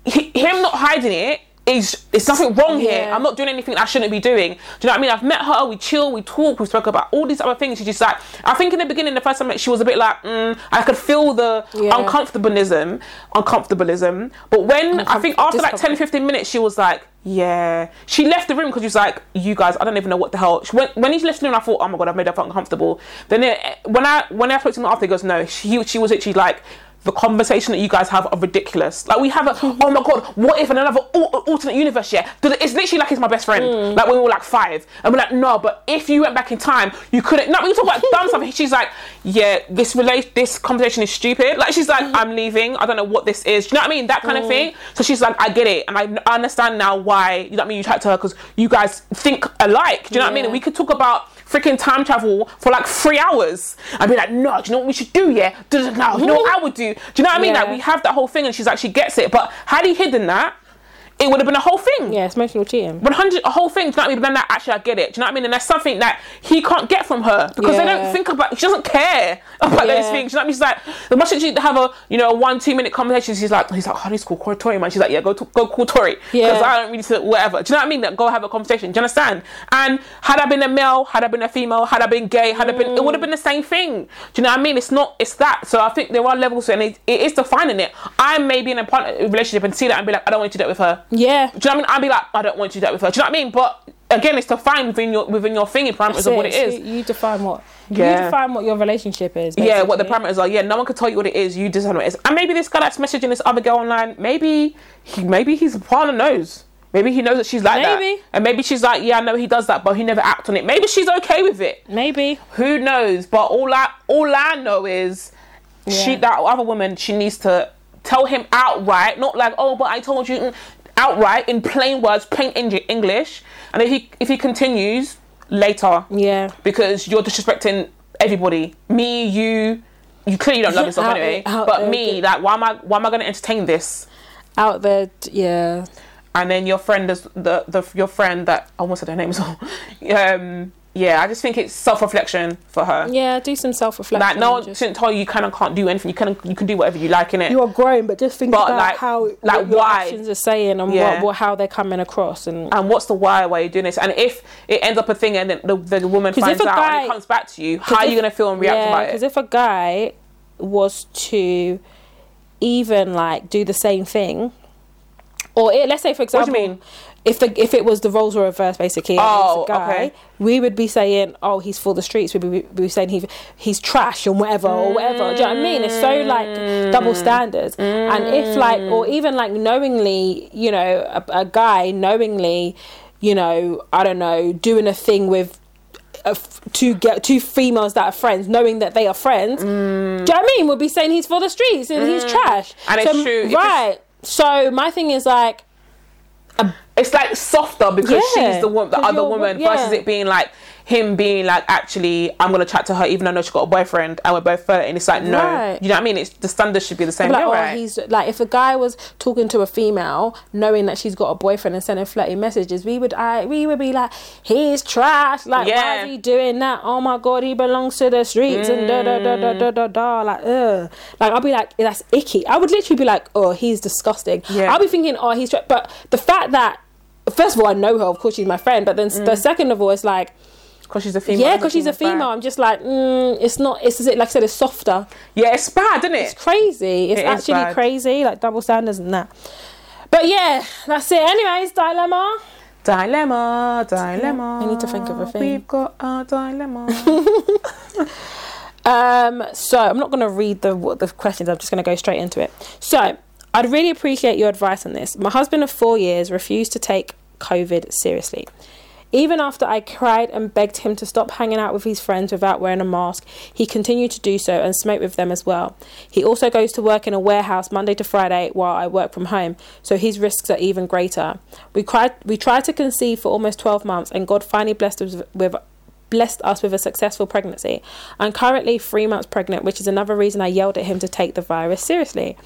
Speaker 2: he, him not hiding it is it's nothing wrong here.
Speaker 1: Yeah.
Speaker 2: I'm not doing anything I shouldn't be doing. Do you know what I mean? I've met her, we chill, we talk, we spoke about all these other things. She's just like, I think in the beginning, the first time I met, she was a bit like, mm, I could feel the
Speaker 1: Yeah.
Speaker 2: uncomfortablism, uncomfortablism. But when I think
Speaker 1: Uncomfort-
Speaker 2: after like 10,
Speaker 1: discomfort.
Speaker 2: 15 minutes, she was like, yeah. She left the room because she was like, you guys, I don't even know what the hell. She went, when he left the room, I thought, oh my God, I've made her feel uncomfortable. Then it, when I when I spoke to him after, he goes, no, she, she was literally like, the conversation that you guys have are ridiculous. Like we have a, oh my god, what if in another al- alternate universe? Yeah, Th- it's literally like he's my best friend.
Speaker 1: Mm.
Speaker 2: Like when we were like five, and we're like, no, but if you went back in time, you couldn't. No, we talk about dumb stuff. She's like, yeah, this relate, this conversation is stupid. Like she's like, I'm leaving. I don't know what this is. Do you know what I mean? That
Speaker 1: Mm.
Speaker 2: kind of thing. So she's like, I get it, and I n- I understand now why. You know what I mean? You chat to her because you guys think alike. Do you know what I
Speaker 1: Yeah.
Speaker 2: mean? And we could talk about freaking time travel for like three hours and be like, no, do you know what we should do? Yeah, no, you know what I would do. Do you know what I mean?
Speaker 1: Yeah.
Speaker 2: Like we have that whole thing, and she's like, she gets it. But had he hidden that, it would have been a whole thing.
Speaker 1: Yeah, it's emotional cheating.
Speaker 2: 100 a whole thing. Do you know what I mean? But then that actually, I get it. Do you know what I mean? And that's something that he can't get from her because they don't
Speaker 1: Yeah.
Speaker 2: think about. She doesn't care [laughs] about
Speaker 1: Yeah.
Speaker 2: those things. Do you know what I mean? She's like, the much as you have a you know a one two minute conversation, she's like, he's like, "Oh, honey, call call Tori, man. She's like, yeah, go to, go call Tori
Speaker 1: Yeah.
Speaker 2: because I don't really see whatever. Do you know what I mean? Like, go have a conversation. Do you understand? And had I been a male, had I been a female, had I been gay, had I been, it would have been the same thing. Do you know what I mean? It's not. It's that. So I think there are levels, to it, and it, it is defining it. I may be in a partner- relationship and see that and be like, I don't want you to do that with her.
Speaker 1: Yeah.
Speaker 2: Do you know what I mean? I'd be like, I don't want to do that with her. Do you know what I mean? But again, it's defined within your within your thingy parameters of what it
Speaker 1: So
Speaker 2: is.
Speaker 1: You, you define what.
Speaker 2: Yeah.
Speaker 1: You define what your relationship is.
Speaker 2: yeah, what the
Speaker 1: basically.
Speaker 2: parameters are. Yeah, no one can tell you what it is. You decide what it is. And maybe this guy that's messaging this other girl online, maybe he, maybe his partner knows. Maybe he knows that she's like
Speaker 1: Maybe.
Speaker 2: that. And maybe she's like, yeah, I know he does that, but he never acts on it. Maybe she's okay with it.
Speaker 1: Maybe.
Speaker 2: Who knows? But all I all I know is she
Speaker 1: Yeah.
Speaker 2: that other woman she needs to tell him outright, not like oh, but I told you mm," outright in plain words, plain Eng- English. And if he if he continues later,
Speaker 1: Yeah.
Speaker 2: because you're disrespecting everybody, me, you. You clearly don't love yourself
Speaker 1: Out-
Speaker 2: anyway,
Speaker 1: out
Speaker 2: but
Speaker 1: there,
Speaker 2: me,
Speaker 1: good.
Speaker 2: like, why am I? Why am I going to entertain this?
Speaker 1: Out there. d- Yeah.
Speaker 2: and then your friend is the, the your friend that I almost said her name as well. [laughs] Um, yeah, I just think it's self reflection for her.
Speaker 1: Yeah. Do some self-reflection.
Speaker 2: Like no one
Speaker 1: and just-
Speaker 2: shouldn't tell you you can and can't do anything. You can you can do whatever you like in it.
Speaker 1: you are grown, but just think
Speaker 2: But,
Speaker 1: about
Speaker 2: like-
Speaker 1: how
Speaker 2: like,
Speaker 1: what your
Speaker 2: why?
Speaker 1: actions are saying and
Speaker 2: Yeah.
Speaker 1: what, what how they're coming across and
Speaker 2: and what's the why? Why are you doing this? And if it ends up a thing and then the, the woman
Speaker 1: 'Cause
Speaker 2: finds
Speaker 1: if
Speaker 2: out
Speaker 1: a
Speaker 2: and it
Speaker 1: guy-
Speaker 2: comes back to you, how are you
Speaker 1: if-
Speaker 2: gonna feel and react
Speaker 1: yeah,
Speaker 2: about
Speaker 1: Because
Speaker 2: it?
Speaker 1: if a guy was to even like do the same thing, or it, let's say for
Speaker 2: you
Speaker 1: example,
Speaker 2: mean?
Speaker 1: if the if it was the roles were reversed, basically, and it was a
Speaker 2: Oh, okay.
Speaker 1: guy, we would be saying, "Oh, he's for the streets." We'd be, we'd be saying he he's trash and whatever or whatever. Do you know what I mean? It's so like
Speaker 2: Mm.
Speaker 1: double standards. And if like, or even like knowingly, you know, a, a guy knowingly, you know, I don't know, doing a thing with a f- two get two females that are friends, knowing that they are friends. Do you know what I mean? We'll be saying he's for the streets and he's trash.
Speaker 2: Mm. And it's true. If it's-
Speaker 1: right? So my thing is like,
Speaker 2: It's like softer because
Speaker 1: Yeah,
Speaker 2: she's the one, the
Speaker 1: 'cause
Speaker 2: other
Speaker 1: you're-
Speaker 2: woman,
Speaker 1: yeah.
Speaker 2: versus it being like him being like, actually, I'm gonna chat to her even though I know she got a boyfriend and we're both flirting. It's like no,
Speaker 1: Right.
Speaker 2: you know what I mean? It's the standards should be the same.
Speaker 1: like
Speaker 2: You're
Speaker 1: oh,
Speaker 2: right.
Speaker 1: he's like if a guy was talking to a female, knowing that she's got a boyfriend and sending flirty messages, we would I we would be like, he's trash. Like why
Speaker 2: Yeah.
Speaker 1: is he doing that? Oh my god, he belongs to the streets and da da da da
Speaker 2: Mm.
Speaker 1: da da da. Like ugh, like I'll be like that's icky. I would literally be like, oh, he's disgusting.
Speaker 2: Yeah.
Speaker 1: I'll be thinking, oh, he's trash. But the fact that first of all, I know her. Of course, she's my friend. But then s
Speaker 2: Mm.
Speaker 1: the second of all, it's like.
Speaker 2: Because she's a female.
Speaker 1: Yeah,
Speaker 2: doesn't
Speaker 1: because she's a
Speaker 2: mean it's
Speaker 1: female.
Speaker 2: bad.
Speaker 1: I'm just like, mm, it's not. It's like I said, it's softer.
Speaker 2: Yeah, it's bad, isn't it?
Speaker 1: It's crazy. It's
Speaker 2: It is
Speaker 1: actually
Speaker 2: bad.
Speaker 1: crazy. Like double standards and that. But yeah, that's it. Anyways, dilemma.
Speaker 2: dilemma, dilemma.
Speaker 1: I need to think of a thing.
Speaker 2: We've got a dilemma.
Speaker 1: Um, so I'm not going to read the what the questions. I'm just going to go straight into it. So I'd really appreciate your advice on this. My husband of four years refused to take COVID seriously. Even after I cried and begged him to stop hanging out with his friends without wearing a mask, he continued to do so and smoke with them as well. He also goes to work in a warehouse Monday to Friday while I work from home, so his risks are even greater. We cried, we tried to conceive for almost 12 months, and God finally blessed us with blessed us with a successful pregnancy. I'm currently three months pregnant, which is another reason I yelled at him to take the virus seriously.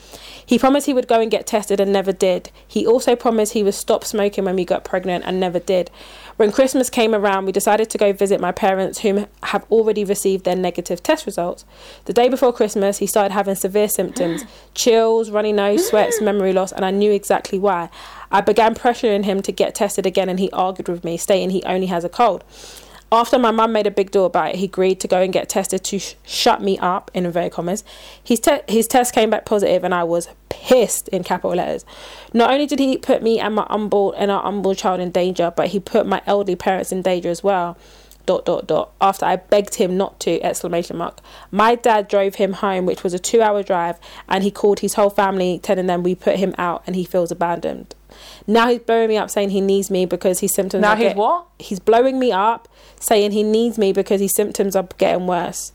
Speaker 1: He promised he would go and get tested and never did. He also promised he would stop smoking when we got pregnant and never did. When Christmas came around, we decided to go visit my parents, whom have already received their negative test results. The day before Christmas, he started having severe symptoms chills, runny nose, sweats, memory loss, and I knew exactly why. I began pressuring him to get tested again, and he argued with me, stating he only has a cold. After my mum made a big deal about it, he agreed to go and get tested to sh- shut me up, in inverted commas. His, te- his test came back positive and I was pissed, in capital letters. Not only did he put me and my unborn and our unborn child in danger, but he put my elderly parents in danger as well. Dot dot dot. After I begged him not to! Exclamation mark. My dad drove him home, which was a two-hour drive, and he called his whole family, telling them we put him out, and he feels abandoned. Now he's blowing me up, saying he needs me because his symptoms.
Speaker 2: Now
Speaker 1: are
Speaker 2: he's
Speaker 1: get-
Speaker 2: what?
Speaker 1: He's blowing me up, saying he needs me because his symptoms are getting worse.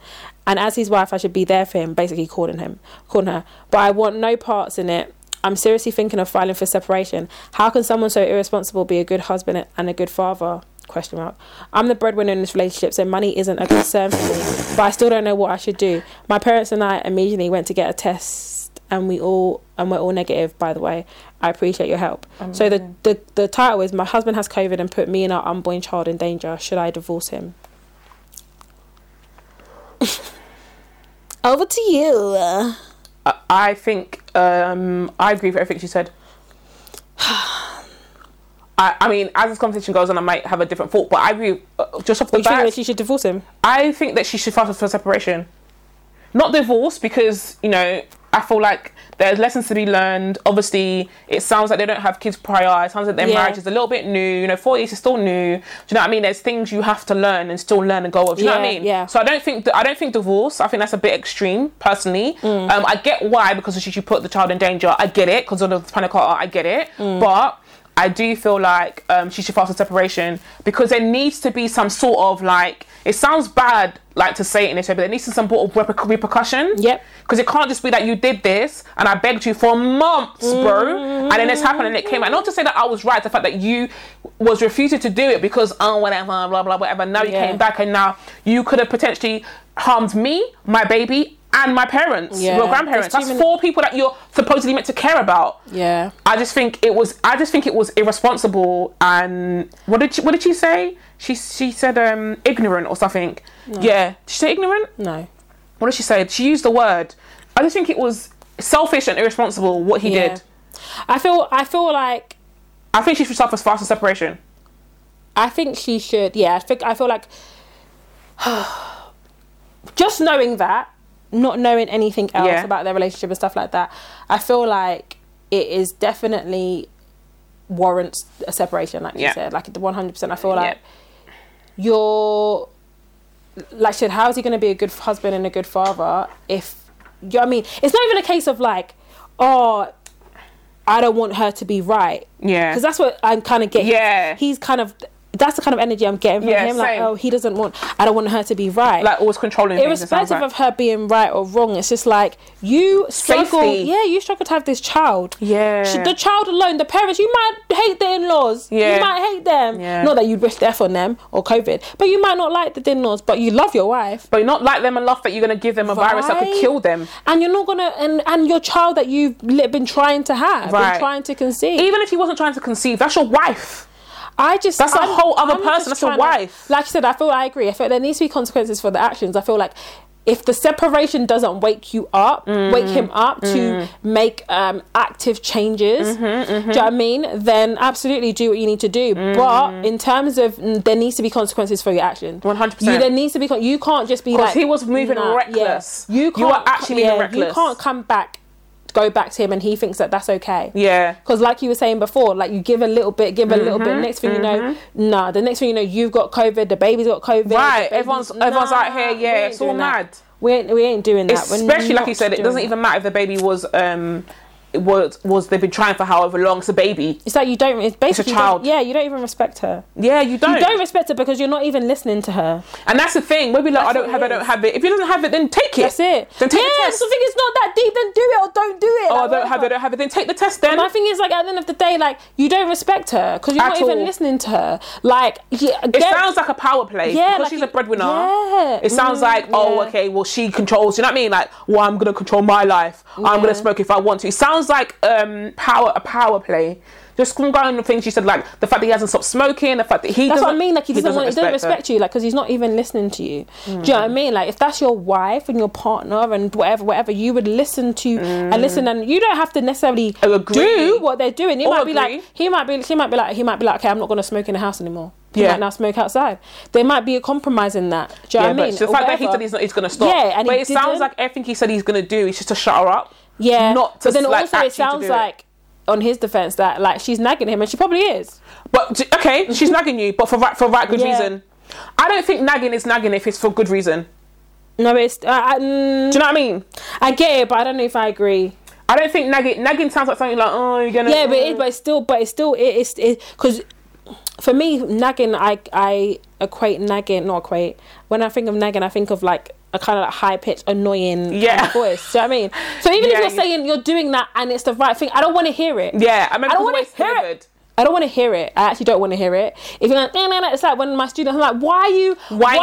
Speaker 1: And as his wife, I should be there for him, basically calling him, calling her. But I want no parts in it. I'm seriously thinking of filing for separation. How can someone so irresponsible be a good husband and a good father? Question mark. I'm the breadwinner in this relationship, so money isn't a concern for me. But I still don't know what I should do. My parents and I immediately went to get a test, and we all and we're all negative. By the way, I appreciate your help. So the, the the title is my husband has COVID and put me and our unborn child in danger. Should I divorce him? Over to you.
Speaker 2: I, I think um, I agree with everything she said. [sighs] I, I mean, as this conversation goes on, I might have a different thought, but I agree. Uh, just off the
Speaker 1: You think
Speaker 2: bat,
Speaker 1: that she should divorce him?
Speaker 2: I think that she should file for separation, not divorce, because you know I feel like there's lessons to be learned. Obviously, it sounds like they don't have kids prior. It sounds like their
Speaker 1: Yeah.
Speaker 2: marriage is a little bit new. You know, four years is still new. Do you know what I mean? There's things you have to learn and still learn and go with. Do you know what
Speaker 1: Yeah,
Speaker 2: I mean?
Speaker 1: yeah.
Speaker 2: So I don't think I don't think divorce. I think that's a bit extreme, personally. Um, I get why because she should put the child in danger. I get it because of the panic. I get it, but. I do feel like um, she should file for separation because there needs to be some sort of like it sounds bad like to say it in this way, but there needs to be some sort of reper- repercussion.
Speaker 1: Yep.
Speaker 2: Because it can't just be that you did this and I begged you for months, bro, and then it's happened and it came out. Not to say that I was right, the fact that you was refusing to do it because oh whatever, blah blah whatever. Now you
Speaker 1: Yeah.
Speaker 2: came back and now you could have potentially harmed me, my baby, and my parents,
Speaker 1: Yeah.
Speaker 2: your grandparents.
Speaker 1: There's too
Speaker 2: That's
Speaker 1: many-
Speaker 2: four people that you're supposedly meant to care about.
Speaker 1: Yeah.
Speaker 2: I just think it was. I just think it was irresponsible. And what did she, what did she say? She she said um ignorant or something. Yeah, did she say ignorant?
Speaker 1: No.
Speaker 2: What did she say? She used the word. I just think it was selfish and irresponsible what he
Speaker 1: Yeah.
Speaker 2: did.
Speaker 1: I feel. I feel like.
Speaker 2: I think she should suffer faster separation.
Speaker 1: I think she should. Yeah. I think. I feel like. [sighs] just knowing that, not knowing anything else
Speaker 2: Yeah.
Speaker 1: about their relationship and stuff like that, I feel like it is definitely warrants a separation. Like
Speaker 2: Yeah.
Speaker 1: you said, like one hundred percent. I feel
Speaker 2: Yeah.
Speaker 1: like you're like shit how is he going to be a good husband and a good father if you know what i mean it's not even a case of like oh i don't want her to be right
Speaker 2: Yeah.
Speaker 1: because that's what i'm kind of getting
Speaker 2: Yeah.
Speaker 1: he's kind of that's the kind of energy i'm getting from
Speaker 2: Yeah,
Speaker 1: him like
Speaker 2: same.
Speaker 1: oh he doesn't want i don't want her to be right
Speaker 2: Like always controlling. things, it sounds
Speaker 1: irrespective
Speaker 2: like.
Speaker 1: of her being right or wrong it's just like you struggle
Speaker 2: Safety.
Speaker 1: yeah you struggle to have this child
Speaker 2: yeah.
Speaker 1: Sh- the child alone, the parents, you might hate their in-laws.
Speaker 2: Yeah.
Speaker 1: You might hate them.
Speaker 2: Yeah.
Speaker 1: Not that you'd wish death on them or COVID, but you might not like the in-laws, but you love your wife.
Speaker 2: but not like them enough that you're gonna give them a virus that could
Speaker 1: Right.
Speaker 2: kill them.
Speaker 1: And you're not gonna and, and your child that you've li- been trying to have,
Speaker 2: Right.
Speaker 1: been trying to conceive.
Speaker 2: Even if he wasn't trying to conceive, that's your wife.
Speaker 1: I just
Speaker 2: That's a
Speaker 1: I'm-
Speaker 2: whole other
Speaker 1: I'm
Speaker 2: person.
Speaker 1: just
Speaker 2: That's your
Speaker 1: trying to-
Speaker 2: wife.
Speaker 1: like you said, I feel I agree. I feel there needs to be consequences for the actions. I feel like if the separation doesn't wake you up,
Speaker 2: Mm.
Speaker 1: wake him up to make um, active changes,
Speaker 2: Mm-hmm,
Speaker 1: do you know what I mean? Then absolutely do what you need to do. But in terms of mm, there needs to be consequences for your actions.
Speaker 2: 100%.
Speaker 1: You there needs to be. Con- you can't just be like
Speaker 2: he was moving reckless.
Speaker 1: yeah. You can't,
Speaker 2: You were actually
Speaker 1: yeah,
Speaker 2: being reckless.
Speaker 1: You can't come back, go back to him, and he thinks that that's okay
Speaker 2: Yeah.
Speaker 1: because like you were saying before like you give a little bit give a little
Speaker 2: Mm-hmm,
Speaker 1: bit next thing you know nah the next thing you know you've got covid the baby's got covid the
Speaker 2: Right,
Speaker 1: baby's-
Speaker 2: everyone's- everyone's out here,
Speaker 1: we
Speaker 2: yeah,
Speaker 1: ain't
Speaker 2: it's all
Speaker 1: doing that.
Speaker 2: mad.
Speaker 1: we ain't, we ain't doing that We're
Speaker 2: especially like you
Speaker 1: not
Speaker 2: said it
Speaker 1: doing
Speaker 2: doesn't
Speaker 1: that.
Speaker 2: even matter if the baby was um it was was they've been trying for however long. It's a baby.
Speaker 1: It's like you don't. It's basically you don't-
Speaker 2: child.
Speaker 1: Yeah, you don't even respect her.
Speaker 2: Yeah, you don't.
Speaker 1: You don't respect her because you're not even listening to her.
Speaker 2: and that's the thing. We'll be like, I
Speaker 1: That's
Speaker 2: don't
Speaker 1: what
Speaker 2: have,
Speaker 1: it
Speaker 2: I don't
Speaker 1: is.
Speaker 2: have it. If you don't have it, then take it.
Speaker 1: That's it.
Speaker 2: Then take
Speaker 1: yeah,
Speaker 2: the test.
Speaker 1: so if it's not that deep, then do it or don't do it.
Speaker 2: Oh, I
Speaker 1: Like,
Speaker 2: don't have it. I
Speaker 1: whatever.
Speaker 2: don't have it. Then take the test. Then
Speaker 1: My thing is like at the end of the day, like you don't respect her because you're
Speaker 2: At
Speaker 1: not
Speaker 2: all.
Speaker 1: even listening to her. Like yeah,
Speaker 2: it sounds like a power play
Speaker 1: Yeah,
Speaker 2: because
Speaker 1: like
Speaker 2: she's a
Speaker 1: it-
Speaker 2: breadwinner.
Speaker 1: yeah.
Speaker 2: It sounds
Speaker 1: Mm,
Speaker 2: like oh,
Speaker 1: yeah.
Speaker 2: okay, well she controls. You know what I mean? Like, well, I'm gonna control my life. I'm gonna
Speaker 1: Yeah.
Speaker 2: smoke if I want to. It sounds like um power a power play. Just from going on the things you said, like the fact that he hasn't stopped smoking, the fact that he
Speaker 1: That's
Speaker 2: doesn't, Mm.
Speaker 1: what I mean. Like he doesn't, want, he doesn't
Speaker 2: her.
Speaker 1: respect you, like because he's not even listening to you. Do you know what I mean? Like if that's your wife and your partner and whatever, whatever, you would listen to and listen, and you don't have to necessarily
Speaker 2: Mm. Oh, agree.
Speaker 1: do what they're doing. It
Speaker 2: Or
Speaker 1: might be
Speaker 2: agree.
Speaker 1: like he might be, he might be like, he might be like, okay, I'm not going to smoke in the house anymore. He
Speaker 2: Yeah.
Speaker 1: might now smoke outside. There might be a compromise in that. Do you
Speaker 2: Yeah,
Speaker 1: know what I
Speaker 2: but
Speaker 1: mean?
Speaker 2: the
Speaker 1: Or
Speaker 2: fact that he
Speaker 1: whatever.
Speaker 2: said he's not, he's gonna stop.
Speaker 1: Yeah, and
Speaker 2: but
Speaker 1: he
Speaker 2: it sounds
Speaker 1: didn't.
Speaker 2: like everything he said he's gonna do is just to shut her up.
Speaker 1: yeah,
Speaker 2: not to
Speaker 1: But then
Speaker 2: like,
Speaker 1: also,
Speaker 2: actually
Speaker 1: it
Speaker 2: to
Speaker 1: sounds
Speaker 2: do it.
Speaker 1: like on his defense that like she's nagging him, and she probably is.
Speaker 2: But d- okay, she's nagging you, but for right for right good
Speaker 1: Mm-hmm. Yeah.
Speaker 2: reason. I don't think nagging is nagging if it's for good reason.
Speaker 1: No, it's uh, I, mm,
Speaker 2: Do you know what I mean?
Speaker 1: I get it, but I don't know if I agree.
Speaker 2: I don't think nagging nagging sounds like something like oh you're gonna
Speaker 1: yeah, but
Speaker 2: mm.
Speaker 1: it, but it's still, but it's still, it, it's because for me, nagging, I I equate nagging, not equate. When I think of nagging, I think of like a kind of like high pitched, annoying kind
Speaker 2: Yeah.
Speaker 1: of voice. Do you know what I mean? So even
Speaker 2: Yeah,
Speaker 1: if you're
Speaker 2: you-
Speaker 1: saying you're doing that and it's the right thing, I don't want to hear it.
Speaker 2: yeah, I remember
Speaker 1: I don't
Speaker 2: the
Speaker 1: wanna
Speaker 2: way it's
Speaker 1: hear it.
Speaker 2: delivered.
Speaker 1: I don't want to hear it. I actually don't want to hear it. If you're like, "Nah, nah, nah," it's like when my students are like, why are you
Speaker 2: Whining.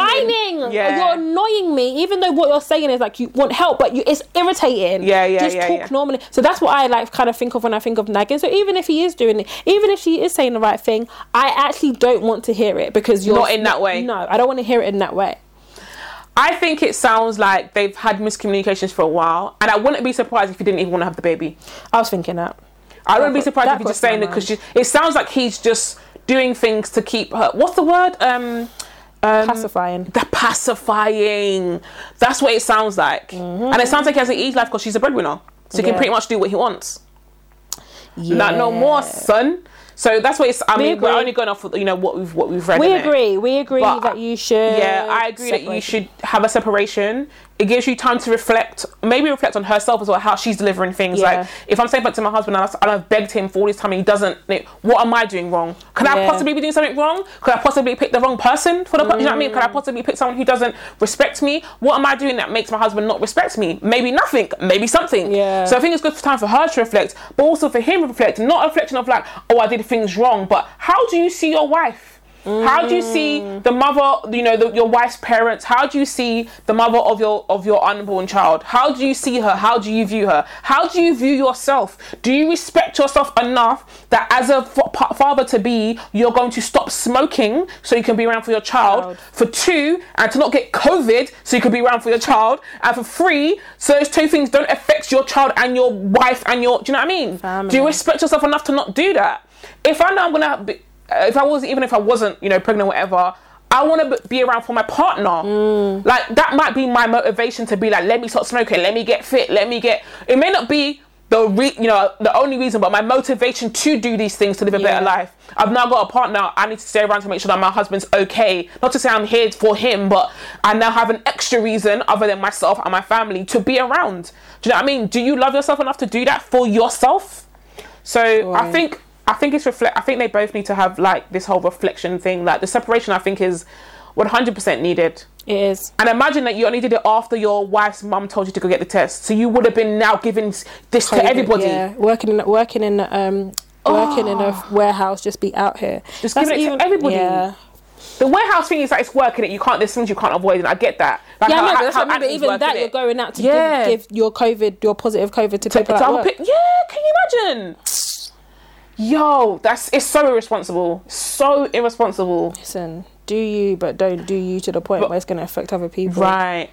Speaker 1: whining?
Speaker 2: Yeah.
Speaker 1: You're annoying me, even though what you're saying is like you want help, but you, it's irritating.
Speaker 2: Yeah, yeah,
Speaker 1: Just
Speaker 2: yeah,
Speaker 1: talk
Speaker 2: yeah.
Speaker 1: normally. So that's what I like kind of think of when I think of nagging. So even if he is doing it, even if she is saying the right thing, I actually don't want to hear it because you're
Speaker 2: Not in that way.
Speaker 1: No, I don't want to hear it in that way.
Speaker 2: I think it sounds like they've had miscommunications for a while, and I wouldn't be surprised if he didn't even want to have the baby.
Speaker 1: I was thinking that.
Speaker 2: I wouldn't be
Speaker 1: That-
Speaker 2: surprised
Speaker 1: that
Speaker 2: if he's just
Speaker 1: crossed my
Speaker 2: saying it because
Speaker 1: mind.
Speaker 2: it sounds like he's just doing things to keep her. What's the word? Um, um,
Speaker 1: Pacifying.
Speaker 2: the pacifying. That's what it sounds like, and it sounds like he has an easy life because she's a breadwinner, so he can
Speaker 1: Mm-hmm. Yeah.
Speaker 2: pretty much do what he wants.
Speaker 1: Yeah.
Speaker 2: Not no more, son. So that's what it's. I
Speaker 1: We
Speaker 2: mean, we're
Speaker 1: agree.
Speaker 2: only going off, you know, what we've what we've read.
Speaker 1: We
Speaker 2: innit?
Speaker 1: agree. We agree
Speaker 2: But-
Speaker 1: that you should.
Speaker 2: Yeah, I agree that you
Speaker 1: separate.
Speaker 2: should have a separation. It gives you time to reflect, maybe reflect on herself as well, how she's delivering things.
Speaker 1: Yeah.
Speaker 2: Like, if I'm saying back to my husband and, I, and I've begged him for all this time and he doesn't, like, what am I doing wrong? Could I
Speaker 1: Yeah.
Speaker 2: possibly be doing something wrong? Could I possibly pick the wrong person for the, you know what I mean? Could I possibly pick someone who doesn't respect me? What am I doing that makes my husband not respect me? Maybe nothing, maybe something.
Speaker 1: Yeah.
Speaker 2: So I think it's good for time for her to reflect, but also for him to reflect, not a reflection of like, oh, I did things wrong, but how do you see your wife? How do you see the mother, you know, the, your wife's parents? How do you see the mother of your of your unborn child? How do you see her? How do you view her? How do you view yourself? Do you respect yourself enough that as a fa- father to be, you're going to stop smoking so you can be around for your child?
Speaker 1: Child.
Speaker 2: For two, and to not get COVID so you can be around for your child. And for three, so those two things don't affect your child and your wife and your. Do you know what I mean?
Speaker 1: Family.
Speaker 2: Do you respect yourself enough to not do that? If I know I'm gonna, be, uh, if I was even if I wasn't, you know, pregnant, or whatever, I want to be around for my partner. Like that might be my motivation to be like, let me stop smoking, let me get fit, let me get. It may not be the re- you know the only reason, but my motivation to do these things to live a better
Speaker 1: Yeah.
Speaker 2: life. I've now got a partner. I need to stay around to make sure that my husband's okay. Not to say I'm here for him, but I now have an extra reason other than myself and my family to be around. Do you know what I mean? Do you love yourself enough to do that for yourself? So I
Speaker 1: Right.
Speaker 2: think I think it's reflect. I think they both need to have like this whole reflection thing. Like the separation, I think is 100% needed.
Speaker 1: It is.
Speaker 2: And imagine that you only did it after your wife's mum told you to go get the test. So you would have been now giving s- this to everybody.
Speaker 1: Yeah, working in working in um working in a warehouse, just be out here.
Speaker 2: Oh. Just give it to everybody.
Speaker 1: Yeah,
Speaker 2: The warehouse thing is that it's working. It you can't. There's things you can't avoid, and I get that. Like
Speaker 1: yeah, I
Speaker 2: how-
Speaker 1: know,
Speaker 2: how-
Speaker 1: but that's
Speaker 2: how
Speaker 1: what I mean. But
Speaker 2: Anthony's
Speaker 1: even
Speaker 2: working
Speaker 1: that,
Speaker 2: it.
Speaker 1: you're going out to
Speaker 2: Yeah.
Speaker 1: give, give your COVID, your positive COVID to
Speaker 2: To
Speaker 1: people at
Speaker 2: other
Speaker 1: work.
Speaker 2: pe- yeah, can you imagine? Yo, that's it's so irresponsible. So irresponsible.
Speaker 1: Listen, do you, but don't do you to the point
Speaker 2: But-
Speaker 1: where it's going to affect other people.
Speaker 2: Right.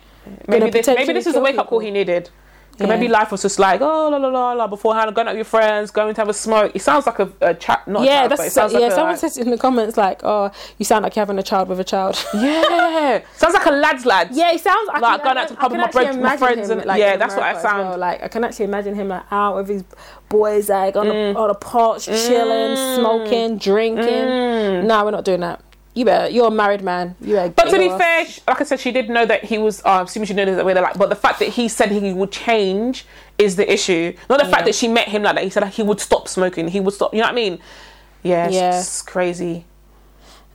Speaker 2: Maybe this maybe
Speaker 1: potentially
Speaker 2: this is the
Speaker 1: kill
Speaker 2: wake up call
Speaker 1: people.
Speaker 2: he needed. 'Cause
Speaker 1: Yeah.
Speaker 2: Maybe life was just like oh la la la la beforehand, going out with your friends, going to have a smoke. It sounds like a, a chat, not
Speaker 1: Yeah,
Speaker 2: a chat, but it
Speaker 1: that's
Speaker 2: sounds
Speaker 1: yeah.
Speaker 2: like a,
Speaker 1: someone
Speaker 2: like-
Speaker 1: says in the comments like, "Oh, you sound like you're having a child with a
Speaker 2: [laughs]
Speaker 1: child."
Speaker 2: yeah, [laughs] sounds like a lads lad.
Speaker 1: Yeah, it sounds I
Speaker 2: Like,
Speaker 1: can-
Speaker 2: going out
Speaker 1: I
Speaker 2: to
Speaker 1: can
Speaker 2: the pub with my
Speaker 1: actually
Speaker 2: friends- my
Speaker 1: imagine
Speaker 2: friends
Speaker 1: him,
Speaker 2: and-
Speaker 1: like,
Speaker 2: yeah,
Speaker 1: in
Speaker 2: that's what I
Speaker 1: America as
Speaker 2: sound.
Speaker 1: well. Like I can actually imagine him like out with his boys,
Speaker 2: Mm.
Speaker 1: like on, the, on the porch, chilling, smoking, drinking. No, we're not doing that. you better. You're a married man. You better.
Speaker 2: Mm. But
Speaker 1: get
Speaker 2: to be
Speaker 1: your-
Speaker 2: fair, sh- like I said, she did know that he was. Uh, assuming she knows that way. They're like, but the fact that he said he would change is the issue. Not the fact that she met him like that. He said he would stop smoking. He would stop. You know what I mean? Yeah, it's
Speaker 1: Yeah.
Speaker 2: just crazy.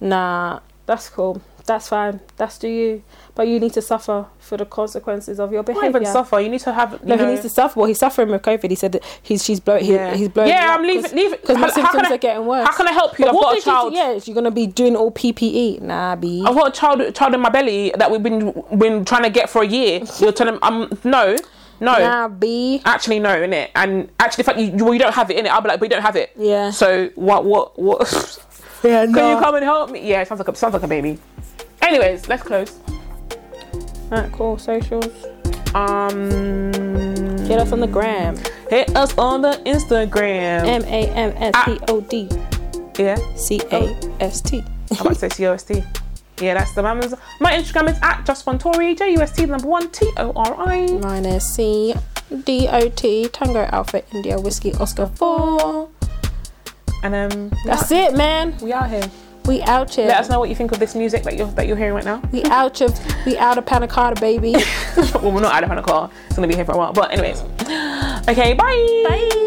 Speaker 1: nah, that's cool. That's fine. That's do you. But you need to suffer for the consequences of your
Speaker 2: You can't
Speaker 1: behavior.
Speaker 2: even suffer. You need to have. You
Speaker 1: no,
Speaker 2: know,
Speaker 1: he needs to suffer. Well, he's suffering with COVID. He said that he's she's blowing.
Speaker 2: Yeah,
Speaker 1: He, he's blowing.
Speaker 2: Yeah, I'm leaving. Leave
Speaker 1: because my symptoms
Speaker 2: can I,
Speaker 1: are getting worse.
Speaker 2: How can I help you?
Speaker 1: But
Speaker 2: I've
Speaker 1: what
Speaker 2: got a
Speaker 1: did you do-
Speaker 2: child.
Speaker 1: Yeah, you're gonna be doing all PPE. Nah, b.
Speaker 2: I've got a child, child in my belly that we've been been trying to get for a year. You're telling um no, no.
Speaker 1: Nah, b.
Speaker 2: actually no in it and actually the fact you, you, well, you don't have it in it i'll be like but you don't have it
Speaker 1: Yeah.
Speaker 2: so what
Speaker 1: [laughs]
Speaker 2: what what can
Speaker 1: Yeah,
Speaker 2: you come and help me yeah it sounds like a sounds like a baby anyways let's close
Speaker 1: Alright, cool. Socials.
Speaker 2: um
Speaker 1: Get us on the gram.
Speaker 2: hit us on the instagram
Speaker 1: M A M S P O D
Speaker 2: yeah
Speaker 1: C A S T.
Speaker 2: i'm about to say c-o-s-t yeah that's the mamas my instagram is at just one tori j-u-s-t the number one t-o-r-i
Speaker 1: Mine is C D O T Tango Alpha India Whiskey Oscar 4.
Speaker 2: and um
Speaker 1: That's it, man.
Speaker 2: we out here
Speaker 1: We out here.
Speaker 2: let us know what you think of this music that you're that you're hearing right now [laughs]
Speaker 1: We out of we out of panna cotta, baby.
Speaker 2: well we're not out of a car it's gonna be here for a while but anyways [gasps] okay bye
Speaker 1: Bye.